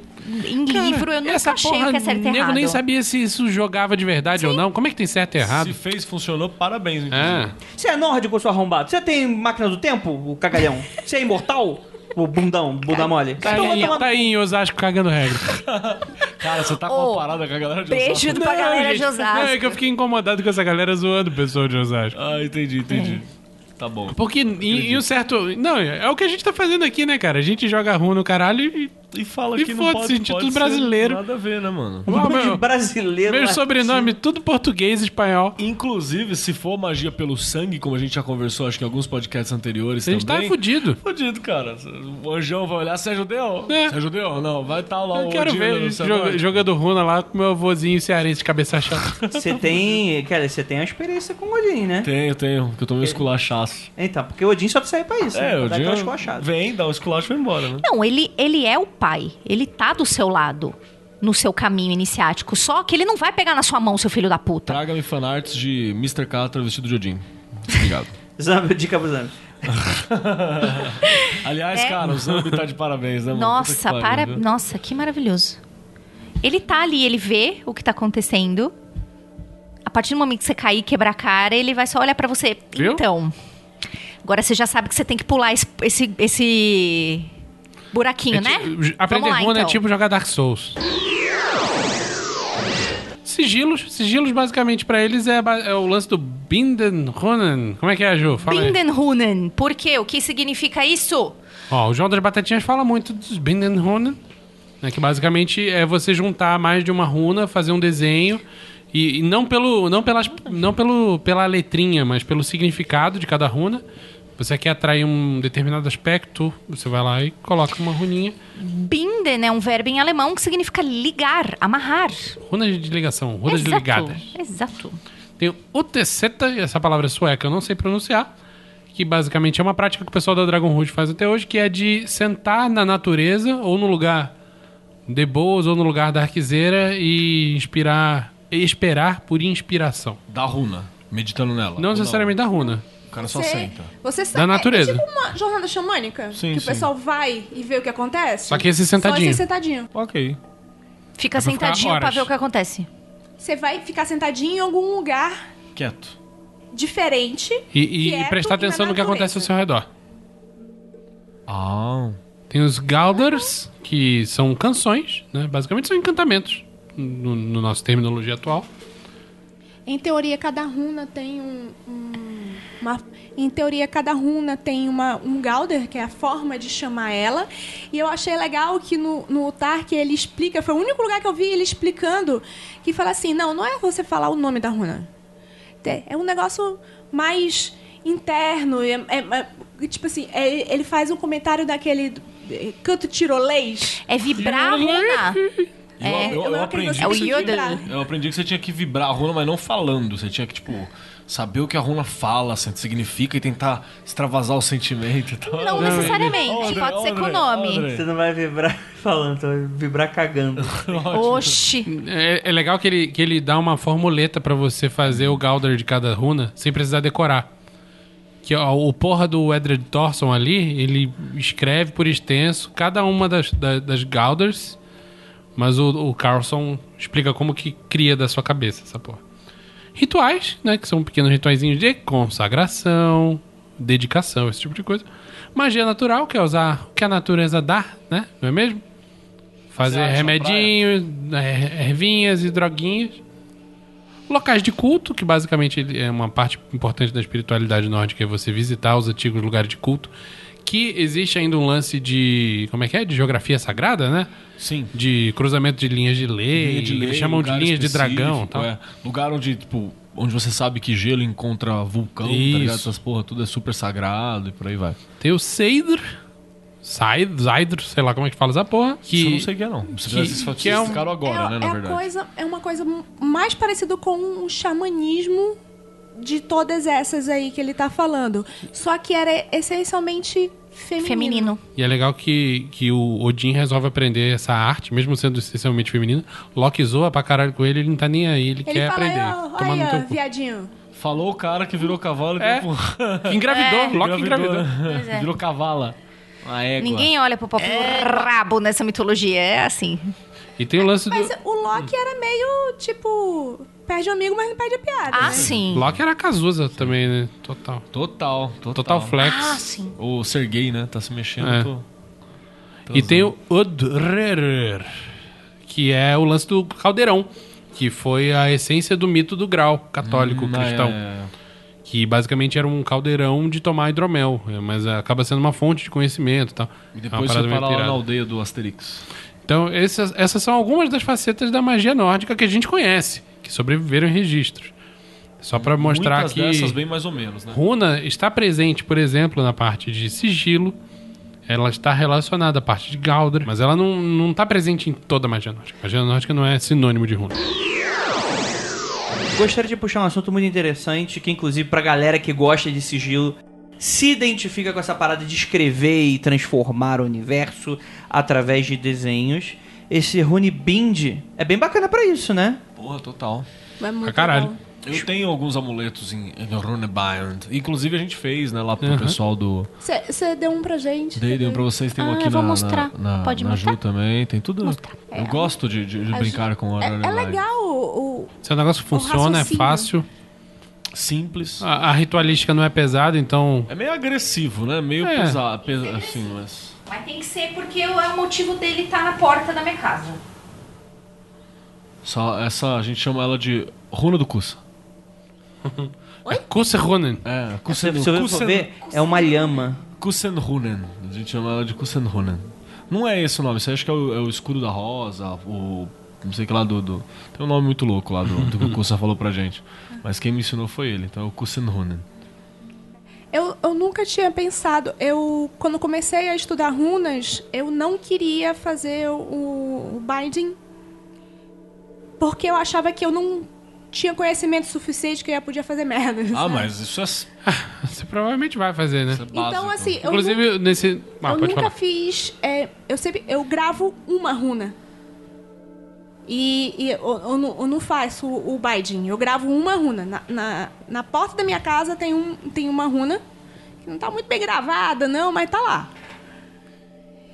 em livro, eu nunca Essa achei porra, o que é certo e nego errado. nem sabia se isso jogava de verdade ou não. Como é que tem certo e errado? Se fez, funcionou, parabéns, É. inclusive. Você é nórdico, seu arrombado? Você tem máquina do tempo, o cagalhão? Você é imortal? O bundão, bunda mole? Tá, Então vai aí, tomar no tá aí em Osasco cagando regra. Cara, você tá Ô, comparada com a galera de Beijo Osasco. pra galera gente, de Osasco. não, é que eu fiquei incomodado com essa galera zoando o pessoal de Osasco. Ah, entendi, entendi. É. Tá bom. Porque em, em um certo. Não, é o que a gente tá fazendo aqui, né, cara? A gente joga rua no caralho e. E fala E que não foda-se, pode, gente, pode tudo ser brasileiro. Nada a ver, né, mano? Uau, bando de meu, brasileiro. meu lá. sobrenome, é tudo português, espanhol. Inclusive, se for magia pelo sangue, como a gente já conversou, acho que em alguns podcasts anteriores A gente tá também... fudido. Fudido, cara. O anjão vai olhar, você é judeu? É. Você é judeu? Não, vai estar lá Eu o quero Odino ver no ele céu, joga- vai. jogando runa lá com meu avôzinho cearense de cabeça chata. Você tem. Cara, você tem a experiência com o Odin, né? Tenho, tenho, que eu tomei um esculachaço. Então, porque o Odin só serve pra isso. É, né? o Pra dar aquelas Dinho coachadas. vem, dá um esculacho e vai embora, né? Não, ele, ele é o pai. Ele tá do seu lado, no seu caminho iniciático. Só que ele não vai pegar na sua mão, seu filho da puta. Traga-me fanarts de Mr. Catra vestido de Odin. Obrigado. Zambi, dica pro Zambi. Aliás, É. cara, o Zambi tá de parabéns, né, mano? Puta Nossa, que para. pariu, viu? Nossa, que maravilhoso. Ele tá ali, ele vê o que tá acontecendo. A partir do momento que você cair e quebrar a cara, ele vai só olhar pra você. Viu? Então. Agora você já sabe que você tem que pular esse. esse, esse buraquinho, né? É Aprender Vamos lá, runa é então. tipo jogar Dark Souls. Sigilos, sigilos basicamente pra eles é, ba- é o lance do Binden Runen. Como é que é, Ju? Fala aí. Bindenhunen. Por quê? O que significa isso? Ó, o João das Batatinhas fala muito dos Binden Runen, né, que basicamente é você juntar mais de uma runa, fazer um desenho, e, e não, pelo, não, pelas, não pelo, pela letrinha, mas pelo significado de cada runa. Você quer atrair um determinado aspecto, você vai lá e coloca uma runinha. Binden é um verbo em alemão que significa ligar, amarrar. Runas de ligação, runas de ligadas. Exato. Tem o Uteseta, essa palavra é sueca eu não sei pronunciar, que basicamente é uma prática que o pessoal da Dragon Root faz até hoje, que é de sentar na natureza ou no lugar de boas ou no lugar da arquiseira e inspirar. e esperar por inspiração. Da runa, meditando nela. Não Ou necessariamente da runa. O cara só Você- senta. Você sabe. então. Da natureza. É, é tipo uma jornada xamânica. Sim, que sim. o pessoal vai e vê o que acontece. Só que esse sentadinho. Só esse sentadinho. Ok. Fica É pra ficar sentadinho pra horas. ver o que acontece. Você vai ficar sentadinho em algum lugar Quieto. diferente. E, e- e Quieto prestar e é na atenção no que acontece ao natureza. seu redor. Ah. Tem os Galders, que são canções, né? Basicamente são encantamentos, no, no nosso terminologia atual. Em teoria, cada runa tem um. um- uma, em teoria, cada runa tem uma, um Galder, que é a forma de chamar ela. E eu achei legal que no, no Tark ele explica, foi o único lugar que eu vi ele explicando, que fala assim: não, não é você falar o nome da runa. É é um negócio mais interno. É, é- é- tipo assim, é- ele faz um comentário daquele é, canto tirolês. É vibrar a runa. Eu, É, eu, eu eu acredito aprendi que É o isso vibrar. Yoda. Eu aprendi que você tinha que vibrar a runa, mas não falando. Você tinha que, tipo, saber o que a runa fala, assim, significa e tentar extravasar o sentimento e tal. Não ele- necessariamente, Audrey, pode ser com o Audrey, nome. Audrey. Você não vai vibrar falando, você vai vibrar cagando. Oxi. É, é legal que ele, que ele dá uma formuleta pra você fazer o Galder de cada runa, sem precisar decorar. Que ó, o porra do Edred Thorson ali, ele escreve por extenso cada uma das, da- das, Galders, mas o, o Carlson explica como que cria da sua cabeça essa porra. Rituais, né? Que são pequenos rituaizinhos de consagração, dedicação, esse tipo de coisa. Magia natural, que é usar o que a natureza dá, né? Não é mesmo? Fazer acha remedinhos, eh, ervinhas e droguinhas. Locais de culto, que basicamente ele- é uma parte importante da espiritualidade nórdica, é você visitar os antigos lugares de culto. Que existe ainda um lance de. Como é que é? De geografia sagrada, né? Sim. De cruzamento de linhas de lei. Linha de lei, eles chamam de lugar linhas de específico, dragão. tá? e Tal. é. Lugar onde, tipo, onde você sabe que gelo encontra vulcão, Isso. tá ligado? Essas porra tudo é super sagrado e por aí vai. Tem o Seidr. Seidr, Seidr, sei lá como é que fala essa porra. Que Isso eu não sei o que é, não. Você que- precisa que é um- ficar agora, é, né, é na a verdade. coisa- é uma coisa m- mais parecida com o xamanismo de todas essas aí que ele tá falando. Só que era essencialmente feminino. Feminino. E é legal que, que o Odin resolve aprender essa arte, mesmo sendo essencialmente feminina. Loki zoa pra caralho com ele, ele não tá nem aí, ele, Ele quer fala, aprender. ó, tomar no olha, teu cu. viadinho. Falou o cara que virou cavalo e É. deu porra. Que Engravidou, É. Loki engravidou. Pois é. Virou cavala. A égua. Ninguém olha pro próprio rabo nessa mitologia. É assim. E tem o lance do. Mas o Hum. Loki era meio, tipo, perde o amigo, mas não perde a piada. Ah, né? sim. Loki era Cazuza também, né? Total. Total, total. Total flex. Ah, sim. O Sergei, né? Tá se mexendo. É. tô- E tem o Odrer, que é o lance do caldeirão, que foi a essência do mito do grau católico Ah, é, cristão. é. Que basicamente era um caldeirão de tomar hidromel, é, mas acaba sendo uma fonte de conhecimento e tal. E É uma depois parada você meio para lá na pirada. aldeia do Asterix. Então, essas, essas são algumas das facetas da magia nórdica que a gente conhece, que sobreviveram em registros. Só pra mostrar Muitas que dessas bem mais ou menos, né? runa está presente, por exemplo, na parte de sigilo. Ela está relacionada à parte de Galdra, mas ela não, não está presente em toda a magia nórdica. Magia nórdica não é sinônimo de runa. Gostaria de puxar um assunto muito interessante, que inclusive pra galera que gosta de sigilo, se identifica com essa parada de escrever e transformar o universo através de desenhos. Esse Runebind é bem bacana pra isso, né? Porra, total. Mas muito Pra caralho. bom. Eu tenho alguns amuletos em, em Runebind. Inclusive a gente fez, né, lá pro pessoal do Você você deu um pra gente. Dei, deu pra vocês, tem um Ah, aqui eu vou na, mostrar. na, na, Pode na Ju mostrar? É. também, tem tudo. Eu gosto de, de- de brincar com o É, Runebind. é legal o, o- Se o negócio funciona, é raciocínio. fácil. Simples. A, a ritualística não é pesada, então. É meio agressivo, né? Meio É. pesado, pesa- assim, mas... Mas tem que ser porque o motivo dele tá na porta da minha casa. Só essa, a gente chama ela de Runa do Kusa. Kusserunen. É, Se Kusen, se você for Kusen- ver, é uma lhama. Kusenrunen. A gente chama ela de Kusenrunen. Não é esse o nome, você acha que é o, é o escudo da rosa, o. Não sei o que lá do, do- Tem um nome muito louco lá do, do que o Kusa falou pra gente. Mas quem me ensinou foi ele, então é o Kusenrunen. Eu, eu nunca tinha pensado. Eu, quando comecei a estudar runas, eu não queria fazer o, o binding. Porque eu achava que eu não tinha conhecimento suficiente que eu podia fazer merda. Ah, sabe? mas isso é. Isso Você provavelmente vai fazer, né? é básico. Então, assim, eu, Inclusive, nesse. nu- Ah, eu pode nunca falar. fiz. é, eu sempre. Eu gravo uma runa. E, e eu, eu não- eu não faço o Baidin. Eu gravo uma runa. Na, na, na porta da minha casa tem, um, tem uma runa que não tá muito bem gravada, não, mas tá lá.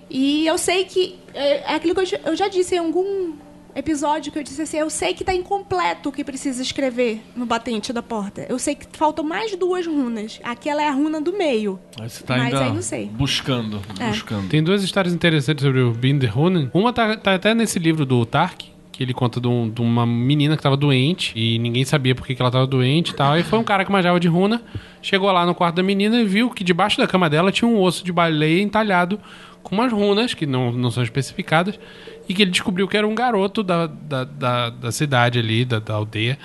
E eu sei que. É, é aquilo que eu, já- eu já disse em algum episódio que eu disse assim: eu sei que tá incompleto o que precisa escrever no batente da porta. Eu sei que faltam mais duas runas. Aquela é a runa do meio. Aí você tá Mas ainda aí não sei. É. buscando, buscando. Tem duas histórias interessantes sobre o Binder Ronan. Uma tá, tá até nesse livro do Tark, que ele conta de, um- de uma menina que tava doente e ninguém sabia por que, que ela tava doente e tal. Aí foi um cara que manjava de runa, chegou lá no quarto da menina e viu que debaixo da cama dela tinha um osso de baleia entalhado com umas runas, que não, não são especificadas, e que ele descobriu que era um garoto da, da, da, da cidade ali, da, da aldeia,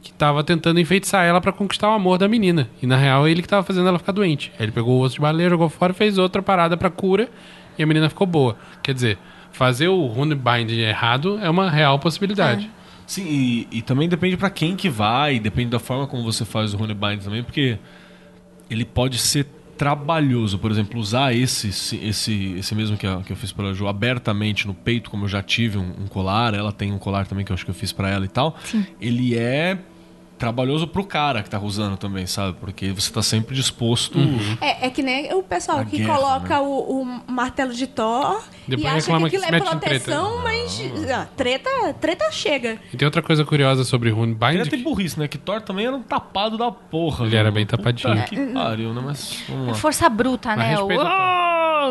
que tava tentando enfeitiçar ela pra conquistar o amor da menina. E na real, é ele que tava fazendo ela ficar doente. Aí ele pegou o osso de baleia, jogou fora, fez outra parada pra cura e a menina ficou boa. Quer dizer, fazer o Runebind errado é uma real possibilidade. Sim, e, e também depende pra quem que vai, depende da forma como você faz o Runebind também, porque ele pode ser trabalhoso. Por exemplo, usar esse esse, esse, esse mesmo que, a- que eu fiz pra Ju abertamente no peito, como eu já tive um, um colar, ela tem um colar também que eu acho que eu fiz pra ela e tal. Ele é trabalhoso pro cara que tá usando também, sabe? Porque você tá sempre disposto. Uhum. É, é que nem o pessoal A que guerra, coloca o, o martelo de Thor né? Depois e acha que reclama que aquilo se é mete em proteção, mas ah, treta, treta chega. E tem outra coisa curiosa sobre Ele Runebind. até tem burrice, né? Que Thor também era um tapado da porra. Ele né? era bem Puta tapadinho. Que pariu, né? Mas vamos lá. Força bruta, Mas né? respeita, Oh!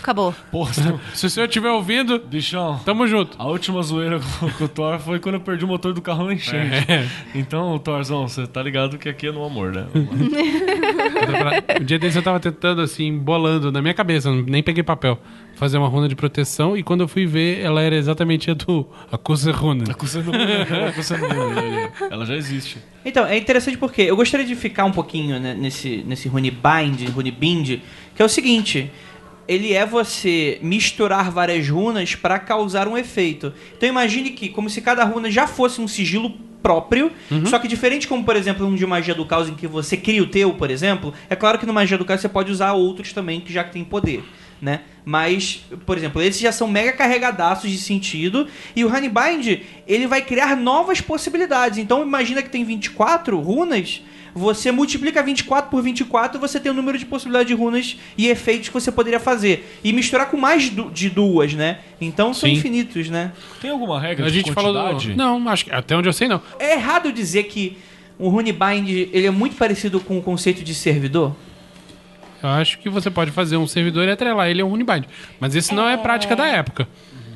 Acabou. Porra, você tá- Se o senhor estiver ouvindo, bichão. tamo junto. A última zoeira com com o Thor foi quando eu perdi o motor do carro na enchente. É. Então, Thorzão, você tá ligado que aqui é no amor, né? Vamos lá. Um dia desse eu tava tentando, assim, bolando na minha cabeça, nem peguei papel, fazer uma runa de proteção e quando eu fui ver, ela era exatamente a do Acusa Runa. Tá cursando muito, né? Tá cursando muito, né? Ela já existe. Então, é interessante porque eu gostaria de ficar um pouquinho né, nesse, nesse Runebind, Runebind, que é o seguinte. Ele é você misturar várias runas para causar um efeito. Então imagine que, como se cada runa já fosse um sigilo próprio, só que diferente como, por exemplo, um de magia do caos em que você cria o teu, por exemplo, é claro que no magia do caos você pode usar outros também que já têm poder, né? Mas, por exemplo, esses já são mega carregadaços de sentido. E o Honeybind, ele vai criar novas possibilidades. Então, imagina que tem 24 runas. Você multiplica 24 por 24, você tem o número de possibilidades de runas e efeitos que você poderia fazer. E misturar com mais du- de duas, né? Então, são Sim. infinitos, né? Tem alguma regra A de gente falou quantidade? do... Não, acho que até onde eu sei não. É errado dizer que o Runebind ele é muito parecido com o conceito de servidor? Eu acho que você pode fazer um servidor e atrelar ele a um Unibind. Mas isso não é prática da época.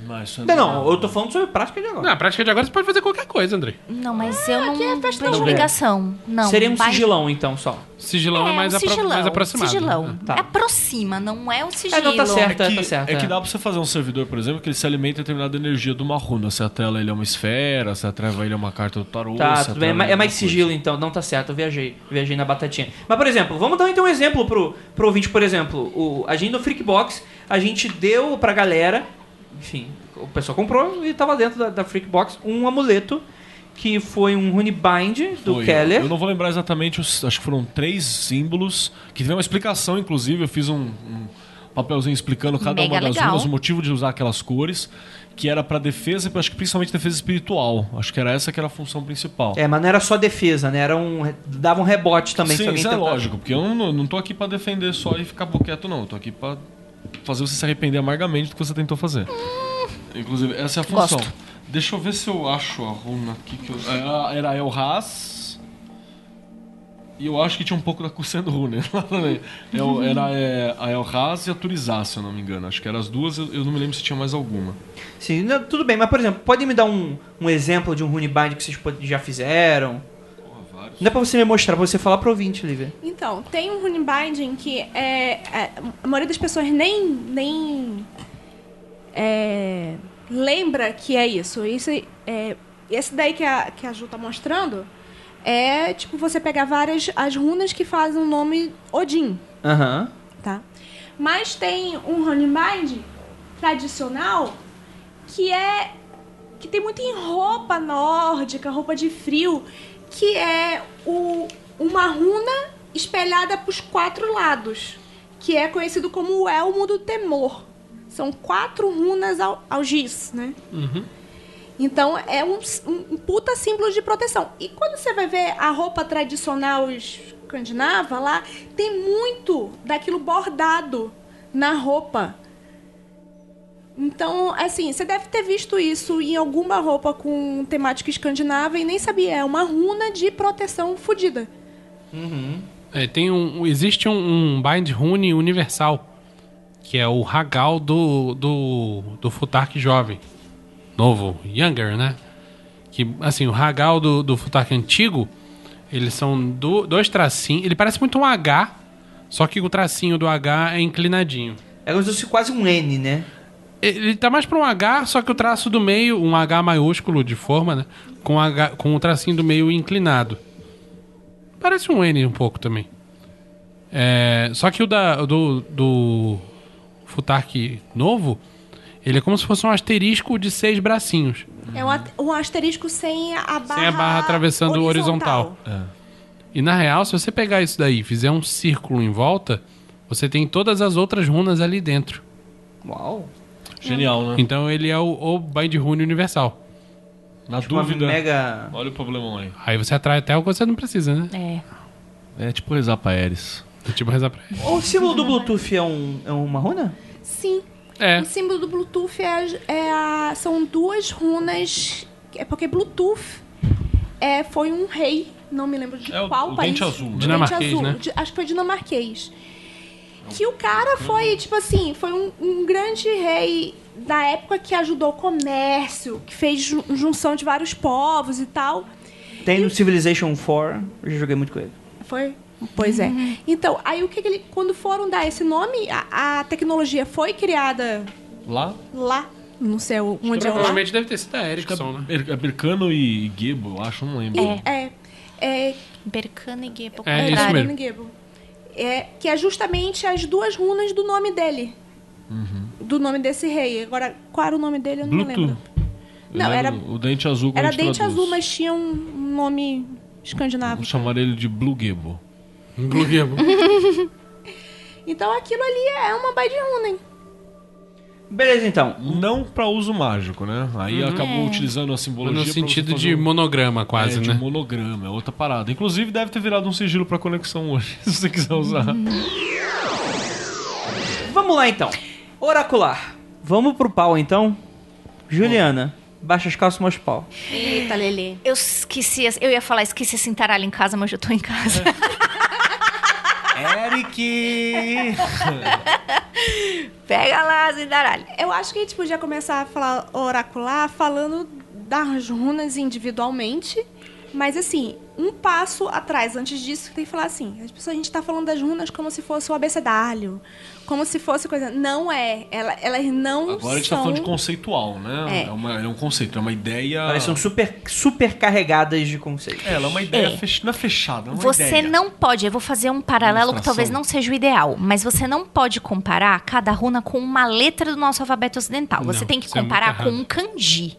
Não, isso é- Não, não, eu tô falando sobre prática de agora. Na prática de agora você pode fazer qualquer coisa, André. Não, mas eu não vejo Não, ligação. Não, Seria um vai- sigilão, então, só. Sigilão é, um mais, apro- sigilão, mais aproximado. né? Ah, Sigilão. Tá. Aproxima, não é o sigilo. É, não, tá certo. É que, tá certo, é que é. dá pra você fazer um servidor, por exemplo, que ele se alimenta de determinada energia de uma runa. Se a tela ele é uma esfera, se a treva ele é uma carta do tarô. Tá, se tudo atrela bem. É ele ma- É mais alguma coisa. sigilo, então. Não, tá certo. Eu viajei. Viajei na batatinha. Mas, por exemplo, vamos dar então um exemplo pro, pro ouvinte, por exemplo. O, a gente no Freak Box, a gente deu pra galera, enfim, o pessoal comprou e tava dentro da, da Freak Box um amuleto que foi um Runebind do Foi. Keller. Eu não vou lembrar exatamente, os, acho que foram três símbolos, que teve uma explicação, inclusive, eu fiz um, um papelzinho explicando cada Mega uma das legal. runas, o motivo de usar aquelas cores, que era pra defesa, e acho que principalmente defesa espiritual. Acho que era essa que era a função principal. É, mas não era só defesa, né? Era um, dava um rebote também. se Sim, alguém isso é tentasse. lógico, porque eu não, não tô aqui pra defender só e ficar boqueto, não. Eu tô aqui pra fazer você se arrepender amargamente do que você tentou fazer. Hum. Inclusive, essa é a função. Deixa eu ver se eu acho a runa aqui que eu. Era, era El Haas. E eu acho que tinha um pouco da Cursando Rune lá também. Eu- Era é, a El Haas e a Turizá, se eu não me engano. Acho que eram as duas, eu, eu não me lembro se tinha mais alguma. Sim, não, tudo bem. Mas, por exemplo, podem me dar um, um exemplo de um Runebind que vocês pod- já fizeram? Não é pra você me mostrar, pra você falar pro ouvinte, Lívia. Então, tem um runebinding que é, é, a maioria das pessoas nem, nem é, lembra que é isso. isso é, esse daí que a, que a Ju tá mostrando é tipo você pegar várias as runas que fazem o nome Odin. Aham. tá? Mas tem um Honeybind tradicional que é que tem muito em roupa nórdica, roupa de frio, que é o, uma runa espelhada para os quatro lados, que é conhecido como o elmo do temor. São quatro runas ao, ao giz, né? Então é um, s- um puta símbolo de proteção. E quando você vai ver a roupa tradicional escandinava lá, tem muito daquilo bordado na roupa. Então, assim, você deve ter visto isso em alguma roupa com temática escandinava e nem sabia. É uma runa de proteção fodida. É, tem um, existe um, um Bind Rune universal, que é o Hagal do, do, do Futark jovem. Novo, Younger, né? Que, assim, o Hagal do, do Futark antigo, eles são do- dois tracinhos. Ele parece muito um H, só que o tracinho do H é inclinadinho. É como se fosse quase um N, né? Ele tá mais pra um H, só que o traço do meio, um H maiúsculo de forma, né? Com, H, com o tracinho do meio inclinado. Parece um N um pouco também. É, só que o da, do, do Futark novo, ele é como se fosse um asterisco de seis bracinhos. É um, at- um asterisco sem a barra. a barra atravessando o horizontal. E na real, se você pegar isso daí e fizer um círculo em volta, você tem todas as outras runas ali dentro. Uau. Genial, né? Então ele é o, o Bind Rune Universal. Na Hum. Tipo, Uma dúvida. mega. Olha o problemão aí. Aí você atrai até o que você não precisa, né? É. É tipo rezar pra Ares. É tipo rezar pra ele. O símbolo do Bluetooth é, um, é uma runa? Sim. É. O símbolo do Bluetooth é, as- é a- são duas runas. É porque Bluetooth é, foi um rei, não me lembro de É o- qual o país. dente azul, né? Dente Dinamarquês, azul, né? de- acho que foi dinamarquês. Que o cara foi, tipo assim, foi um, um grande rei da época que ajudou o comércio, que fez ju- junção de vários povos e tal. Tem no Civilization 4, eu já joguei muito com ele. Foi? Pois é. Uhum. Então, aí o que, que ele. Quando foram dar esse nome, a, a tecnologia foi criada Lá, lá. Não sei o- onde é o lá. Então, Provavelmente deve ter sido a Erickson, né? Ber- é Bercano e Gebo, eu acho, não lembro. E- é. É, Berkane e Gebo. É, isso Dragon mesmo. Gable. É, que é justamente as duas runas do nome dele. Do nome desse rei. Agora, qual era o nome dele? Eu não Bluetooth. lembro. Eu Não, lembro era- O dente azul que a Era gente Dente traduz. Azul, mas tinha um- um nome escandinavo. Vamos chamar ele de Blue Gebo. Glugebo. Então aquilo ali é uma bad runa, hein? Beleza, então. Não pra uso mágico, né? Aí É. acabou utilizando a simbologia Uhum. no pra sentido você fazer de um- monograma, quase, é, de né? monograma, é outra parada. Inclusive deve ter virado um sigilo pra conexão hoje, se você quiser usar. Uhum. Vamos lá, então. Oracular. Vamos pro pau, então? Juliana, baixa as calças, mostra o pau. Eita, Lelê. Eu esqueci, eu ia falar, esqueci esse entaralho em casa, mas eu já tô em casa. É. Eric! Pega lá esse entaralho. Eu acho que a gente podia começar a falar oracular falando das runas individualmente, mas assim, um passo atrás antes disso, tem que falar assim, as pessoas a gente tá falando das runas como se fosse o abecedário, como se fosse coisa, não é, ela, elas não Agora a gente são tá falando de conceitual, né? É. É, uma- é um conceito, é uma ideia... Elas um são super, super carregadas de conceito. É, ela é uma ideia fech- não é fechada, é uma Você ideia. não pode, eu vou fazer um paralelo que Ilustração. talvez não seja o ideal, mas você não pode comparar cada runa com uma letra do nosso alfabeto ocidental. você Não, tem que isso é muito comparar com errado. um kanji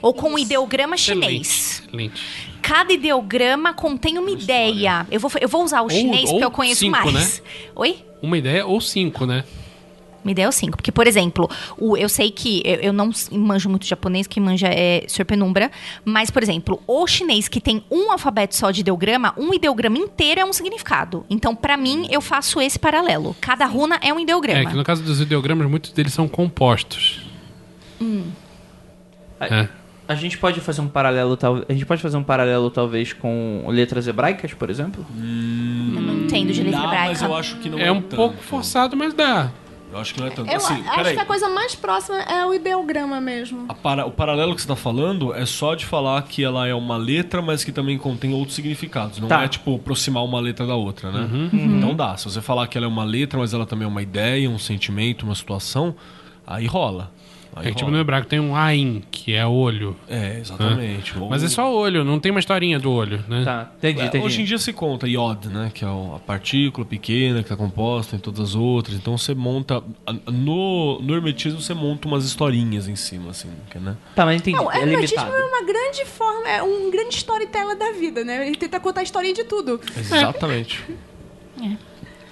ou com um ideograma Excelente, chinês. Excelente. Cada ideograma contém uma, ideia. Eu vou, eu vou usar o chinês porque ou eu conheço cinco, né? mais. Oi? Uma ideia ou cinco, né? Uma ideia é o cinco. Porque, por exemplo, o, eu sei que eu, eu não s- manjo muito japonês, quem manja é Sr. Penumbra. Mas, por exemplo, o chinês que tem um alfabeto só de ideograma, um ideograma inteiro é um significado. Então, pra mim, eu faço esse paralelo. Cada runa é um É, que ideograma. no caso dos ideogramas, muitos deles são compostos. É. A gente pode fazer um paralelo, tal... a gente pode fazer um paralelo talvez com letras hebraicas, por exemplo? Hum. eu não entendo de letra Dá, hebraica. mas eu acho que não é, É um tanto. pouco forçado, mas dá. Eu acho que não é tanto. Eu assim, acho peraí. que a coisa mais próxima é o ideograma mesmo. A para- O paralelo que você tá falando é só de falar que ela é uma letra, mas que também contém outros significados. Não Tá. é, tipo, aproximar uma letra da outra, né? Uhum. Então dá. Se você falar que ela é uma letra, mas ela também é uma ideia, um sentimento, uma situação, aí rola. Aí É que, tipo, no rola. hebraico tem um Ain, que é olho. É, exatamente. Ou- Mas é só olho, não tem uma historinha do olho, né? Tá, entendi, É, entendi. Hoje em dia se conta iod, né? Que é o- a partícula pequena que está composta em todas as outras. Então você monta. a- No, no hermetismo você monta umas historinhas em cima, assim, que, né? Tá, mas entendi, Não, é o limitado. é uma grande forma, é um grande storyteller da vida, né? Ele tenta contar a historinha de É tudo. Exatamente. É.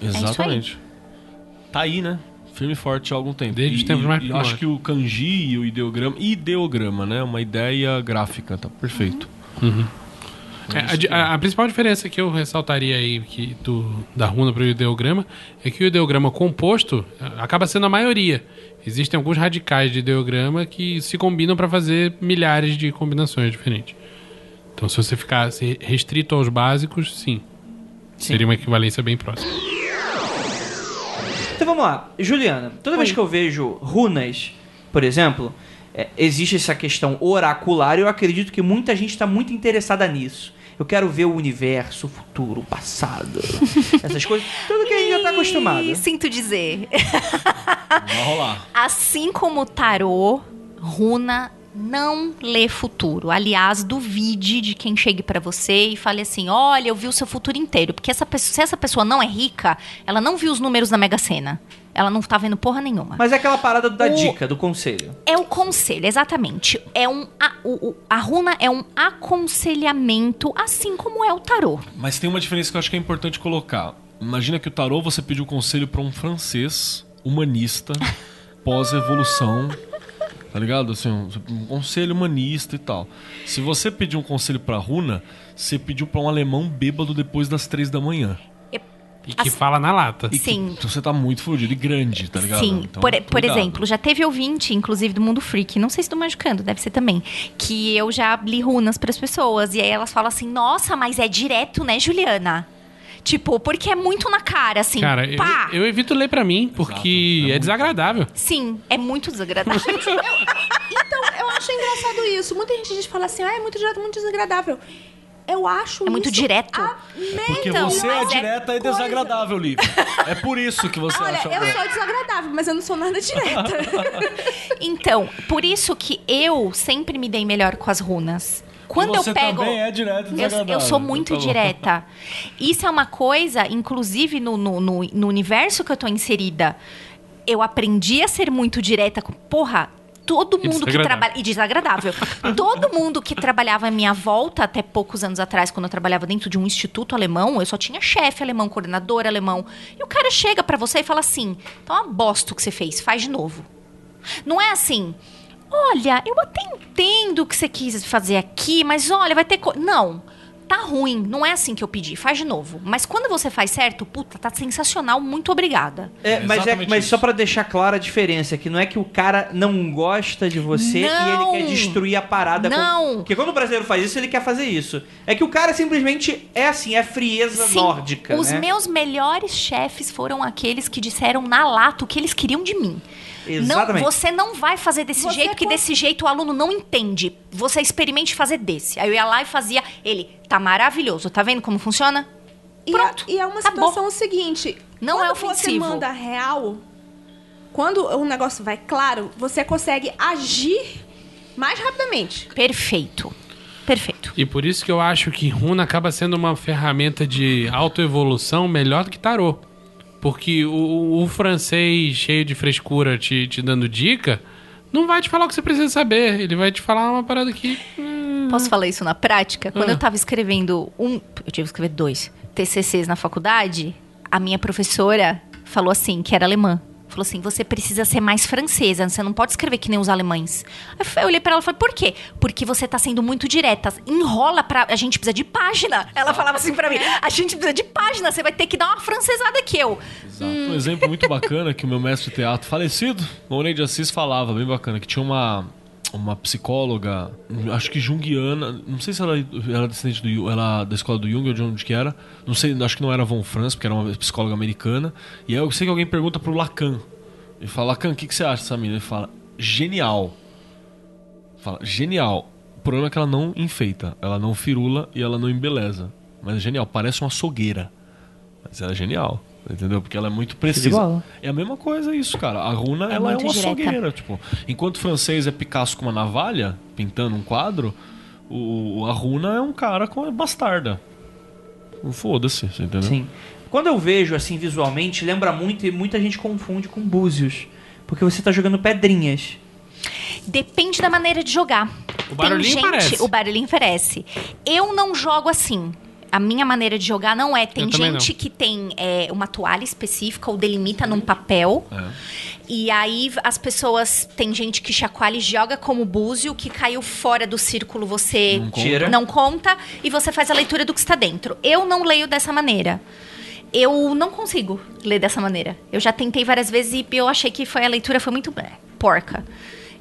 Exatamente. Tá aí, né? firme e forte há algum tempo. Desde E- os tempos e- mais e Eu acho primórdios. que o kanji e o ideograma... Ideograma, né? Uma ideia gráfica, tá perfeito. Uhum. É, a di- a, a principal diferença que eu ressaltaria aí que do, da runa para o ideograma é que o ideograma composto a- acaba sendo a maioria. Existem alguns radicais de ideograma que se combinam para fazer milhares de combinações diferentes. Então, se você ficasse restrito aos básicos, sim. Seria uma equivalência bem próxima. Então vamos lá, Juliana. Toda vez que eu vejo runas, por exemplo, é, existe essa questão oracular e eu acredito que muita gente está muito interessada nisso. Eu quero ver o universo, o futuro, o passado, essas coisas, tudo que a gente já está Tá acostumado. E Sinto dizer, Vai rolar. assim como o tarô, runa não lê futuro. Aliás, duvide de quem chegue pra você e fale assim: "Olha, eu vi o seu futuro inteiro", porque essa pessoa, se essa pessoa não é rica, ela não viu os números da Mega Sena. Ela não tá vendo porra nenhuma. Mas é aquela parada da O- dica, do conselho. É o conselho, exatamente. É um a, o- o- a runa é um aconselhamento, assim como é o tarô. Mas tem uma diferença que eu acho que é importante colocar. Imagina que o tarô você pediu conselho pra um francês humanista pós-evolução. Tá ligado? Assim, um, um conselho humanista e tal. Se você pedir um conselho pra Runa, você pediu pra um alemão bêbado depois das três da manhã. E que Assim- fala na lata. E que- Sim. então você tá muito fodido e grande, tá ligado? Sim, Então, por, por cuidado. exemplo, já teve ouvinte, inclusive do Mundo Freak, não sei se do Magicando, deve ser também, que eu já li runas pras pessoas e aí elas falam assim: "Nossa, mas é direto, né, Juliana?" Tipo, porque é muito na cara, assim. Cara, eu, pá. eu evito ler pra mim, porque é, desagradável. Sim, é muito desagradável. Então, eu acho engraçado isso. Muita gente fala assim, ah, é muito direto, muito desagradável. Eu acho É muito isso direto. a- Porque Então, você é mas é direta e coisa. desagradável, Liv. É por isso que você Olha, acha. É, eu sou desagradável, mas eu não sou nada direta. então, por isso que eu sempre me dei melhor com as runas. Quando você eu pego também é direta e Eu, desagradável. eu sou muito Tá bom. direta. Isso é uma coisa, inclusive no, no, no- no universo que eu tô inserida. Eu aprendi a ser muito direta com. Porra! Todo E mundo que desagradável. trabalha. E desagradável. Todo mundo que trabalhava à minha volta, até poucos anos atrás, quando eu trabalhava dentro de um instituto alemão, eu só tinha chefe alemão, coordenador alemão. E o cara chega pra você e fala assim: então é uma bosta o que você fez, faz de novo. Não é assim. Olha, eu até entendo o que você quis fazer aqui, mas olha, vai ter. Co... Não. Tá ruim, não é assim que eu pedi, faz de novo. Mas quando você faz certo, puta, tá sensacional, muito obrigada. É, mas, é, exatamente mas isso. só pra deixar clara a diferença, que não é que o cara não gosta de você Não! e ele quer destruir a parada. com- Não! Porque quando o brasileiro faz isso, ele quer fazer isso. É que o cara simplesmente é assim, é frieza Sim, nórdica, os né? meus melhores chefes foram aqueles que disseram na lata o que eles queriam de mim. Exatamente. Não, você não vai fazer desse Você jeito, porque pode- desse jeito o aluno não entende. Você experimente fazer desse. Aí eu ia lá e fazia, ele, tá maravilhoso, tá vendo como funciona? E, Pronto, é, e é uma acabou. situação seguinte. Não quando é você ofensivo. manda real, quando o negócio vai claro, você consegue agir mais rapidamente. Perfeito. Perfeito. E por isso que eu acho que runa acaba sendo uma ferramenta de autoevolução melhor do que tarô. Porque o, o francês cheio de frescura te, te dando dica, não vai te falar o que você precisa saber. Ele vai te falar uma parada que. Posso falar isso na prática? Quando eu tava escrevendo um. Eu tive que escrever dois TCCs na faculdade, a minha professora falou assim, que era alemã. Falou assim: você precisa ser mais francesa, você não pode escrever que nem os alemães. Aí eu falei- eu olhei pra ela e falei: por quê? Porque você tá sendo muito direta. Enrola pra. A gente precisa de página. Ela falava assim pra mim: a gente precisa de página, você vai ter que dar uma francesada que eu. Exato. Um exemplo muito bacana que o meu mestre de teatro falecido, Monet de Assis, falava, bem bacana, que tinha uma, uma psicóloga, acho que junguiana, não sei se ela era descendente do Ju- ela é da escola do Jung ou de onde que era, não sei, acho que não era Von Franz, porque era uma psicóloga americana, e aí eu sei que alguém pergunta pro Lacan, ele fala, Lacan, o que, que você acha dessa menina? Ele fala, genial. Fala, genial. O problema é que ela não enfeita, ela não firula e ela não embeleza. Mas é genial, parece uma açougueira. Mas ela é genial, entendeu? Porque ela é muito precisa. bola. É a mesma coisa isso, cara. A runa, É ela é muito uma direta. açougueira. Tipo, enquanto o francês é Picasso com uma navalha, pintando um quadro, o, a runa é um cara com uma bastarda. Então, Foda-se, você Hum? entendeu? Sim. Quando eu vejo assim visualmente, lembra muito e muita gente confunde com búzios. Porque você tá jogando pedrinhas. Depende da maneira de jogar. O barulhinho Tem gente, parece. O barulhinho parece. Eu não jogo assim. a minha maneira de jogar não é. Tem Eu também gente que tem é, uma toalha específica ou delimita num papel. É. E aí as pessoas. Tem gente que chacoalha e joga como búzio, que caiu fora do círculo, você não conta. Tira. não conta e você faz a leitura do que está dentro. Eu não leio dessa maneira. Eu não consigo ler dessa maneira. Eu já tentei várias vezes e eu achei que foi a leitura foi muito é, porca.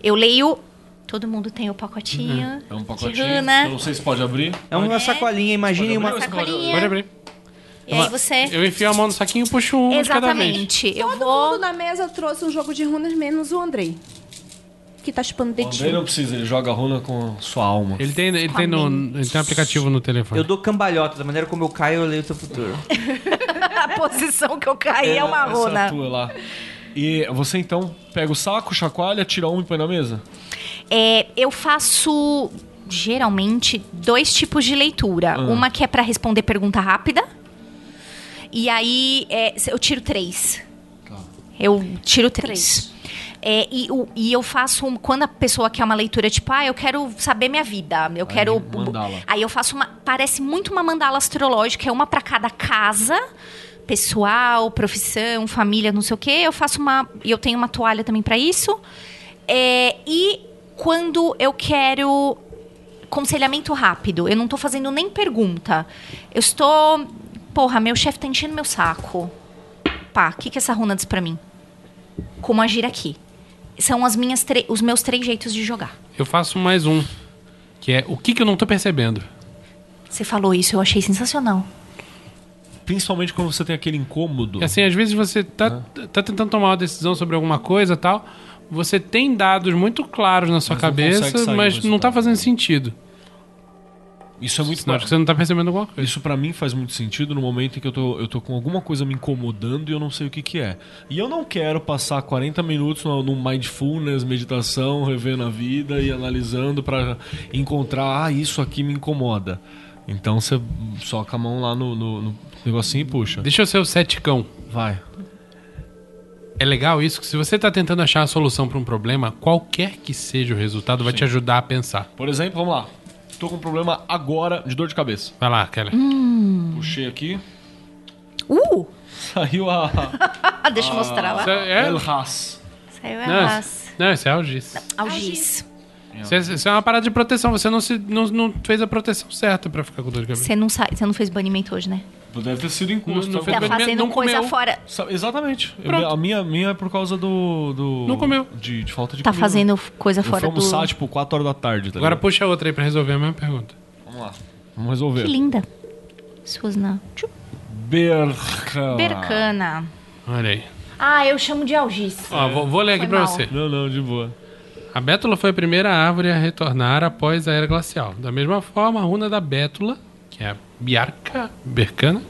Eu leio. Todo mundo tem o pacotinho. É um de pacotinho. runa. Eu não sei se pode abrir. É uma sacolinha, imaginem uma. Pode abrir ou se pode- Sacolinha. Pode abrir. E aí você. Eu enfio a mão no saquinho e puxo um de cada vez. Exatamente. Eu Todo vou. mundo da mesa trouxe um jogo de runas, menos o Andrei. Que tá chupando O Andrei dedinho. não precisa, ele joga runa com sua alma. Ele tem, ele, Com tem a no, mente. ele tem um aplicativo no telefone. Eu dou cambalhota, da maneira como eu caio, eu leio o teu futuro. A posição que eu caí é uma Essa runa. tua lá. E você então pega o saco, chacoalha, tira um e põe na mesa? É, eu faço geralmente dois tipos de leitura. Ah. Uma que é pra responder pergunta rápida. E aí é, se- eu tiro três. Eu tiro três. É, e, o- e eu faço um- quando a pessoa quer uma leitura tipo ah eu quero saber minha vida eu quero mandala. aí eu faço uma parece muito uma mandala astrológica é uma pra cada casa pessoal profissão família não sei o quê. eu faço uma e eu tenho uma toalha também pra isso É, e quando eu quero conselhamento rápido. Eu não tô fazendo nem pergunta. Eu estou. Porra, meu chefe tá enchendo meu saco. Pá, o que, que essa runa diz pra mim? Como agir aqui? São as minhas tre- os meus três jeitos de jogar. Eu faço mais um. Que é o que, que eu não tô percebendo. Você falou isso, eu achei sensacional. Principalmente quando você tem aquele incômodo. E assim, às vezes você tá, tá tentando tomar uma decisão sobre alguma coisa e tal. Você tem dados muito claros na sua Mas não consegue cabeça, sair mas do não tá resultado. fazendo sentido. Isso é muito Sinal de que você não tá percebendo alguma coisa. Isso pra mim faz muito sentido no momento em que eu tô, eu tô com alguma coisa me incomodando e eu não sei o que que é. E eu não quero passar 40 minutos no- num mindfulness, meditação, revendo a vida e analisando pra encontrar, ah, isso aqui me incomoda. Então você soca a mão lá no, no- no negocinho e puxa. Deixa eu ser o seticão. Vai. É legal isso, que se você tá tentando achar a solução pra um problema, qualquer que seja o resultado vai te ajudar a pensar. Por exemplo, vamos lá. Tô com um problema agora de dor de cabeça. Vai lá, Keller. Hum. Puxei aqui, Uh! Ah, saiu a Deixa eu mostrar lá. Isso é, é- El Haas. Saiu não, a isso- não, isso é algiz. Algiz. Isso, é, isso é uma parada de proteção. Você não, se, não, não fez a proteção certa pra ficar com dor de cabeça. Você não, sai- você não fez banimento hoje, né? Deve ter sido encosto. Não- não tá? fez Tá banimento, fazendo não coisa comeu. fora. Sa- Exatamente. Eu- Pronto. a minha, minha é por causa do. do- Não comeu. De, de falta de Tá comida. fazendo coisa Eu fui fora do. almoçar, tipo, 4 horas da tarde. Tá Agora ligado? puxa outra aí pra resolver a mesma pergunta. Vamos lá. Vamos Que resolver. linda. Susna. Berca. Bercana. Olha aí. Ah, eu chamo de algiz. É. Ó, vou, vou ler aqui Foi pra mal. você. Não, não, de boa. A bétula foi a primeira árvore a retornar após a era glacial. Da mesma forma, a runa da bétula, que é a Biarca Bercana,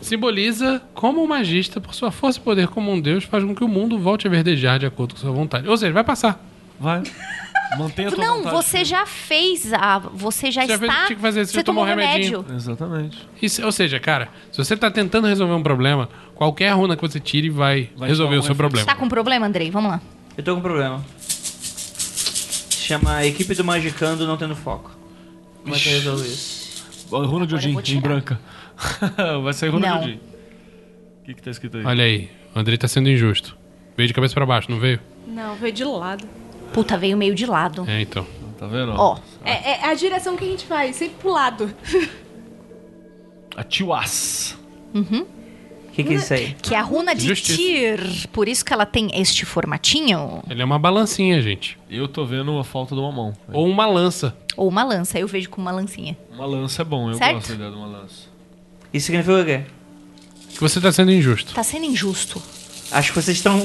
simboliza como o magista, por sua força e poder como um deus, faz com que o mundo volte a verdejar de acordo com sua vontade. Ou seja, vai passar. Vai. Mantenha a tua Não, vontade. você já fez a. Você já Você já está. fez o que tinha que fazer, você você tomou tomou um remedinho. remédio. Exatamente. Isso- ou seja, cara, se você tá tentando resolver um problema, qualquer runa que você tire vai, Vai resolver dar um o seu efeito. problema. Tá com problema, Andrei? Vamos lá. Eu tô com um problema. Se chama Equipe do Magicando Não Tendo Foco. Como é que eu resolvo isso? Ó, Runa Agora de eu Odin, vou em tirar. branca. Vai sair Runa Não. de Odin. O que, que tá escrito aí? Olha aí, o Andrei tá sendo injusto. Veio de cabeça pra baixo, não veio? Não, veio de lado. Puta, veio meio de lado. É, então. Tá vendo? Ó, É, é a direção que a gente vai, sempre pro lado. A Tiwas. O que, que é isso aí? que é a runa de Justiça. Tyr. Por isso que ela tem este formatinho. Ele é uma balancinha, gente. Eu tô vendo a falta de uma mão. Ou uma lança. Ou uma lança. Eu vejo com uma lancinha. Uma lança é bom, eu Certo? gosto da ideia de uma lança. Isso significa o quê? Que você tá sendo injusto. Tá sendo injusto. Acho que vocês estão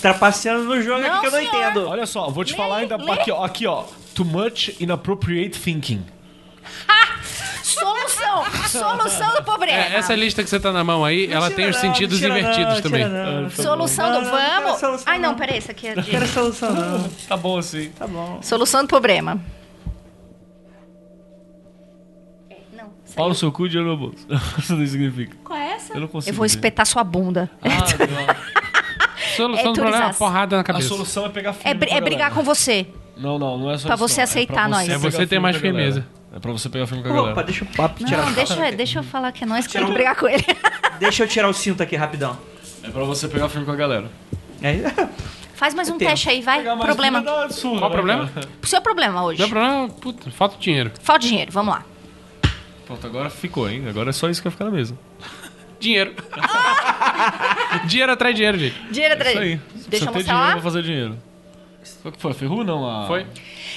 trapaceando no jogo Não, aqui que eu não senhor. entendo. Olha só, vou te Lê, falar ainda. lê. Aqui, ó. Aqui, ó. Too much inappropriate thinking. Solução! Solução do problema. É, essa lista que você tá na mão aí, ela tem os sentidos invertidos também. Solução do Não, não, não quero vamos. é solução, Ai, não, não. peraí, essa aqui é Não quero de... solução, não. Tá bom assim. Tá bom. Solução do problema. É, não. Pau no seu cu e dinheiro no bolso. Isso não significa. Qual é essa? Eu não consigo. Eu vou ver. espetar sua bunda. Ah, deu uma- É Solução do problema é uma turizaço. porrada na a cabeça. solução é pegar firme. É, bri- com a é brigar galera. com você. Não, não, não é só Pra isso, você não. aceitar pra nós. É pegar você ter firme mais com a galera. firmeza. É pra você pegar filme com a Opa, galera. deixa o papo tirar. Não, deixa, deixa eu falar que é nós que Tira tem que um- brigar com ele. Deixa eu tirar o cinto aqui rapidão. É É pra você pegar filme com a galera. Aí, Faz mais um tenho. teste aí, vai. Problema. Qual o né? problema? O seu problema hoje. Meu é um problema, puta, falta de dinheiro. Falta de dinheiro, vamos lá. Pronto, agora ficou, hein? Agora é só isso que vai ficar na mesa. Dinheiro. dinheiro atrai dinheiro, gente. Dinheiro É atrás. isso aí. Deixa Se você eu tem mostrar dinheiro, lá. eu vou fazer dinheiro. Foi o que foi? Ferru não? A... Foi?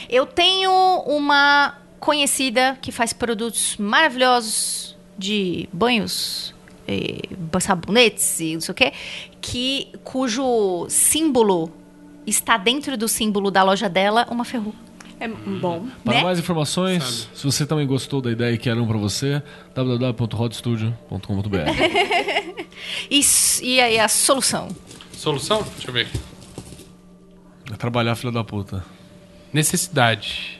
Eu tenho uma conhecida que faz produtos maravilhosos de banhos, eh, sabonetes e não sei o quê, que, cujo símbolo está dentro do símbolo da loja dela uma ferru. É bom. Para Né? mais informações, se você também gostou da ideia e quer um pra você, www.rodstudio.com.br. E, s- e aí a solução? Solução? Deixa eu ver aqui. É Trabalhar, filha da puta. Necessidade.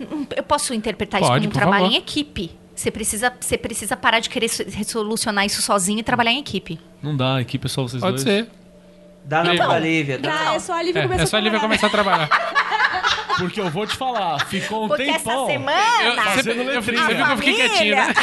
Hum, Eu posso interpretar isso Pode, como um por trabalho favor. em equipe. Você precisa, você precisa parar de querer so- solucionar isso sozinho e trabalhar em equipe. Não dá, a equipe é só vocês Pode dois. ser. dá na Então. Bolívia. Dá. Ah, é só a Lívia É, começar é só a né? ele vai trabalhar. começar a trabalhar. Porque eu vou te falar, ficou um Porque essa tempão. semana Eu, Fazendo você, eu, você letrinha. viu que eu fiquei Família. quietinho, né?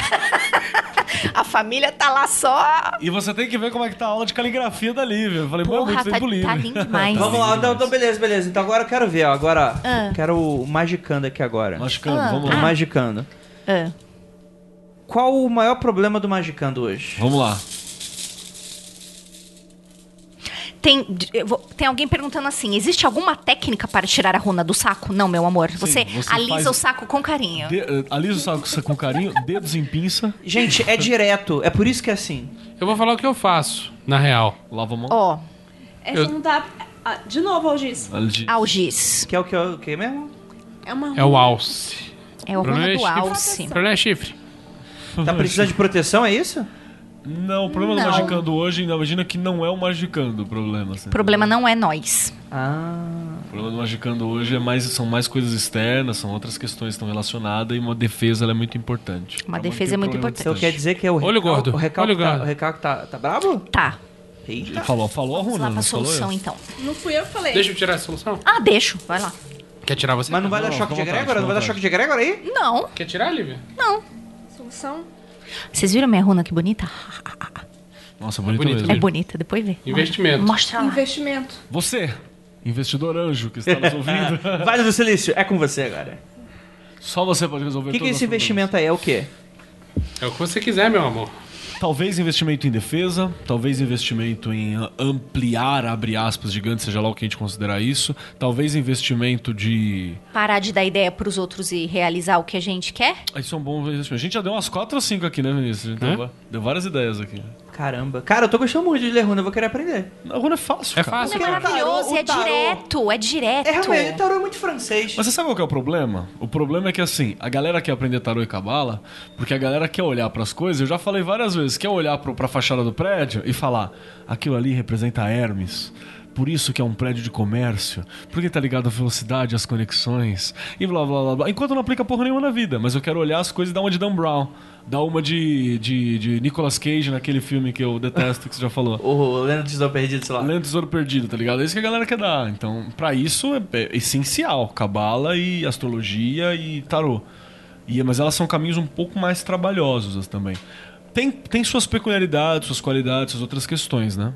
a família tá lá só E você tem que ver como é que tá a aula de caligrafia da Lívia. Eu falei, mano, é Porra, muito tá, tempo livre. tá lindo demais. Vamos lá, então, então, beleza, beleza. Então agora eu quero ver, ó. Agora quero o Magicando aqui agora. Machucando, vamos O lá. Magicando. Ah. Qual o maior problema do Magicando hoje? Vamos lá. Tem, eu vou- tem alguém perguntando assim: existe alguma técnica para tirar a runa do saco? Não, meu amor. Você, você alisa faz- o saco com carinho. De, eh, alisa o saco sa- com carinho, dedos em pinça, Gente, é direto. É por isso que é assim. Eu vou falar o que eu faço, na real. lava a mão. Ó, É só não dá... Ah, de novo, Algis. Oh. Aldi- algiz. Que é o que, é o que mesmo? É uma... É o alce. É o runa do alce. O problema é chifre. Tá precisando de proteção, é isso? Não, o problema Não. do magicando hoje, ainda imagina que não é o magicando o problema. assim. O problema não é nós. Ah. O problema do magicando hoje é mais, são mais coisas externas, são outras questões que estão relacionadas e uma defesa ela é muito importante. Uma Pra defesa é muito manter o problema importante. Então quer dizer que é o Olho recalque- gordo, O recalque, olho tá, gordo. o recalque tá, tá brabo? Tá. Eita. distante. Falou, falou a Vamos Runa, lá pra não falou solução, eu? então. Não fui eu que falei. Deixa eu tirar a solução? Ah, deixo. Vai lá. Quer tirar você? Mas não vai dar Não, choque de fica à vontade, egrégora? Não vai dar fica à choque de egrégora aí? Não, Quer tirar, Lívia? não. Solução. Vocês viram minha runa que bonita? Nossa, bonito, Bonito, mesmo. É bonita, depois vê. Investimento. Mostra Ah. lá. Investimento. Você, investidor anjo que está nos ouvindo, Vale do Silício, é com você agora. só você pode resolver O que, que todos é os esse problemas. investimento aí? É o quê? É o que você quiser, meu amor. Talvez investimento em defesa, talvez investimento em ah, ampliar, abre aspas, gigantes, seja lá o que a gente considerar isso. Talvez investimento de. Parar de dar ideia pros outros e realizar o que a gente quer? Ah, Isso é um bom investimento. A gente já deu umas 4 ou 5 aqui, né, Vinícius? A gente deu, Hã? va- deu várias ideias aqui. Caramba. Cara, eu tô gostando muito de ler runa, eu vou querer aprender. A runa é fácil. É cara. Isso é fácil, cara. maravilhoso, o e é tarô- direto, é direto. É realmente, o tarô é muito francês. Mas você sabe qual que é o problema? O problema é que assim, a galera quer aprender tarô e cabala, porque a galera quer olhar pras coisas, eu já falei várias vezes, quer olhar pro, pra fachada do prédio e falar: aquilo ali representa Hermes. Por isso que é um prédio de comércio, porque tá ligado à velocidade, às conexões, e blá blá blá blá. Enquanto não aplica porra nenhuma na vida, mas eu quero olhar as coisas e dar uma de Dan Brown, dar uma de, de, de Nicolas Cage naquele filme que eu detesto, que você já falou. O Lendo do Tesouro Perdido, sei lá. Lendo Tesouro Perdido, tá ligado? É isso que a galera quer dar. Então, pra isso é, é essencial. Cabala e astrologia e tarô. E, mas elas são caminhos um pouco mais trabalhosos as também. Tem, tem suas peculiaridades, suas qualidades, suas outras questões, né?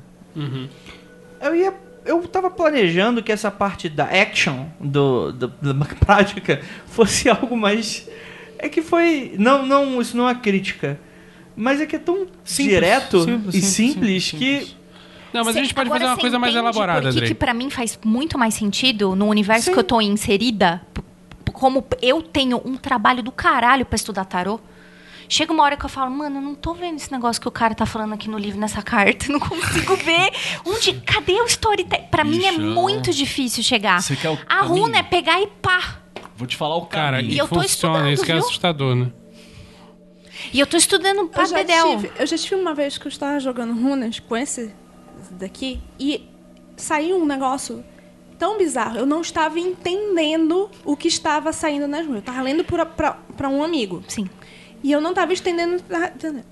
Eu ia. Eu tava planejando que essa parte da action do, do- da prática fosse algo mais. É que foi. Não, não, isso não é crítica. Mas é que é tão Simples, direto simples, e simples, simples, simples, que. Não, mas Cê- a gente pode agora fazer uma cê coisa mais entende elaborada, por que tipo, Andrei. que pra mim faz muito mais sentido no universo Sim. que eu tô inserida, p- p- como eu tenho um trabalho do caralho pra estudar tarô. Chega uma hora que eu falo, mano, eu não tô vendo esse negócio que o cara tá falando aqui no livro, nessa carta. Eu Não consigo ver. Onde, cadê o storytelling? Pra mim é Bichão. muito difícil chegar. Você quer o A caminho? runa é pegar e pá. Vou te falar o Cara, cara. e eu tô funciona, estudando, isso que é viu? assustador, né? E eu tô estudando pra Eu já, Dedel. tive, eu já tive uma vez que eu estava jogando runas com esse daqui e saiu um negócio tão bizarro. Eu não estava entendendo o que estava saindo nas runas. Eu estava lendo para um amigo. Sim. E eu não estava entendendo.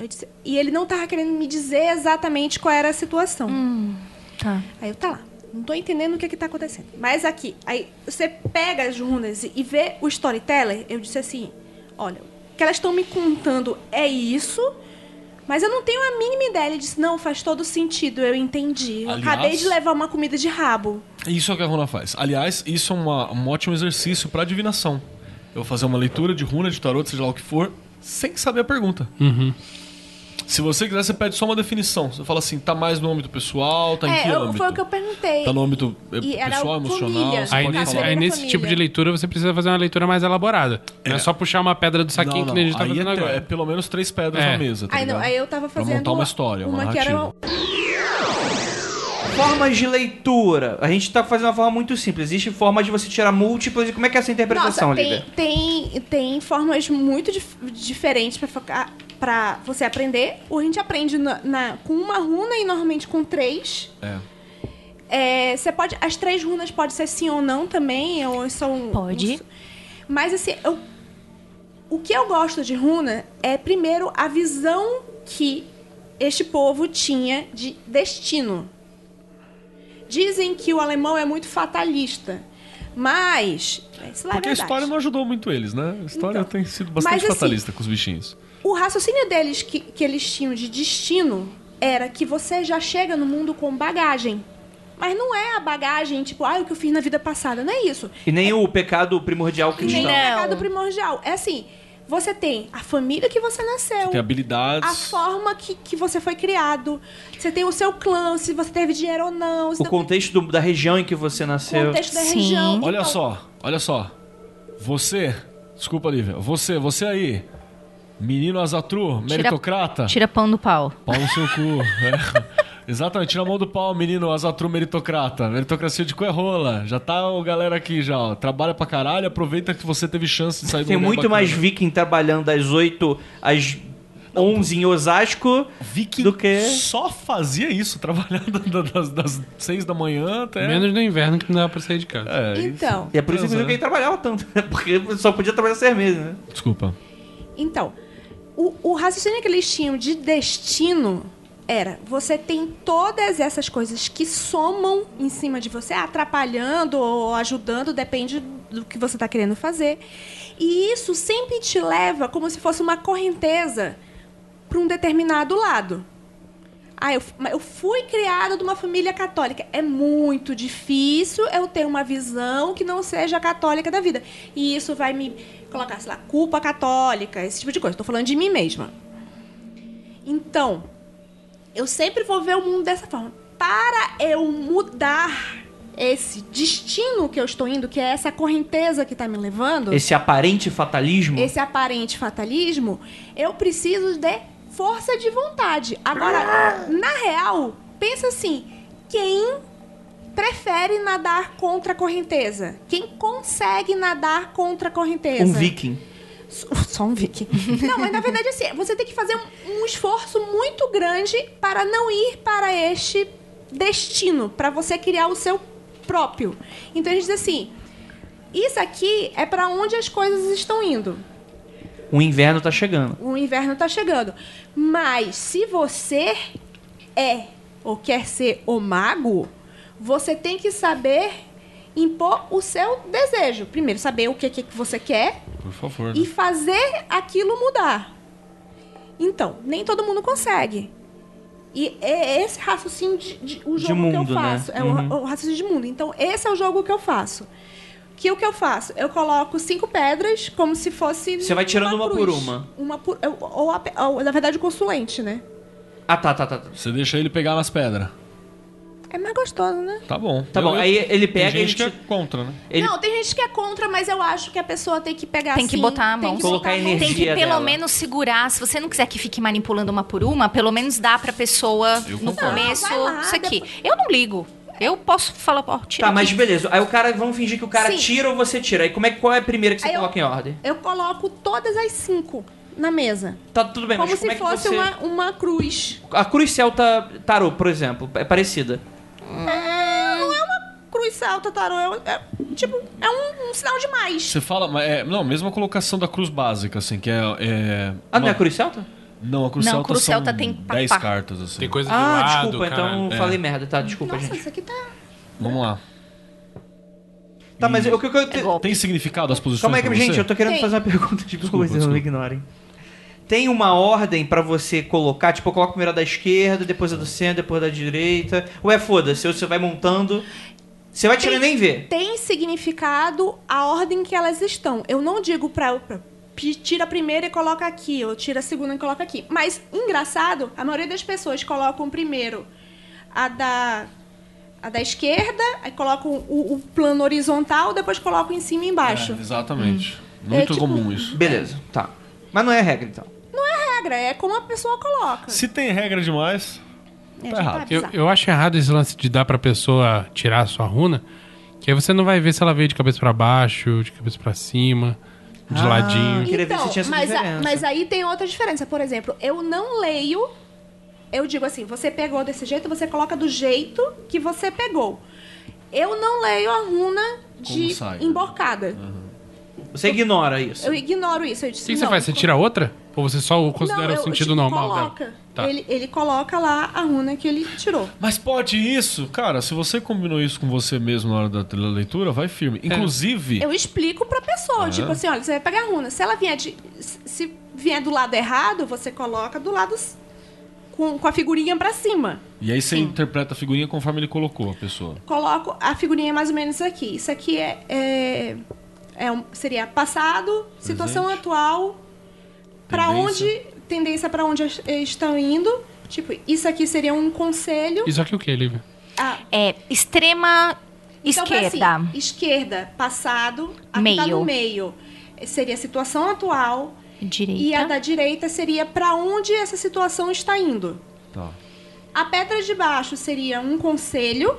eu disse- E ele não estava querendo me dizer exatamente qual era a situação. Tá. Aí eu, Hum, tá lá, não tô entendendo o que que tá acontecendo. Mas aqui, aí você pega as runas e- e vê o storyteller, eu disse assim, olha, o que elas estão me contando é isso, mas eu não tenho a mínima ideia. Ele disse, não, faz todo sentido, eu entendi. Eu Aliás- acabei de levar uma comida de rabo. Isso é o que a runa faz. Aliás, isso é uma- um ótimo exercício pra adivinhação. Eu vou fazer uma leitura de runa, de tarot, seja lá o que for, sem saber a pergunta. Uhum. Se você quiser, você pede só uma definição. Você fala assim, tá mais no âmbito pessoal, tá em que é, eu- âmbito? foi o que eu perguntei. Tá no âmbito eh, E era pessoal, família, emocional? no você Aí pode caso, nesse, falar. era aí da nesse família. tipo de leitura você precisa fazer uma leitura mais elaborada. Não é só puxar uma pedra do saquinho Não, que nem a não, gente tá aí fazendo é, agora. é pelo menos três pedras É. na mesa, tá Aí, não, ligado? aí eu tava Pra fazendo montar uma história, uma que era narrativa. Formas de leitura. A gente tá fazendo uma forma muito simples. Existe forma de você tirar múltiplas. E como é que é essa interpretação, Nossa, Lívia? tem, tem, tem formas muito dif- diferentes pra focar- pra você aprender. Ou a gente aprende na- na- com uma runa e normalmente com três. É. É, você pode, as três runas podem ser sim ou não também, ou são. um Pode. Mas assim, eu- o que eu gosto de runa é primeiro a visão que este povo tinha de destino. Dizem que o alemão é muito fatalista, mas isso lá é Porque a verdade. história não ajudou muito eles, né? A história Então. tem sido bastante Mas, assim, fatalista com os bichinhos. O raciocínio deles que, que eles tinham de destino era que você já chega no mundo com bagagem. Mas não é a bagagem, tipo, ah, o que eu fiz na vida passada. Não é isso. E nem o pecado primordial E nem cristão. o Não. mercado primordial. É assim, você tem a família que você nasceu. Tem a habilidades. forma que, que você foi criado. Você tem o seu clã, se você teve dinheiro ou não. Se O não- contexto do- da região em que você nasceu. contexto da Sim. região. é Olha Então, só, olha só. Você, desculpa, Lívia. Você, você aí. Menino azatru, Tá. meritocrata. Tira pão do pau. Pau no seu cu. É. Exatamente, tira a mão do pau, menino azatru meritocrata. Meritocracia de cu é rola. Já tá o galera aqui já, ó. Trabalha pra caralho, aproveita que você teve chance de sair do Tem muito mais viking trabalhando das 8 às 11 em Osasco. Viking do que- só fazia isso, trabalhando da- das, das seis da manhã até. Menos no inverno que não dá pra sair de casa. É, isso. Então, E é por isso Transa, inclusive, que ele trabalhava tanto. né? Porque só podia trabalhar seis meses, né? Desculpa. Então, o, o raciocínio que eles tinham de destino era: você tem todas essas coisas que somam em cima de você, atrapalhando ou ajudando, depende do que você está querendo fazer. E isso sempre te leva como se fosse uma correnteza para um determinado lado. Ah, eu, mas eu fui criada de uma família católica. É muito difícil eu ter uma visão que não seja católica da vida. E isso vai me colocar, sei lá, culpa católica, esse tipo de coisa. Estou falando de mim mesma. Então, eu sempre vou ver o mundo dessa forma. Para eu mudar esse destino que eu estou indo, que é essa correnteza que está me levando Esse aparente fatalismo. esse aparente fatalismo, eu preciso de força de vontade. Agora, na real, pensa assim: quem prefere nadar contra a correnteza? Quem consegue nadar contra a correnteza? Um viking. Só- Só um viking. Não, mas na verdade assim, você tem que fazer um, um esforço muito grande para não ir para este destino, para você criar o seu próprio. Então a gente diz assim: isso aqui é para onde as coisas estão indo O inverno tá chegando. o inverno tá chegando. Mas se você é ou quer ser o mago, você tem que saber impor o seu desejo. Primeiro, saber o que, que você quer Por Uhum. favor. né? e fazer aquilo mudar. Então, nem todo mundo consegue. E é esse raciocínio de, de- o jogo mundo, que eu né? faço. É o Uhum. ra- o, raciocínio de mundo. Então, esse é o jogo que eu faço. Que o que eu faço? Eu coloco cinco pedras como se fosse. Você vai tirando uma por cruz. uma. Uma por. eu- Ou, a pe- ou, na verdade, o consulente, né? Ah, tá, tá, tá. tá. Você deixa ele pegar nas pedras. É mais gostoso, né? Tá bom. Tá bom, aí ele pega Tem e gente ele que é contra, né? Ele- Não, tem gente que é contra, mas eu acho que a pessoa tem que pegar Tem que assim, botar a mão. Tem que Colocar botar a mão. energia. Tem que pelo dela. menos segurar. Se você não quiser que fique manipulando uma por uma, pelo menos dá pra pessoa Eu no concordo. começo Não, vai lá, isso aqui. Eu não ligo. Eu posso falar, ó, tira Tá, mas aqui. beleza. Aí o cara, vamos fingir que o cara Sim. tira ou você tira. Aí como é, qual é a primeira que você Aí eu- coloca em ordem? Eu coloco todas as cinco na mesa. Tá tudo bem, como mas se como é que fosse você... uma, uma cruz. A cruz celta tarô, por exemplo, é parecida. É, não é uma cruz salta, tarô. É, um- é, tipo, é um, um sinal de mais. Você fala, mas é, não, mesma colocação da cruz básica, assim, que é. é Ah, não é uma- a cruz celta? Não, a cruz Não, a celta cruz são celta tem pá, 10 pá. cartas, assim. Tem coisa de ah, lado, desculpa, cara. então falei merda, tá? Desculpa, Nossa, gente. isso aqui tá. Vamos lá. Tá, mas o que eu. É eu te- Tem significado as posições Calma aí, pra é gente, você? eu tô querendo Tem. fazer uma pergunta de Desculpa, coisa, não desculpa. me ignorem. Tem uma ordem pra você colocar, tipo, eu coloco primeiro a da esquerda, depois a do centro, depois a da direita. Ué, foda-se, ou você vai montando. Você vai tirando e nem vê. Tem significado a ordem que elas estão. Eu não digo pra. pra pi- tira a primeira e coloca aqui, ou tira a segunda e coloca aqui. Mas, engraçado, a maioria das pessoas colocam primeiro a da. A da esquerda, aí colocam o, o plano horizontal, depois colocam em cima e embaixo. É, exatamente. É, Muito tipo- comum isso. Beleza, tá. Mas não é regra, então. regra, é como a pessoa coloca. Se tem regra demais, É, tá errado. Eu, eu acho errado esse lance de dar pra pessoa tirar a sua runa, que aí você não vai ver se ela veio de cabeça pra baixo, de cabeça pra cima, de Ah. ladinho. queria ver se tinha essa Então, mas, a- diferença. mas aí tem outra diferença. Por exemplo, eu não leio. Eu digo assim, você pegou desse jeito, você coloca do jeito que você pegou. Eu não leio a runa de sai, né? emborcada. Você ignora isso. Eu ignoro isso. Eu disse, O que, que Uhum. você não, faz? Você tira outra? Ou você só o considera não, o eu, sentido tipo, normal coloca. dela? Tá. Ele, ele coloca lá a runa que ele tirou. Mas pode isso? Cara, se você combinou isso com você mesmo na hora da tele- leitura, vai firme. Inclusive, É. Eu explico pra pessoa, tipo assim, olha, você vai pegar a runa. Se ela vier de. se- Se vier do lado errado, você coloca do lado s- com, com a figurinha pra cima. e aí você interpreta a figurinha conforme ele colocou a pessoa. Coloco a figurinha mais ou menos aqui. Isso aqui é. é, é um- seria passado, situação atual, pra Tendência. onde. Tendência pra onde es- estão indo. Tipo, isso aqui seria um conselho. Isso aqui é o quê, Lívia? Ah, É, extrema Então, foi esquerda. assim, esquerda, passado, aqui tá Meio. no meio. Seria a situação atual. direita. E a da direita seria pra onde essa situação está indo. Tá. A pedra de baixo seria um conselho.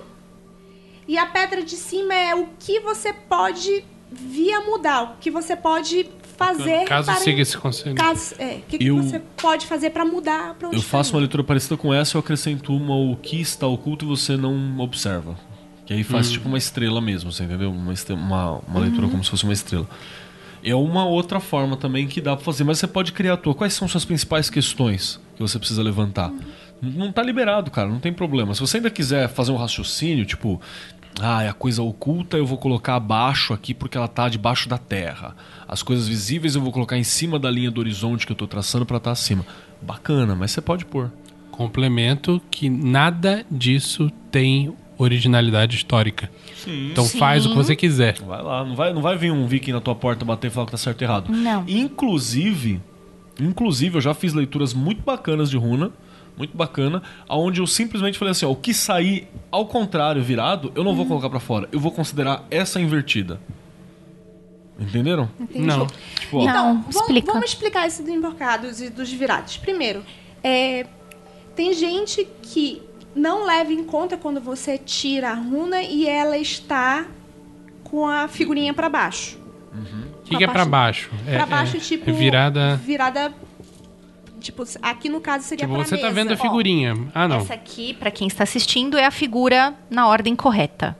E a pedra de cima é o que você pode vir a mudar, o que você pode fazer Caso para siga esse conselho. caso, é, o que, que Eu- você pode fazer pra mudar pra onde Eu tá faço uma indo. leitura parecida com essa, eu acrescento uma o que está oculto e você não observa. Que aí Hum. faz tipo uma estrela mesmo, você entendeu? Uma, este- uma, Uhum. uma leitura como se fosse uma estrela. É uma outra forma também que dá pra fazer, mas você pode criar a tua. Quais são suas principais questões que você precisa levantar? N- Não tá liberado, cara, não tem problema. Se você ainda quiser fazer um raciocínio, tipo, ah, é a coisa oculta eu vou colocar abaixo aqui porque ela tá debaixo da terra. As coisas visíveis eu vou colocar em cima da linha do horizonte que eu tô traçando pra estar acima. Bacana, mas você pode pôr. Complemento que nada disso tem originalidade histórica. Então faz o que você quiser. Vai lá, não vai, não vai vir um viking na tua porta bater e falar que tá certo e errado. Não. Inclusive, inclusive eu já fiz leituras muito bacanas de runa, muito bacana, aonde eu simplesmente falei assim, ó, o que sair ao contrário virado, eu não vou colocar pra fora, eu vou considerar essa invertida. Entenderam? Não. Tipo, ó, Então, Não, vamos, explica. vamos explicar isso dos emborcados e dos virados. Primeiro, é, tem gente que não leva em conta quando você tira a runa e ela está com a figurinha para baixo. O que, que é pra baixo? Pra baixo, tipo. é virada. Virada. Tipo, aqui no caso seria Tipo, pra você tá mesa. vendo a Ó, figurinha. Ah, não. Então, Essa aqui, pra quem está assistindo, é a figura na ordem correta.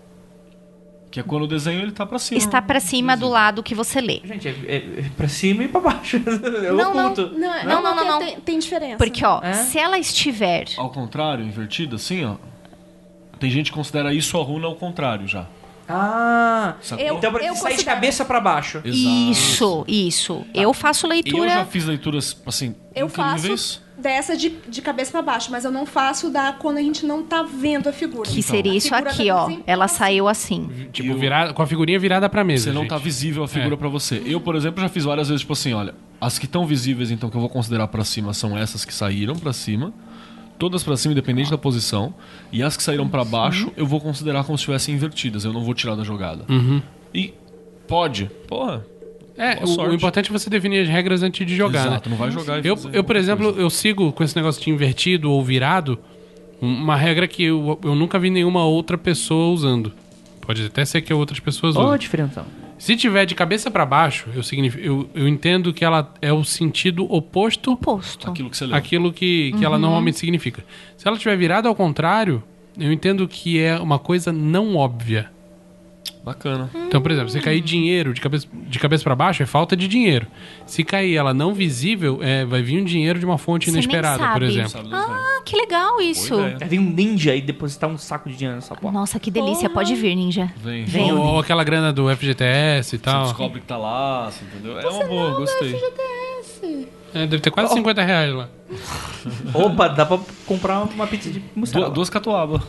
que é quando o desenho ele tá pra cima. Está pra cima do lado que você lê. Gente, é, é- é pra cima e pra baixo. É Não, não. oculto. Não, não, Não, não, não, não, não. Tem, tem diferença. Porque, ó, É? se ela estiver. Ao contrário, invertida assim, ó. Tem gente que considera isso a runa ao contrário já. Ah. sacou? Eu- Então, pra eu ele sair de considero- cabeça pra baixo. Exato. Isso, isso. Eu faço Eu leitura. já fiz leituras, assim, Eu é faço incríveis. dessa de, de cabeça pra baixo, mas eu não faço da quando a gente não tá vendo a figura. Que seria A isso figura aqui, tá ó. sempre Ela pra cima. saiu assim. Tipo, virada, com a figurinha virada pra mesa. Você não gente. tá visível a figura É. pra você. Eu, por exemplo, já fiz várias vezes, tipo assim, olha, as que estão visíveis, então, que eu vou considerar pra cima, são essas que saíram pra cima. Todas pra cima, independente da posição. E as que saíram pra baixo, eu vou considerar como se estivessem invertidas. Eu não vou tirar da jogada. E pode. Porra. É, Boa o, sorte. o importante é você definir as regras antes de jogar. né? Exato, não vai jogar e Eu, fazer eu, por alguma exemplo, coisa. eu sigo com esse negócio de invertido ou virado um, uma regra que eu, eu nunca vi nenhuma outra pessoa usando. Pode até ser que outras pessoas Ô, usem. diferentão. Se tiver de cabeça pra baixo, eu, signifi- eu, eu entendo que ela é o sentido oposto Posto. Aquilo que você leu. àquilo que, que Uhum. ela normalmente significa. Se ela tiver virada ao contrário, eu entendo que é uma coisa não óbvia. Bacana. Então, por exemplo, se Hum. cair dinheiro de cabeça, de cabeça para baixo, é falta de dinheiro. Se cair ela não visível, é, vai vir um dinheiro de uma fonte Você nem inesperada, por sabe. exemplo. Sabe, Luciano? Ah, que legal isso. Boa ideia. Vem um ninja e depositar um saco de dinheiro nessa porta. um- Nossa, que delícia. Pode vir, ninja. Vem. Vem. Ou, ou aquela grana do FGTS e Você tal. descobre que tá lá, assim, entendeu? É uma boa, gostei. É, deve ter Oh. quase 50 reais lá. Opa, dá pra comprar uma pizza de Du- mussarela. Duas catuabas.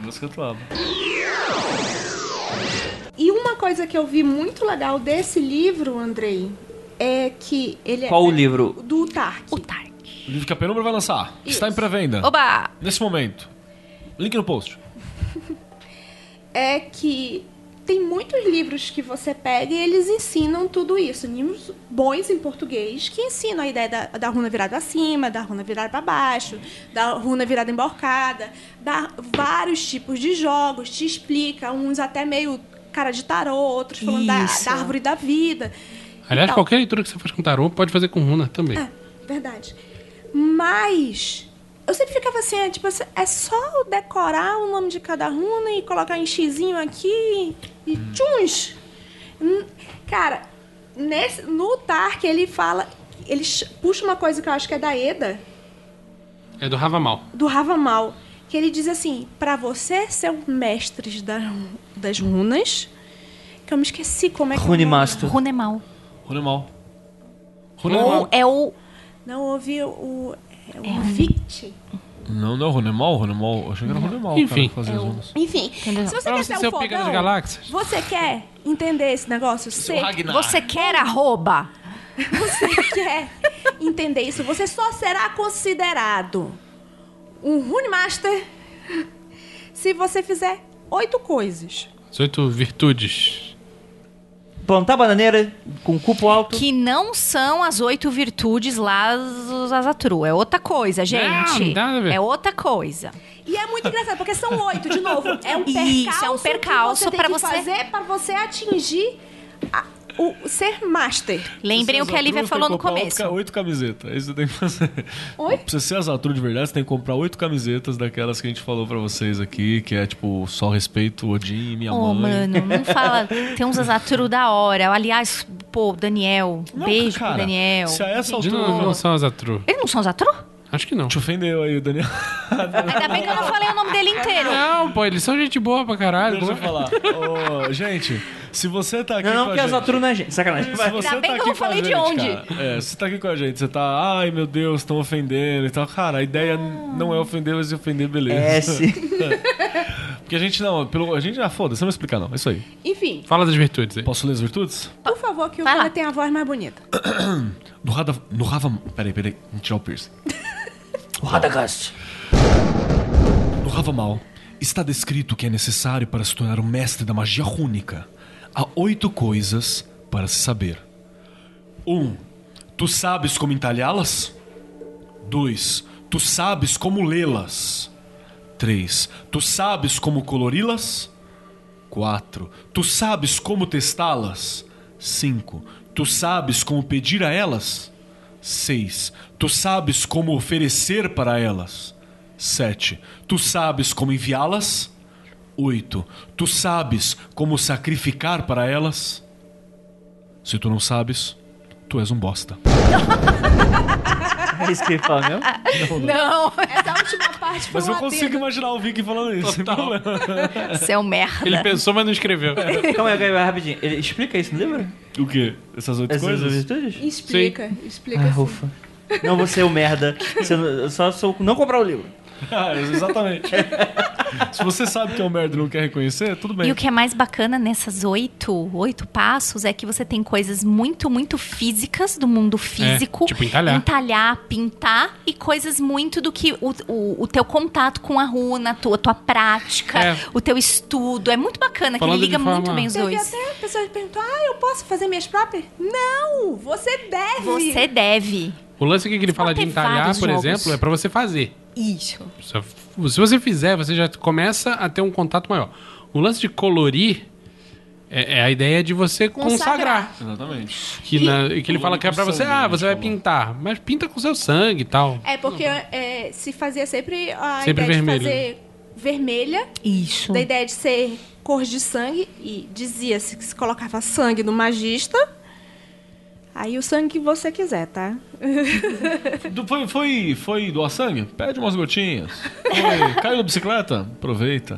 Duas catuabas. E uma coisa que eu vi muito legal desse livro, Andrei, é que ele é Qual o livro? do Tark. O Tark. O livro que a Penumbra vai lançar. que Está em pré-venda. Oba! Nesse momento. Link no post. é que tem muitos livros que você pega e eles ensinam tudo isso. Livros bons em português que ensinam a ideia da, da runa virada para cima, da runa virada para baixo, da runa virada emborcada, dá vários tipos de jogos, te explica, uns até meio cara de tarô, outros falando da, Isso. da árvore da vida. Aliás, Então- qualquer leitura que você faz com tarô pode fazer com runa também. É, verdade. Mas eu sempre ficava assim, é, tipo, assim, é só eu decorar o nome de cada runa e colocar em xizinho aqui e tchuns. Hum, Cara, nesse, no Tark ele fala, ele ch- puxa uma coisa que eu acho que é da Eda, É do Ravamal. do Ravamal, que ele diz assim, pra você ser um mestre da, das runas, que eu me esqueci como é que é o nome. Rune Master. Runa é mal. Rune mal. Runa é Ou mal. é o. Não, ouvi o... É o Vict. Não, não é Runemal? Runemal? Eu achei que era Runemal. Enfim. Cara, fazer as ondas. Enfim, se você Pra quer você ser ser um o pica das fodão, galáxias. Você quer entender esse negócio? Você, Você quer arroba? você quer entender isso? Você só será considerado um Rune Master se você fizer oito coisas. As oito virtudes. Plantar bananeira com cupo alto. Que não são as oito virtudes lá dos Azatru. É outra coisa, gente. não dá nada a ver. é outra coisa. E é muito engraçado, porque são oito, de novo. É um percalço, Isso, é um que percalço você tem pra que você- fazer para você atingir a- o ser Master. Lembrem o que a Lívia falou no começo. Oito camisetas. É isso que tem que fazer. Oi? Pra você ser azatru de verdade, você tem que comprar oito camisetas daquelas que a gente falou pra vocês aqui, que é tipo, só respeito, Odin, minha Ô, mãe. mano, não fala. Tem uns Azatru da hora. Aliás, pô, Daniel. Não, beijo cara, pro Daniel. Se a essa De altura. novo, não são as Atru. Eles não são Azatru? Acho que não. Te ofendeu aí, Daniel. Ainda bem que eu não falei o nome dele inteiro. Não, pô, eles são gente boa pra caralho. Deixa eu Como é? falar. Ô, gente, se você tá aqui. Não, com não, a que as gente- atru na gente. Sacanagem. Se Vai. você Ainda bem tá que eu não aqui com a falei de gente, onde. cara, é, você tá aqui com a gente, você tá, ai meu Deus, estão ofendendo e tal. Cara, a ideia Ah. não é ofender, mas é ofender, beleza. S. Porque a gente não, pelo, a gente, ah, foda-se, não vai explicar não, é isso aí. Enfim, Fala das virtudes aí. Posso ler as virtudes? por favor, que o Tá. Vai lá. cara tenha a voz mais bonita. No Rada, no Rava, peraí, peraí, vamos tirar o piercing. Radagast. No Ravamal, está descrito que é necessário para se tornar o mestre da magia rúnica. Há oito coisas para se saber. 1. Um, tu sabes como entalhá-las? 2. Tu sabes como lê-las? 3. Tu sabes como colori-las? 4. Tu sabes como testá-las? 5. Tu sabes como pedir a elas? 6. Tu sabes como oferecer para elas? 7. Tu sabes como enviá-las? 8. Tu sabes como sacrificar para elas? Se tu não sabes, tu és um bosta. É isso que ele fala mesmo? Ah. Não, Essa última parte foi Mas um eu consigo adendo. imaginar o Vicky falando isso. sem problema. você é um merda. Ele pensou, mas não escreveu. É. Calma aí, calma aí, rapidinho. Ele explica isso no livro? O quê? Essas oito Essas coisas? virtudes? Explica, explica. Ah, assim. ufa. Não, você é o merda. Você não- eu só sou não comprar o livro. Ah, exatamente. Se você sabe que é um merda e não quer reconhecer, tudo bem. E o que é mais bacana nessas oito, oito passos é que você tem coisas muito, muito físicas do mundo físico. tipo entalhar. Entalhar, pintar e coisas muito do que o, o, o teu contato com a runa, a tua, tua prática, É. o teu estudo. É muito bacana, Falando que de liga muito forma- bem os Teve dois. até pessoas que perguntou: ah, eu posso fazer minhas próprias? Não! Você deve! Você deve. O lance aqui que ele fala de ter entalhar, vários por jogos. exemplo, é pra você fazer. Isso. Se se você fizer, você já começa a ter um contato maior. O lance de colorir é, é a ideia de você consagrar. Exatamente. Que, na- que ele Colorir fala que é com pra você, sangue, ah, a gente você vai falou. pintar. Mas pinta com seu sangue e tal. É porque é, se fazia sempre a Sempre ideia vermelho. né? Então. de fazer vermelha, Isso. da ideia de ser cor de sangue, e dizia-se que se colocava sangue no magista. Aí o sangue que você quiser, tá? Do- Foi, foi, foi doar sangue? Pede umas gotinhas. Foi- Caiu da bicicleta? Aproveita.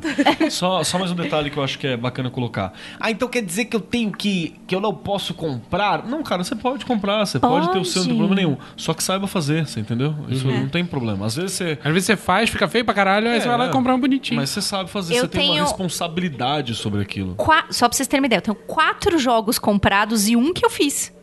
Só, só mais um detalhe que eu acho que é bacana colocar. Ah, então quer dizer que eu tenho que. que eu não posso comprar? Não, cara, você pode comprar, você pode, ter o seu, não tem Pode. problema nenhum. Só que saiba fazer, você entendeu? Isso não tem problema. Às vezes você. Às vezes você faz, fica feio pra caralho, aí É, você vai lá é. e comprar um bonitinho. Mas você sabe fazer, Eu você tem uma tenho- responsabilidade sobre aquilo. Qua- Só pra vocês terem uma ideia, eu tenho quatro jogos comprados e um que eu fiz.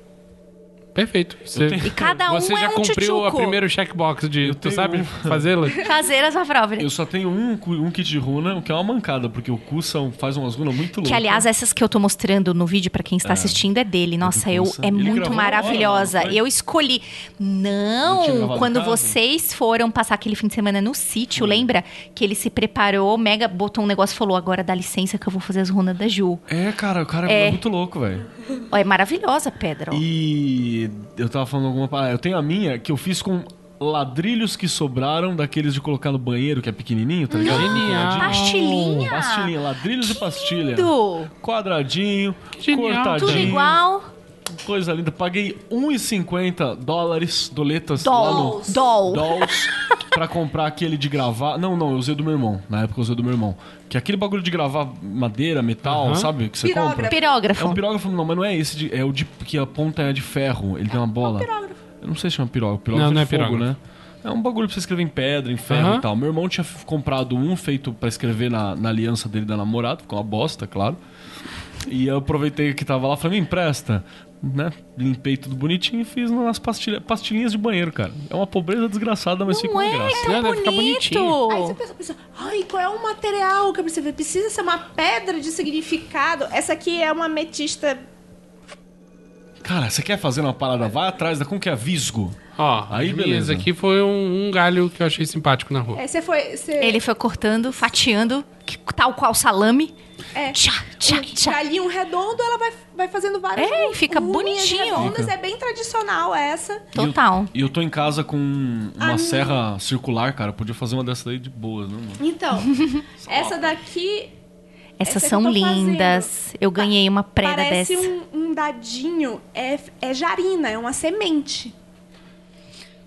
Perfeito. Você, E cada um você é já um cumpriu a tchutchuco. primeiro checkbox de. Tu tenho sabe um. fazê-la? Fazer a sua prova. Eu só tenho um, cu- um kit de runa, o que é uma mancada, porque o cu são- faz umas runas muito loucas. Que, aliás, essas que eu tô mostrando no vídeo pra quem está assistindo é dele. Nossa, eu Nossa, é ele muito gravou na hora, maravilhosa. não foi? eu escolhi. Não tinha Não, gravado em quando casa? Hum. vocês foram passar aquele fim de semana no sítio, lembra? Que ele se preparou, mega botou um negócio e falou: agora dá licença que eu vou fazer as runas da Ju. É, cara, o cara é É. muito louco, velho. Ó, é maravilhosa a pedra. ó. E eu tava falando alguma parada. Eu tenho a minha que eu fiz com ladrilhos que sobraram daqueles de colocar no banheiro, que é pequenininho, tá ligado? Genial. Pastilhinha. Pastilhinha, ladrilhos de pastilha. Lindo. Quadradinho, Genial. cortadinho. Tudo igual. Coisa linda. Paguei 1,50 dólares, doletas lá Doll. no Doll. Dolls pra comprar aquele de gravar. Não, não, eu usei do meu irmão. Na época eu usei do meu irmão. Que é aquele bagulho de gravar madeira, metal, Aham. sabe? Que você Pirógrafo. compra. É Pirógrafo. um pirógrafo, não, mas não é esse. de- é o de que a ponta é de ferro. Ele tem uma É bola. um Eu não sei se chama pirógrafo. Pirógrafo Não, não é é de fogo, pirógrafo. né? É um bagulho pra você escrever em pedra, em ferro Aham. e tal. Meu irmão tinha f- comprado um feito pra escrever na, na aliança dele da namorada. Ficou uma bosta, claro. E eu aproveitei que tava lá e falei, me empresta. Né? Limpei tudo bonitinho e fiz nas pastilha, pastilhinhas de banheiro, cara. É uma pobreza desgraçada, mas fica Não uma é graça. Né? tão Deve ficar bonitinho. Aí você pensa, pensa, ai, qual é o material que eu preciso ver? Precisa ser uma pedra de significado. Essa aqui é uma ametista. Cara, você quer fazer uma parada? Vai atrás da... Como que é? Visgo. Ó, Aí, aí beleza. beleza. aqui foi um, um galho que eu achei simpático na rua. É, você foi. Você... Ele foi cortando, fatiando, que- tal qual salame. É. Tchá, tchá, tchá. Galinho um redondo, ela vai, vai fazendo várias. É, e fica ruinhas bonitinho. redondas, Fica. É bem tradicional essa. Total. E eu tô em casa com uma serra circular, cara. Podia fazer uma dessa daí de boas, né, mano? Então, essa daqui Essas Essa que são eu tô lindas. Eu ganhei uma prega parece dessa. um, um dadinho. É, é jarina, é uma semente.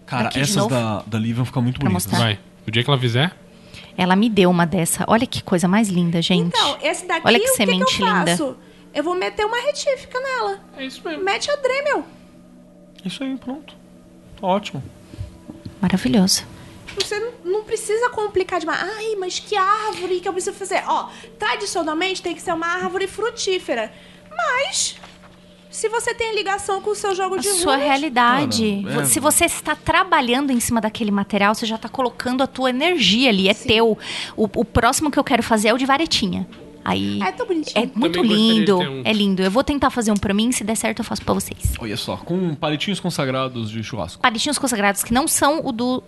Cara, Aqui de essas novo. da, da Lee vão ficar muito Pra bonitas. mostrar. Vai. O dia que ela fizer. Ela me deu uma dessa. Olha que coisa mais linda, gente. Então, esse daqui, Olha que o que, que eu semente linda. faço? Eu vou meter uma retífica nela. É isso mesmo. Mete a Dremel. Isso aí, pronto. Tá Ótimo. Maravilhoso. Você não- não precisa complicar demais. Ai, mas que árvore que eu preciso fazer? Ó, tradicionalmente tem que ser uma árvore frutífera. Mas, se você tem ligação com o seu jogo A de sua runas, realidade. Cara, é- Se você está trabalhando em cima daquele material, você já está colocando a tua energia ali. É teu. O, o próximo que eu quero fazer é o de varetinha. Aí. É tão bonitinho. É muito gostaria de lindo. ter um. É lindo. Eu vou tentar fazer um pra mim. Se der certo, eu faço pra vocês. Olha só, com palitinhos consagrados de churrasco. Palitinhos consagrados que não são o do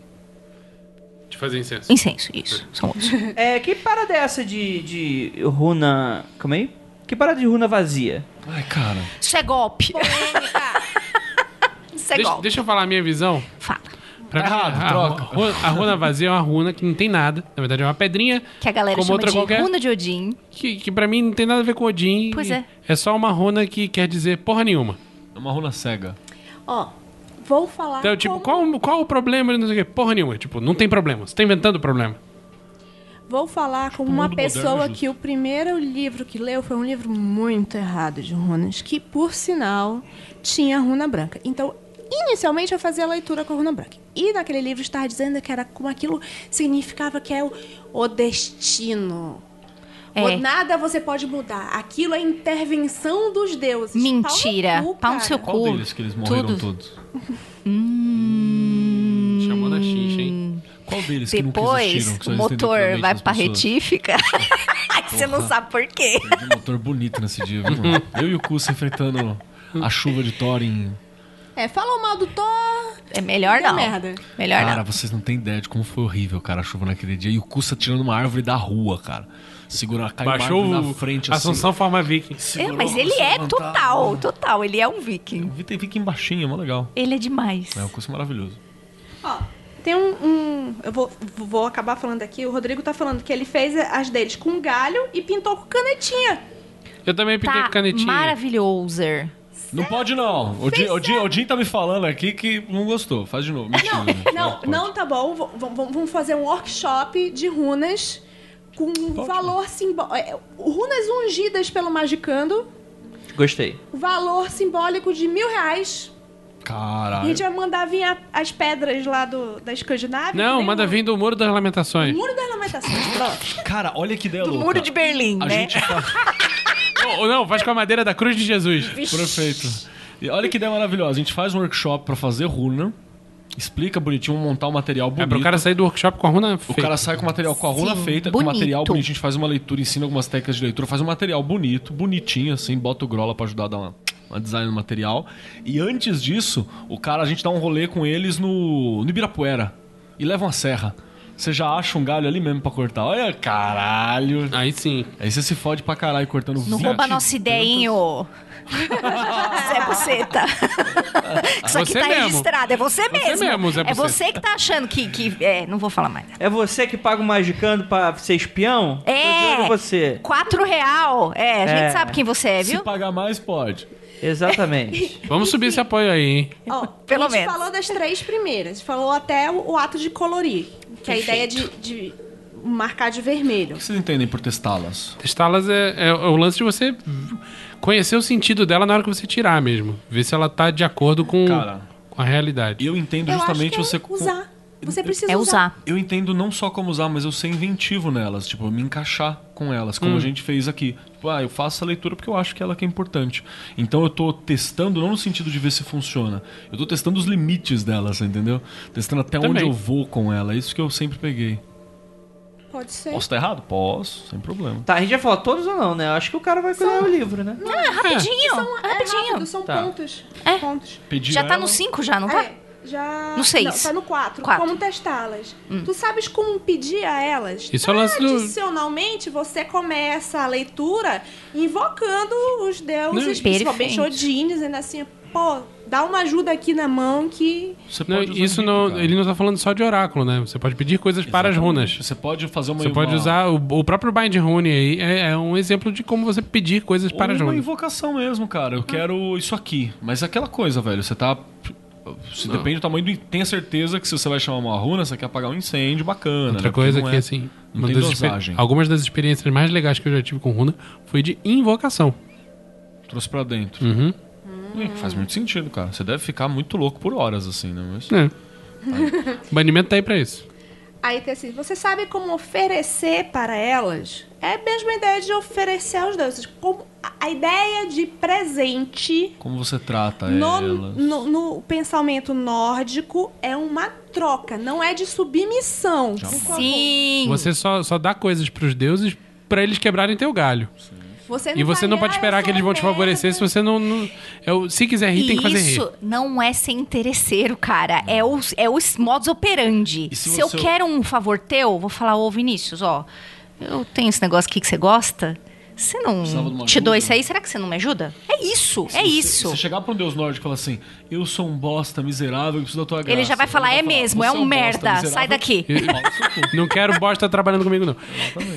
De fazer incenso. incenso. Isso. São outros. É, que parada é essa de, de runa. Calma aí. Que parada de runa vazia? Ai, cara. Isso é golpe. Isso é Deixa, golpe. deixa eu falar a minha visão. Fala. Pra Tá errado, a, troca. ru- A, runa vazia é uma runa que não tem nada. Na verdade, é uma pedrinha Que a galera Como chama outra de qualquer? runa de Odin. que, que pra mim não tem nada a ver com Odin. Pois é. É só uma runa que quer dizer porra nenhuma. É uma runa cega. Ó, vou Ah, falar. Então, tipo, como- qual, qual o problema? Não sei o quê. Porra nenhuma. Tipo, não tem problema. Você tá inventando problema. Vou falar como o uma mundo moderno é pessoa justo. que o primeiro livro que leu foi um livro muito errado de runas, que, por sinal, tinha runa branca. Então, inicialmente eu fazia a leitura com a runa branca. E naquele livro estava dizendo que era como aquilo significava que é o, o destino. É. O nada você pode mudar. Aquilo é intervenção dos deuses. Mentira. Pau no cu, Pau no cara. seu Qual cu. deles que eles morreram Tudo. todos? Chamou na xincha, hein? Qual deles que nunca Depois, existiram? que só o existem motor decoramente vai nas pra pessoas? retífica. Aí você não sabe por quê. Perdi um motor bonito nesse dia, viu, mano? Eu e o Cus enfrentando a chuva de Thorin. É, fala mal do Thor. É melhor Deu não. merda. Melhor Cara, É, não. vocês não têm ideia de como foi horrível, cara, a chuva naquele dia. E o Cussa tirando uma árvore da rua, cara. Segurando a caiu Baixou uma árvore o na frente, assim. Assunção Forma Viking. É, segurou, assim, mas ele começou a é levantar. total, total. Ele é um viking. O Vitor fica embaixinho, é mó legal. Ele é demais. É um curso maravilhoso. Ó, Tem um. um- eu vou, vou acabar falando aqui. O Rodrigo tá falando que ele fez as deles com galho e pintou com canetinha. Eu também pintei Tá com canetinha. maravilhoso. Não pode, não. O Jim, o, Jim, o Jim tá me falando aqui que não gostou. Faz de novo. Mentira. Não, não, pode. não tá bom. V- v- Vamos fazer um workshop de runas com valor simbólico. Runas ungidas pelo Magicando. Gostei. Valor simbólico de mil reais. E a Caralho. gente vai mandar vir a- as pedras lá do, da Escandinávia. Não, Tem manda um- vir do Muro das Lamentações. Muro das Lamentações, pronto. Cara, olha que ideia Do louca. Muro de Berlim, A né? gente fa- Ou- ou não, faz com a madeira da cruz de Jesus. Perfeito. E olha que ideia maravilhosa. A gente faz um workshop pra fazer runa. Explica bonitinho, montar o material É bonito. pro cara sair do workshop com a runa O feita. cara sai com o material com a runa Sim, feita, com o bonito. material bonitinho, a gente faz uma leitura, ensina algumas técnicas de leitura, faz um material bonito, bonitinho, assim, bota o Grola pra ajudar a dar uma, uma design no material. E antes disso, o cara, a gente dá um rolê com eles no, no Ibirapuera e leva uma serra. Você já acha um galho ali mesmo pra cortar. Olha, caralho. Aí sim. Aí você se fode pra caralho cortando Não 20 rouba a nossa ideia, hein, ô. Zé Buceta. Isso aqui Você tá mesmo. registrado. É você mesmo. mesmo, Zé é Buceta. você que tá achando que. que é, não vou falar mais. É você que paga o Magicando pra ser espião? Tô de olho É. em você. Quatro real. É, a gente É. sabe quem você é, Se viu? pagar mais, pode. Exatamente. Vamos subir esse apoio aí, hein? Ó, Pelo a gente menos. falou das três primeiras. Falou até o, o ato de colorir. Que é a ideia de, de marcar de vermelho. O que vocês entendem por testá-las? Testá-las é, é o lance de você conhecer o sentido dela na hora que você tirar mesmo. Ver se ela tá de acordo com, Cara. com a realidade. Eu entendo Eu justamente acho você. que é usar. Você precisa É usar. Eu entendo não só como usar, mas eu ser inventivo nelas, tipo, eu me encaixar com elas, Hum. como a gente fez aqui. Tipo, ah, eu faço a leitura porque eu acho que ela que é importante. Então eu tô testando, não no sentido de ver se funciona. Eu tô testando os limites delas, entendeu? Testando até onde Também. eu vou com ela. é Isso que eu sempre peguei. Pode ser. Posso estar errado? Posso, sem problema. tá, a gente vai falar todos ou não, né? Eu acho que o cara vai colher o livro, né? Ah, rapidinho. São, é rapidinho. rápido, são Tá. pontos. É. Pontos. Pedir já a tá ela- no cinco já, não tá? É, já. No seis. Não, tá no 4. Quatro. Hum. Como testá-las? Tu sabes como pedir a elas? Isso é o lance do- Tradicionalmente, você começa a leitura invocando os deuses, Não, principalmente perfeito. Odin, dizendo assim: pô, dá uma ajuda aqui na mão que. Você Não, pode usar isso rito, não, cara. ele não tá falando só de oráculo, né? Você pode pedir coisas para as runas. Você pode fazer uma Você pode uma- usar o, o próprio Bind Rune aí, é, é um exemplo de como você pedir coisas Ou para Ah. as uma runas. invocação mesmo, cara. Eu quero isso aqui. Mas é aquela coisa, velho. Você tá. Se depende do tamanho do. Tenha certeza que se você vai chamar uma runa, você quer apagar um incêndio bacana. né? Outra Porque coisa não que, é- assim, Não uma tem das exper- dosagem. algumas das experiências mais legais que eu já tive com runa foi de invocação. Trouxe pra dentro. Uhum. Hum, Faz muito sentido, cara. Você deve ficar muito louco por horas, assim, né? Mas... É. Banimento tá aí pra isso. Aí tem assim: você sabe como oferecer para elas? É a mesma ideia de oferecer aos deuses. Como a- a ideia de presente. Como você trata No, elas. no, no pensamento nórdico é uma troca, não é de submissão. Por favor. Sim. Você só, só dá coisas pros deuses pra eles quebrarem teu galho. Você E você vai, não pode "Ah, esperar eu que eles sou vão te merda". favorecer se você não. não- é o- se quiser rir, tem que fazer isso rir. não é ser interesseiro, cara. É o, é o modus operandi. E se Se, você- eu quero um favor teu, vou falar, ô Vinícius, ó, eu tenho esse negócio aqui que você gosta. Se Precisava de não uma te dou ajuda? isso aí, será que você não me ajuda? É isso, Se é você- isso. Se você chegar pra um deus nórdico e falar assim, eu sou um bosta miserável, eu preciso da tua graça. Ele já vai falar, é mesmo, assim, "Você é um bosta merda, miserável, sai daqui. pau no seu cu." Não quero bosta trabalhando comigo, não.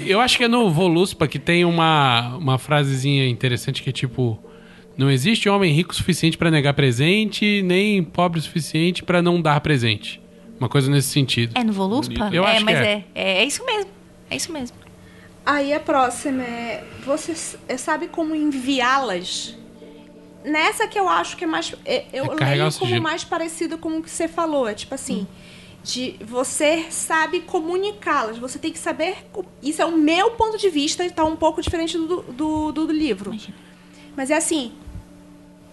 Eu acho que é no Voluspa que tem uma, uma frasezinha interessante que é tipo: Não existe homem rico o suficiente pra negar presente, nem pobre o suficiente pra não dar presente. Uma coisa nesse sentido. É no Voluppa? Eu é, acho que mas é. é. é. é isso mesmo. É isso mesmo. Aí a próxima é. Você s- é, sabe como enviá-las? Nessa que eu acho que é mais. é- Eu É carregar o leio como sigilo. mais parecido com o que você falou. É tipo assim. De você sabe comunicá-las. Você tem que saber. co- Isso é o meu ponto de vista, está um pouco diferente do, do, do- do livro. Mas é assim.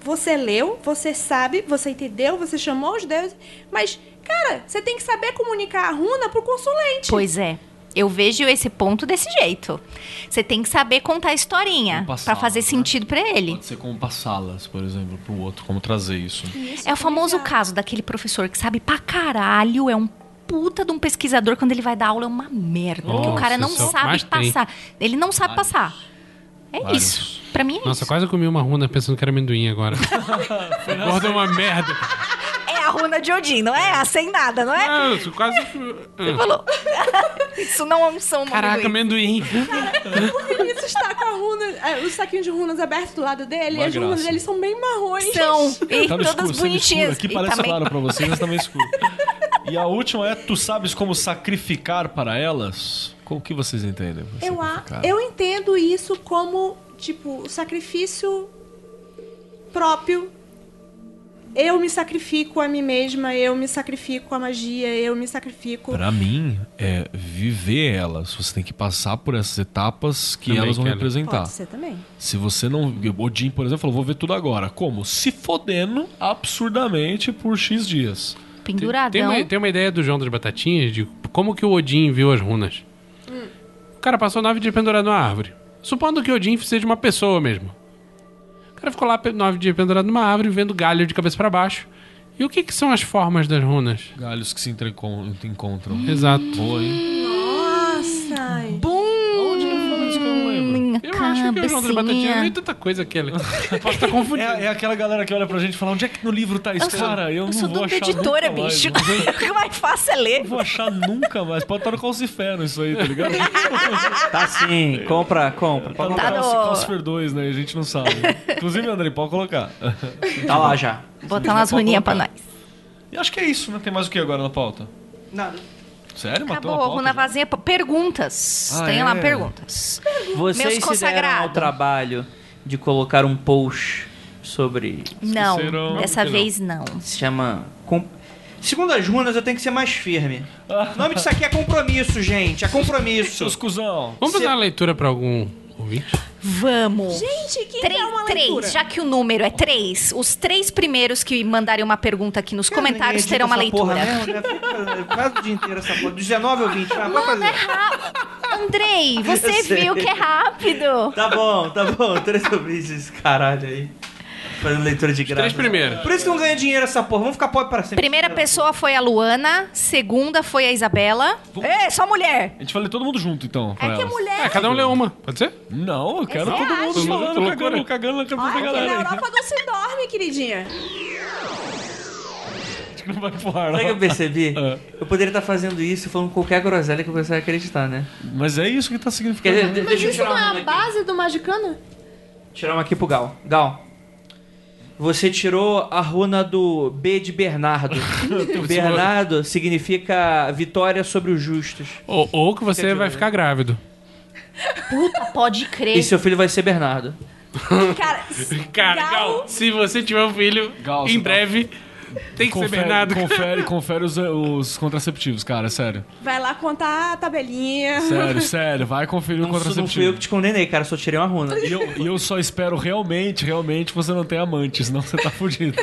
Você leu, você sabe, você entendeu, você chamou os deuses. Mas, cara, você tem que saber comunicar a runa pro consulente. Pois é. Eu vejo esse ponto desse jeito. Você tem que saber contar a historinha Opa, pra salva, fazer né? sentido pra ele. Pode ser como passá-las, por exemplo, pro outro, como trazer isso. É o famoso caso daquele professor que sabe pra caralho, é um puta de um pesquisador, quando ele vai dar aula é uma merda. porque o Nossa, cara não isso é o que sabe mais tem. passar. Ele não sabe Vários. passar. É Vários. isso. Pra mim é Nossa, isso. quase eu comi uma runa pensando que era amendoim agora. Gordo é uma merda. É a runa de Odin, não é? A sem nada, não é? Ah, isso quase. Ah. Falou. Isso não é um são Caraca, amendoim. amendoim. O Vinícius está com a runa, é, o saquinho de runas aberto do lado dele, e Uma as runas graça. dele são bem marrons. é um São. E Tá todas no escuro, semi escuro. bonitinhas. Aqui E parece também- claro pra vocês, mas tá meio escuro. E a última é, tu sabes como sacrificar para elas? Com o que vocês entendem? por Eu, a, sacrificar? eu entendo isso como, tipo, sacrifício próprio. Eu me sacrifico a mim mesma, eu me sacrifico à magia, eu me sacrifico. Pra mim, é viver elas. Você tem que passar por essas etapas que Também elas vão quero. representar. Pode ser também. Se você não. Odin, por exemplo, falou: vou ver tudo agora. Como? Se fodendo absurdamente por X dias. Penduradão. Tem uma, tem uma ideia do João das Batatinhas de como que o Odin viu as runas. O cara passou nove dias pendurado numa árvore. Supondo que Odin seja uma pessoa mesmo. O cara ficou lá pe- nove dias pendurado numa árvore, vendo galho de cabeça pra baixo. E o que, que são as formas das runas? Galhos que se entrecon- encontram. Exato. Nossa! Onde que ele falou isso que eu não lembro? Minha Eu acho que o João das Batatinhas cabecinha. viu tanta coisa que ele. Posso estar confundindo. É, é aquela galera que olha pra gente e fala: onde é que no livro tá isso? Eu sou- cara, eu, Eu não sou vou dono da achar. editora, nunca mais, um bicho. mano. O que mais fácil é ler. Eu Não vou achar nunca mais. Pode estar no Calciferno isso aí, tá ligado? Tá sim, compra, compra. Tá Pode no Tá comprar. no- Calci- Calcifer 2, né? A gente não sabe. Inclusive, André, pode colocar. Tá lá já. Botar umas runinhas pra nós. E acho que é isso, né? Tem mais o que agora na pauta? Nada. Sério? Matou Acabou, a pauta? runa já? vazia. Perguntas. né? Ah, tem lá é? perguntas. Vocês Meus se deram ao consagrados. trabalho de colocar um post sobre. Não, Esqueceram. dessa Não, que não. vez não. Se chama. com- Segundo as runas, eu tenho que ser mais firme. O nome disso aqui é compromisso, gente. É compromisso. Seus cuzão. Vamos fazer Se- uma leitura pra algum ouvinte? Vamos. Gente, quem Três, é uma leitura? três, já que o número é três, os três primeiros que mandarem uma pergunta aqui Ah, nos comentários terão uma leitura. né? né? Quase o dia inteiro essa porra. 19 ou 20, vai vai Mano, é fazer. rápido. Andrei, você Eu sei. viu que é rápido. Tá bom, tá bom. Três ou 20, esse caralho aí. Fazendo leitura de graça. Três primeiros. Por isso que não ganha dinheiro essa porra. Vamos ficar pobre para sempre. Primeira pessoa foi a Luana, segunda foi a Isabela. Ei, só mulher. A gente vai ler todo mundo junto, então. pra É que elas. mulher. É, cada um lê uma. Pode ser? Não, eu quero Você todo mundo acha? falando, Loucura. cagando, cagando na cabeça da Olha, que na galera. Europa não se dorme, queridinha. Acho que não vai pro ar, né? Sabe o que eu não. percebi? Eu poderia estar fazendo isso falando qualquer groselha que o pessoal ia acreditar, né? Mas é isso que tá Quer significando. dizer, de- Mas deixa eu isso tirar não uma é a aqui. base do Magicano? Tirar uma aqui pro Gal. Gal, você tirou a runa do B de Bernardo. Bernardo significa vitória sobre os justos. Ou, ou que você vai ficar grávido. Puta, pode crer. E seu filho vai ser Bernardo. Cara, Cara, Gal. Gal, se você tiver um filho, Gal, você em tá- breve, tem que ser Confere, Bernardo. confere, confere os, os contraceptivos, cara, sério. vai lá contar a tabelinha. Sério, sério, vai conferir o Não, sou- não fui eu contraceptivo. que te condenei, cara, só tirei uma runa. E eu, e eu só espero realmente, realmente você não tem amante, senão você tá fudido.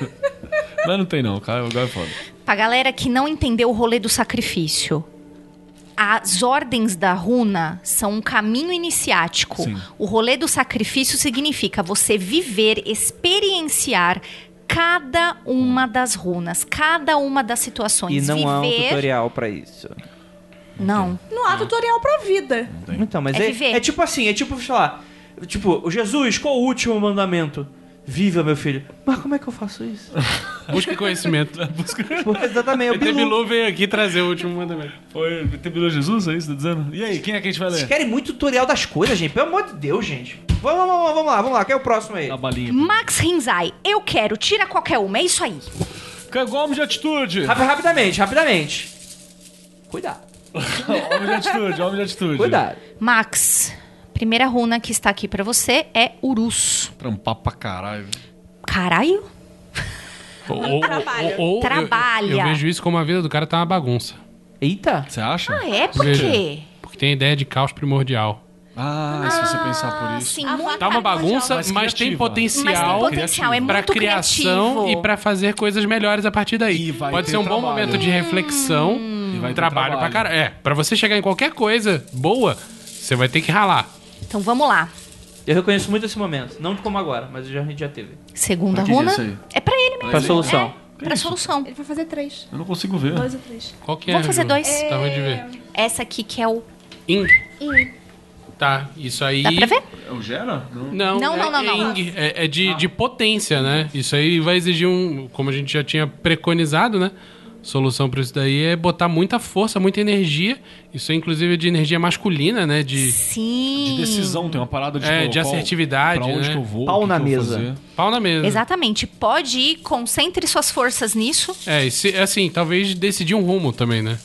Mas não tem não, cara, agora é foda. Pra galera que não entendeu o rolê do sacrifício, as ordens da runa são um caminho iniciático. Sim. O rolê do sacrifício significa você viver, experienciar cada uma das runas, cada uma das E situações. não há um viver. tutorial pra isso. Não. Não Ah. há tutorial pra vida. Então, mas É é, viver. é tipo assim, é tipo, sei lá, tipo, "Ô, Jesus, qual o último mandamento? Viva, meu filho. Mas como é que eu faço isso? Busque conhecimento. Busque... Pô, Exatamente, eu PT bilu. Bilu veio aqui trazer o último mandamento. Foi, terminou Jesus, é isso que tá dizendo? E aí, quem é que a gente vai Vocês ler? querem muito tutorial das coisas, gente. Pelo amor de Deus, gente. Vamos, vamos, vamos, vamos lá, vamos lá. Quem é o próximo aí? A balinha. Max Rinzai, eu quero, tira qualquer uma, é isso aí. Qual é o homem de atitude? Rap- rapidamente, rapidamente. Cuidado, homem de atitude, homem de atitude. cuidado. Max, primeira runa que está aqui pra você é Urus. Trampar pra caralho. Caralho? Ou, ou- Trabalha. ou- ou- eu- Trabalha. Eu, vejo isso como a vida do cara tá uma bagunça. Eita. Você acha? Ah, é? Por Veja. quê? Porque tem a ideia de caos primordial. Ah, se você pensar por isso. Sim, A muito Tá uma Cara primordial. bagunça, Mas mas, criativa. tem potencial. Mas tem potencial, é criativo. muito Pra criação criativo. e pra fazer coisas melhores a partir E daí. vai Pode ter ser um bom trabalho. momento de reflexão, E vai ter trabalho, pra trabalho. caralho. É, pra você chegar em qualquer coisa boa, você vai ter que ralar. Então vamos lá. Eu reconheço muito esse momento. Não como agora, mas já- a gente já teve. Segunda Pra que runa. isso aí? É pra ele mesmo. Pra solução. É, pra solução. Ele vai fazer três. Eu não consigo ver. Dois ou três. Qual que é? Vamos fazer Ju? dois. Tá ruim de ver. Essa aqui que é o In. Tá, isso aí. Dá pra ver? É o Gera? Não. Não, Não, é, não, não, é não. ing- É, é Ah. de, de potência, né? Isso aí vai exigir um. Como a gente já tinha preconizado, né? Solução pra isso daí é botar muita força, muita energia. Isso aí, inclusive, é de energia masculina, né? De Sim. De decisão, tem uma parada de É, tipo, de qual- assertividade, Pra onde né? que eu vou? Pau o que na que eu vou mesa. fazer. pau na mesa. Exatamente. Pode ir, concentre suas forças nisso. É, e se- assim, talvez decidir um rumo também, né?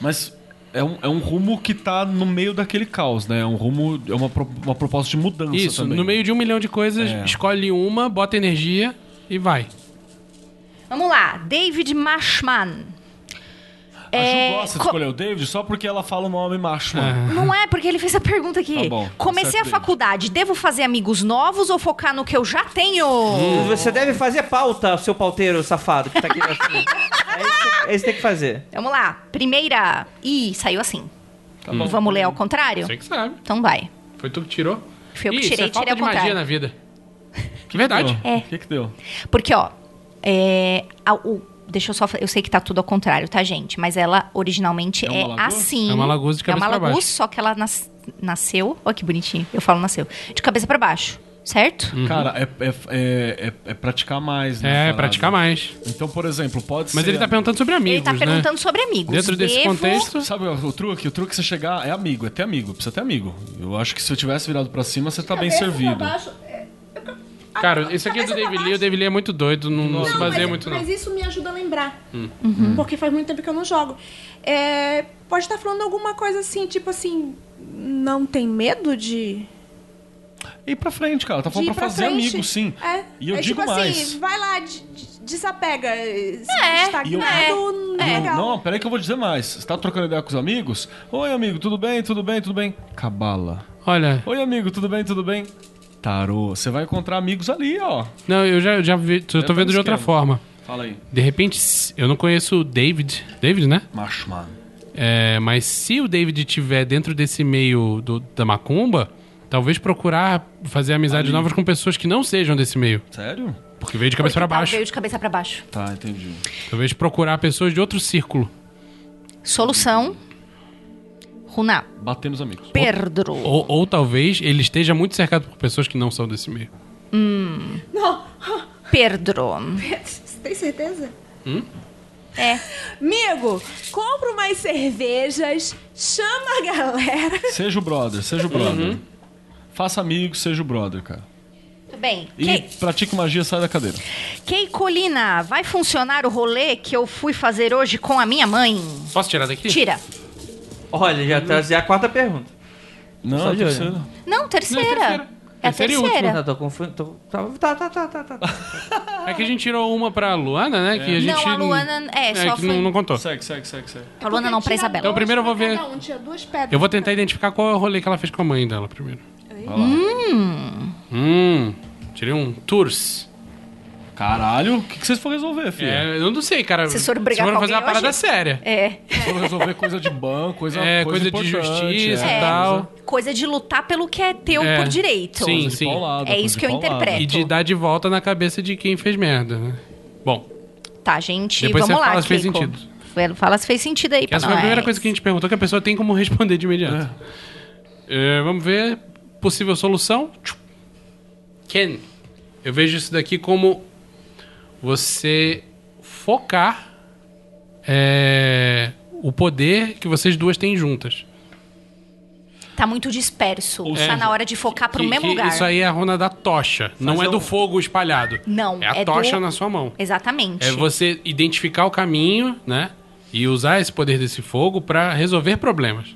Mas é um, é um rumo que tá no meio daquele caos, né? É um rumo, é uma, pro- uma proposta de mudança Isso, também. no meio de um milhão de coisas, É. escolhe uma, bota energia e vai. Então. Vamos lá. David Mashman. A É, Ju gosta de co- escolher o David só porque ela fala o nome macho, mano. Não é, porque ele fez a pergunta aqui. Tá bom, Comecei a acertei. faculdade, devo fazer amigos novos ou focar no que eu já tenho? Hum. É? Você deve fazer pauta, seu pauteiro safado, que tá aqui assim. É isso que- É isso que tem que fazer. Vamos lá. Primeira. Ih, saiu assim. Tá Vamos ler ao contrário? Você que sabe. Então vai. Foi tu que tirou? Fui eu que Ih, isso tirei, é falta tirei ao de magia contrário. na vida. Que verdade. É. O que que deu? Porque, ó, é, a- o- deixa eu só. fa- Eu sei que tá tudo ao contrário, tá, gente? Mas ela originalmente É é, uma lagosta? assim. É uma lagosta de É cabeça uma pra baixo. lagosta, só que ela nas- nasceu. Olha que bonitinho. Eu falo nasceu. De cabeça pra baixo, certo? Cara, é, é, é, é- é praticar mais, né? Uhum. É, parada. praticar mais. Então, por exemplo, pode ser... Mas ele tá perguntando sobre amigos, Ele tá né? perguntando sobre amigos. Dentro desse Devo- contexto, Sabe o, o truque? O truque é você chegar... É amigo, é ter amigo. Precisa ter amigo. Eu acho que se eu tivesse virado pra cima, você tá bem servido. cara, Ah, esse aqui é do David Lee. O David Lee é muito doido, não, não se Não, baseia mas, muito não. mas isso me ajuda a lembrar. Porque faz muito tempo que eu não jogo. É, pode estar falando alguma coisa assim, tipo assim, não tem medo de. E ir pra frente, cara. Tá de falando ir pra fazer frente? amigo, sim. É. E eu é digo tipo mais. assim, vai lá, de- de- desapega. É, É, estagnado, e não Não, é legal. Não, peraí que eu vou dizer mais. Você tá trocando ideia com os amigos? Oi, amigo, tudo bem? Tudo bem? Tudo bem? Cabala. Olha, Oi, amigo, tudo bem? Tudo bem? Tarô. Você vai encontrar amigos ali, ó. não, eu já, já vi, eu tá tô vendo de no outra esquema. forma. Fala aí. De repente, se- eu não conheço o David. David, né? Macho, mano. É, mas se o David tiver dentro desse meio do- da macumba, talvez procurar fazer amizades novas com pessoas que não sejam desse meio. Sério? Porque veio de cabeça Porque pra tá, baixo. Veio de cabeça pra baixo. Tá, entendi. Talvez procurar pessoas de outro círculo. Solução. Runa. Batemos amigos. Pedro. Ou, ou talvez ele esteja muito cercado por pessoas que não são desse meio. Não, Pedro. Você tem certeza? É. Amigo, compra umas cervejas, chama a galera. Seja o brother, Uhum. seja o brother. Faça amigos, seja o brother, cara. Muito bem. E Kei, pratique magia, sai da cadeira. Kei Colina, vai funcionar o rolê que eu fui fazer hoje com a minha mãe? Posso tirar daqui? Tira. Olha, já trazer a quarta pergunta. Só Não, de olho. terceiro. né? Não, terceira. terceira. É a Terceira e terceira. Não, tô confundindo. Tá, tá, tá, tá, tá. É que a gente tirou uma pra Luana, né? Que a gente Não, a Luana. É, é, só que foi. não, não contou. Segue, segue, segue, segue. A Luana não, pra Isabela. Então, primeiro eu vou ver- Cada um tinha duas pedras. Eu vou tentar identificar qual é o rolê que ela fez com a mãe dela primeiro. Hum. Tirei um tours. Caralho, o que, que vocês foram resolver, filho? É, eu não sei, cara. Vocês foram brigar foram com fazer uma alguém parada hoje? séria. É. Vocês foram resolver coisa de banco, coisa É, coisa, de importante, justiça tá? é. e tal. Coisa de lutar pelo que é teu É. por direito. Sim, De sim. paulada, É coisa isso de que eu paulada. interpreto. E de dar de volta na cabeça de quem fez merda, né? Bom, Tá, gente, Depois vamos você lá, fala se fez Keiko. sentido. Fala se fez sentido aí pra essa foi a nós. primeira coisa que a gente perguntou que a pessoa tem como responder de imediato. É, vamos ver. Possível solução. Tchum. Ken, eu vejo isso daqui como você focar é, o poder que vocês duas têm juntas. Tá muito disperso. seja, tá na hora de focar pro Que- mesmo que lugar. Isso aí é a runa da tocha. não é do fogo espalhado. Não, É a é do- tocha na sua mão. Exatamente. É você identificar o caminho, né? E usar esse poder desse fogo pra resolver problemas.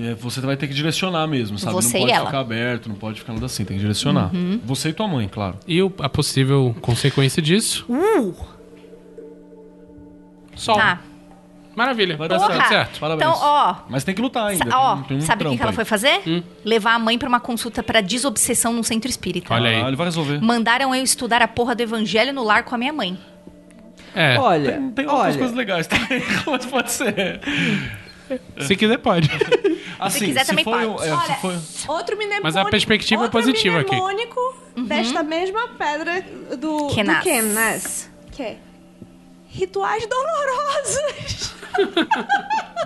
É, Você vai ter que direcionar mesmo, sabe? Você e não pode ela. Uhum. ficar aberto, não pode ficar nada assim, tem que direcionar. Você e tua mãe, claro. E o- a possível consequência disso. Sol. Tá. Maravilha. Vai Tá dar tudo Porra. certo. Parabéns. Então, ó. Mas tem que lutar ainda. sa- ó, tem, tem um sabe o que, trampo que ela aí. foi fazer? Hum. Levar a mãe pra uma consulta pra desobsessão num centro espírita. Olha aí. Caralho, vai resolver. Mandaram eu estudar a porra do evangelho no lar com a minha mãe. É. Olha, Hum, Tem, tem outras olha. coisas legais também, mas pode ser. Se quiser, pode. Assim, quiser, também foi, um- pode. é, se Olha, foi- outro mnemônico. Mas a perspectiva é outro positiva aqui. mnemônico desta mesma pedra do Uhum. Kenaz. do Kenaz. Que é rituais dolorosos.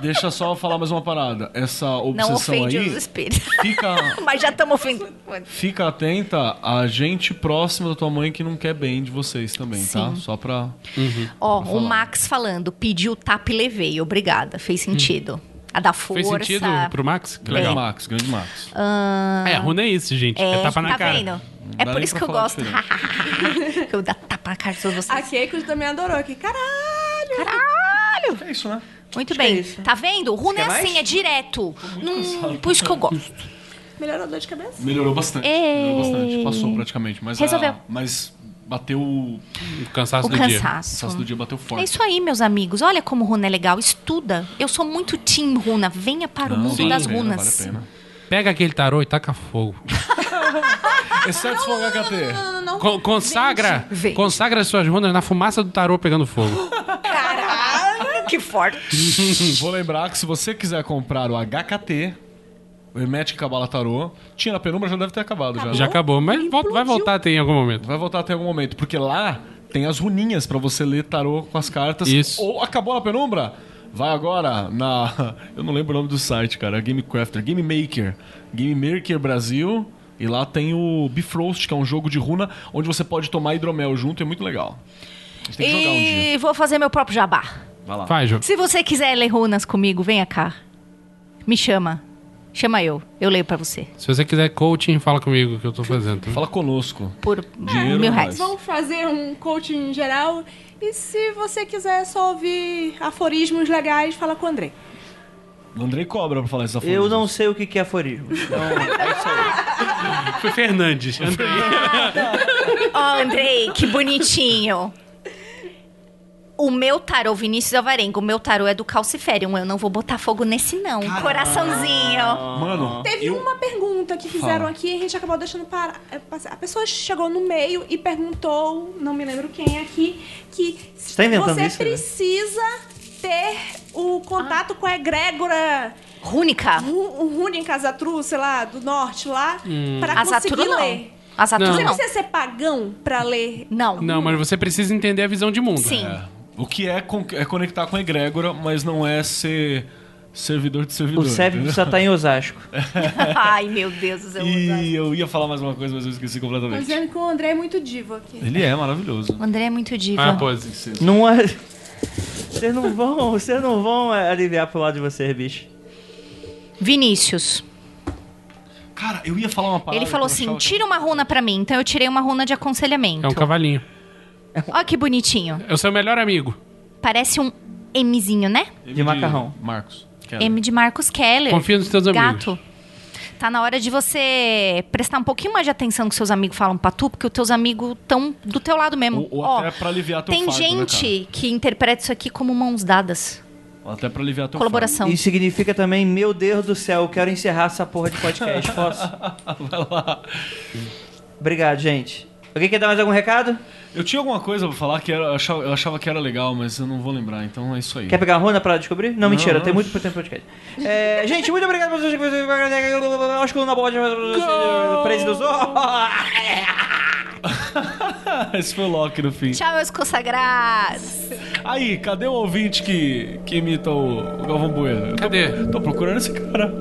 Deixa só eu falar mais uma parada. Essa Não obsessão ofende aí os espíritos. fica, Mas já estamos ofendendo. fica atenta a gente próxima da tua mãe que não quer bem de vocês também, tá? Só pra. Ó, o Vou falar. Max falando, pediu tapa e levei, obrigada. Fez Hum. sentido. A da força. Fez sentido pro Max? Que Grande legal. Max, grande Max. Ah. É, runa é isso, gente. É, tapa na tá cara. vendo? É dá por nem isso pra que eu falar gosto. que eu dou tapa na cara de todos A vocês. Keiko também adorou. Que caralho! Caralho! É isso, né? Muito Acho que é bem. isso. tá vendo? O Runa é Quer mais? assim, é direto. Não, por isso que eu gosto. Melhorou a dor de cabeça? Melhorou bastante. Ei. Melhorou bastante. Passou praticamente. Mas, a- Resolveu. mas bateu. O O cansaço O do dia. cansaço. cansaço do dia bateu forte. É isso aí, meus amigos. Olha como Runa é legal. Estuda. Eu sou muito team Runa. Venha para o Não, mundo vale das a pena, runas. Vale a pena. Pega aquele tarô e taca fogo. Ah, Exceto se for HT. Não, não. Con- consagra, vem. consagra as suas runas na fumaça do tarô pegando fogo. Caralho, que forte. Vou lembrar que se você quiser comprar o HKT, o Hermetic Cabala Tarô, tinha na penumbra, já deve ter acabado. Já. Já acabou, mas volta- vai voltar até em algum momento. Vai voltar até algum momento, porque lá tem as runinhas pra você ler tarô com as cartas. Isso. Ou acabou na penumbra? Vai agora na. Eu não lembro o nome do site, cara. Game Crafter, Game Maker. Game Maker Brasil. E lá tem o Bifrost, que é um jogo de runa, onde você pode tomar hidromel junto, é muito legal. A gente tem que jogar um dia. E vou fazer meu próprio jabá. Vai lá. Faz, Jô. Se você quiser ler runas comigo, venha cá. Me chama. Chama eu. Eu leio pra você. Se você quiser coaching, fala comigo que eu tô fazendo. tá? Fala conosco. Por ah, Dinheiro mil não reais. vai. Vamos fazer um coaching geral. E se você quiser só ouvir aforismos legais, fala com o André. O Andrei cobra pra falar essa foto. Eu não sei o que que é aforismo. Então, é isso aí. Foi Fernandes. Ó, Andrei, que bonitinho. O meu tarô, Vinícius Alvarenga, o meu tarô é do Calciferium. Eu não vou botar fogo nesse, não. Coraçãozinho. Mano, Teve um- uma pergunta que fizeram Fala. aqui e a gente acabou deixando para- é, passar. A pessoa chegou no meio e perguntou, não me lembro quem é aqui, que Você tá inventando você isso, né? precisa ter o contato com a egrégora Ah. Rúnica. ru- rúnica Zatru, sei lá, do norte lá, Hum. pra Azaturu conseguir não. ler. Azaturu Não. Você não. precisa ser pagão pra ler. Não. Não, mas você precisa entender a visão de mundo. Sim. É. O que é, con- é conectar com a egrégora, mas não é ser servidor de servidor. O Sérgio entendeu? precisa estar em Osasco. Ai, meu Deus do céu. E eu ia falar mais uma coisa, mas eu esqueci Tô completamente. dizendo que o André é muito divo aqui. Ele é maravilhoso. O André é muito diva. Ah, pose. Não é. Vocês não vão, vocês não vão é, aliviar pro lado de vocês, bicho. Vinícius. Cara, eu ia falar uma parada. Ele falou que eu assim: achava que- tira uma runa pra mim. Então eu tirei uma runa de aconselhamento. É um cavalinho. Olha que bonitinho. É o seu melhor amigo. Parece um Mzinho, né? M de macarrão. Marcos. Quero. M de Marcos Keller. Confia nos teus amigos. Gato. Tá na hora de você prestar um pouquinho mais de atenção no que seus amigos falam pra tu, porque os teus amigos estão do teu lado mesmo. Ou, ou Ó, até pra aliviar teu tem fardo, né, gente que interpreta isso aqui como mãos dadas. cara? Ou até pra aliviar teu Colaboração. Isso significa também, meu Deus do céu, eu quero encerrar essa porra de podcast. Posso? fardo. Vai lá. Obrigado, gente. Alguém quer dar mais algum recado? Eu tinha alguma coisa pra falar que era- eu, achava, eu achava que era legal, mas eu não vou lembrar, então é isso aí. Quer pegar a Rona pra descobrir? Não, mentira, não. tem muito tempo de podcast. É, gente, muito obrigado por vocês que vocês. Acho que o Luna Bode presidiu Esse foi o Loki no fim. Tchau, meus consagrados. Aí, cadê o ouvinte que, que imita o, o Galvão Bueno? Eu tô- Cadê? tô procurando esse cara.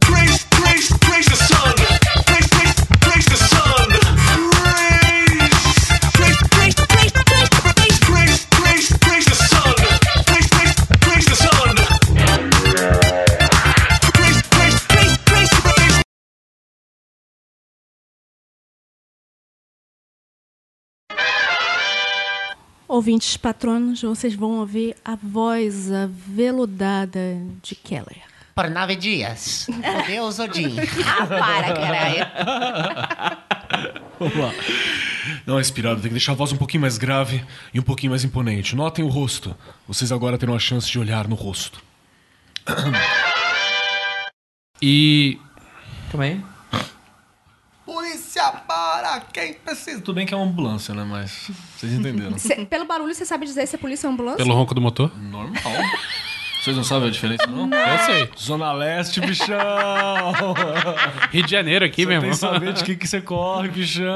Praise, praise, praise the sun. Praise, praise, praise the sun. Praise, praise, praise, praise, praise, praise, praise, praise the sun. Praise, praise, praise the sun. Praise, praise, praise, praise, praise. Ouvintes patronos, vocês vão ouvir a voz aveludada de Keller. Por nove dias. Deus Odin. Ah, para, É caralho. Vamos lá. Não, inspirado, tem que deixar a voz um pouquinho mais grave e um pouquinho mais imponente. Notem o rosto. Vocês agora terão a chance de olhar no rosto. E Calma aí. Polícia para! ah, quem precisa? Tudo bem que é uma ambulância, né? Mas vocês entenderam. Cê- pelo barulho, você sabe dizer se é polícia ou ambulância? Pelo ronco do motor? Normal. Vocês não sabem a diferença, não? Eu sei. Zona Leste, bichão! Rio de Janeiro aqui, meu Tem que irmão. saber de que, que você corre, bichão!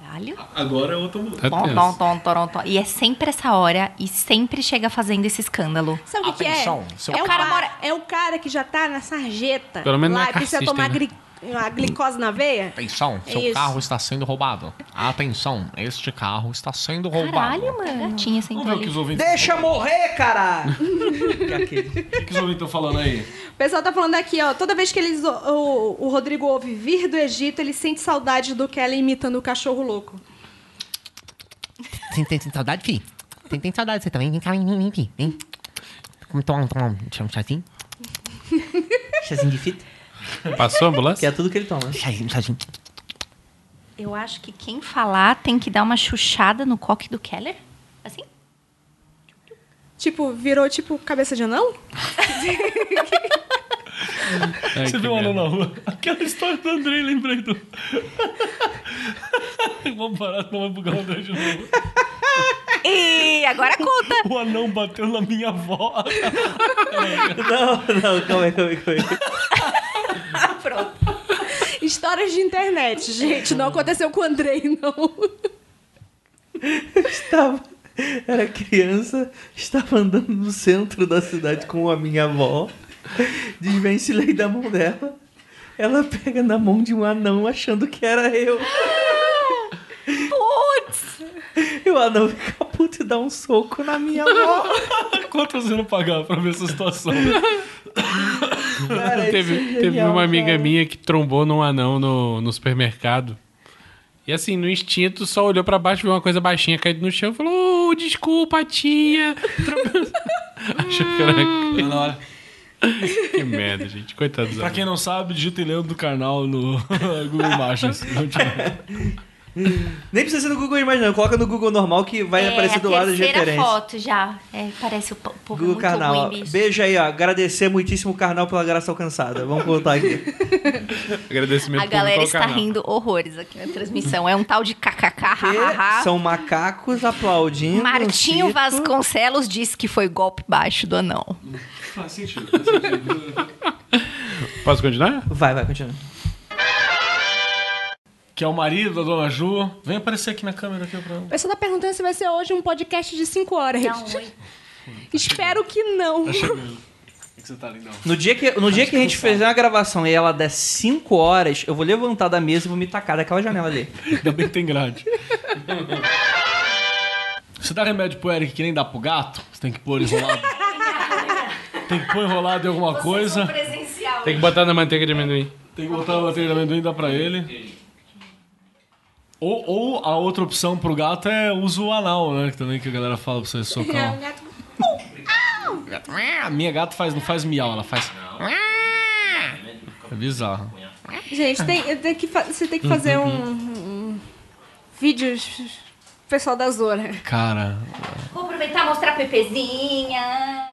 Caralho. Agora é outro mundo. Tá Tom, tenso. tom, tom, tom, tom. E é sempre essa hora e sempre chega fazendo esse escândalo. Sabe o que, que é? Atenção, seu é, o cara cara, mora- é o cara que já tá na sarjeta. Pelo menos lá, não é e precisa carcista, tomar né? gri- a glicose na veia. Atenção, seu Isso. carro está sendo roubado. Atenção, este carro está sendo roubado. Caralho, mano. Gatinha Vamos sentou ver o que ali. os ouvintes Deixa morrer, cara! o que os ouvintes estão falando aí. O pessoal tá falando aqui, ó. Toda vez que eles, o, o- o Rodrigo ouve vir do Egito, ele sente saudade do Kelly imitando o cachorro louco. Tem, tem, tem saudade, fi? Tem, tem saudade de você também? Vem cá, vem, vem, vem, fi. Vem. Como toma, toma um chá- um chazinho? Chazinho de fita, Passou a que é ambulância? tudo que ele toma. Chazinho, um chazinho. Eu acho que quem falar tem que dar uma chuchada no coque do Keller. Assim? Tipo, virou tipo cabeça de anão? Ai, Você que viu um anão merda. na rua? Aquela história do Andrei, lembrei do. Vamos parar, não vai bugar o André de novo. E agora conta. O anão bateu na minha avó. Não, não, calma aí, calma aí, calma aí. Histórias de internet, gente. Não aconteceu com o Andrei, não. Estava, era criança, estava andando no centro da cidade com a minha avó, desvencilhei da mão dela, ela pega na mão de um anão achando que era eu. Putz! E o anão fica puto e dá um soco na minha avó. Quanto você não pagava pra ver essa situação? Cara, Teve, isso é teve genial, uma amiga cara. minha que trombou num anão no, no supermercado. E assim, no instinto, só olhou pra baixo, viu uma coisa baixinha caída no chão e falou: "Ô, desculpa, tia. Trombou- Achou que era- Na hora. Que merda, gente. Coitado dos Pra anões. quem não sabe, digita Leandro do Carnal no Google Imagens. Não tinha- Nem precisa ser no Google Imagens, não. Coloca no Google normal que vai aparecer do lado de É, terceira referência. foto já. É, parece o po- povo Google muito Carnal. ruim, bicho. Beijo aí, ó. Agradecer muitíssimo o Carnal pela graça alcançada. Vamos voltar aqui. Agradecimento A galera público está ao canal. rindo horrores aqui na transmissão. É um tal de kkk, E hahaha. são assim? macacos aplaudindo. um Martinho Cito. Vasconcelos disse que foi golpe baixo do anão. Faz sentido, faz sentido. Posso continuar? Vai, vai, continua. Que é o marido da dona Ju. Vem aparecer aqui na câmera aqui pra. O pessoal tá perguntando se vai ser hoje um podcast de 5 horas. Espero que não. que você tá ali, não. No dia que, no dia que a gente fizer uma gravação e ela der 5 horas, eu vou levantar da mesa e vou me tacar daquela janela ali. Ainda bem que tem grade. Você dá remédio pro Eric que nem dá pro gato? Você tem que pôr enrolado. tem que pôr enrolado em alguma coisa. Tem que botar na manteiga de amendoim. Tem que botar a bateria de amendoim e dar pra ele. Ou, ou a outra opção pro gato é uso o anal, né? Que também que a galera fala pra você É, socar. o- Ah, A minha gata faz, não faz miau, ela faz. É bizarro. Gente, tem, tem que fa- você tem que fazer um, um vídeo pessoal da Zona. Cara, Vou aproveitar e mostrar a Pepezinha.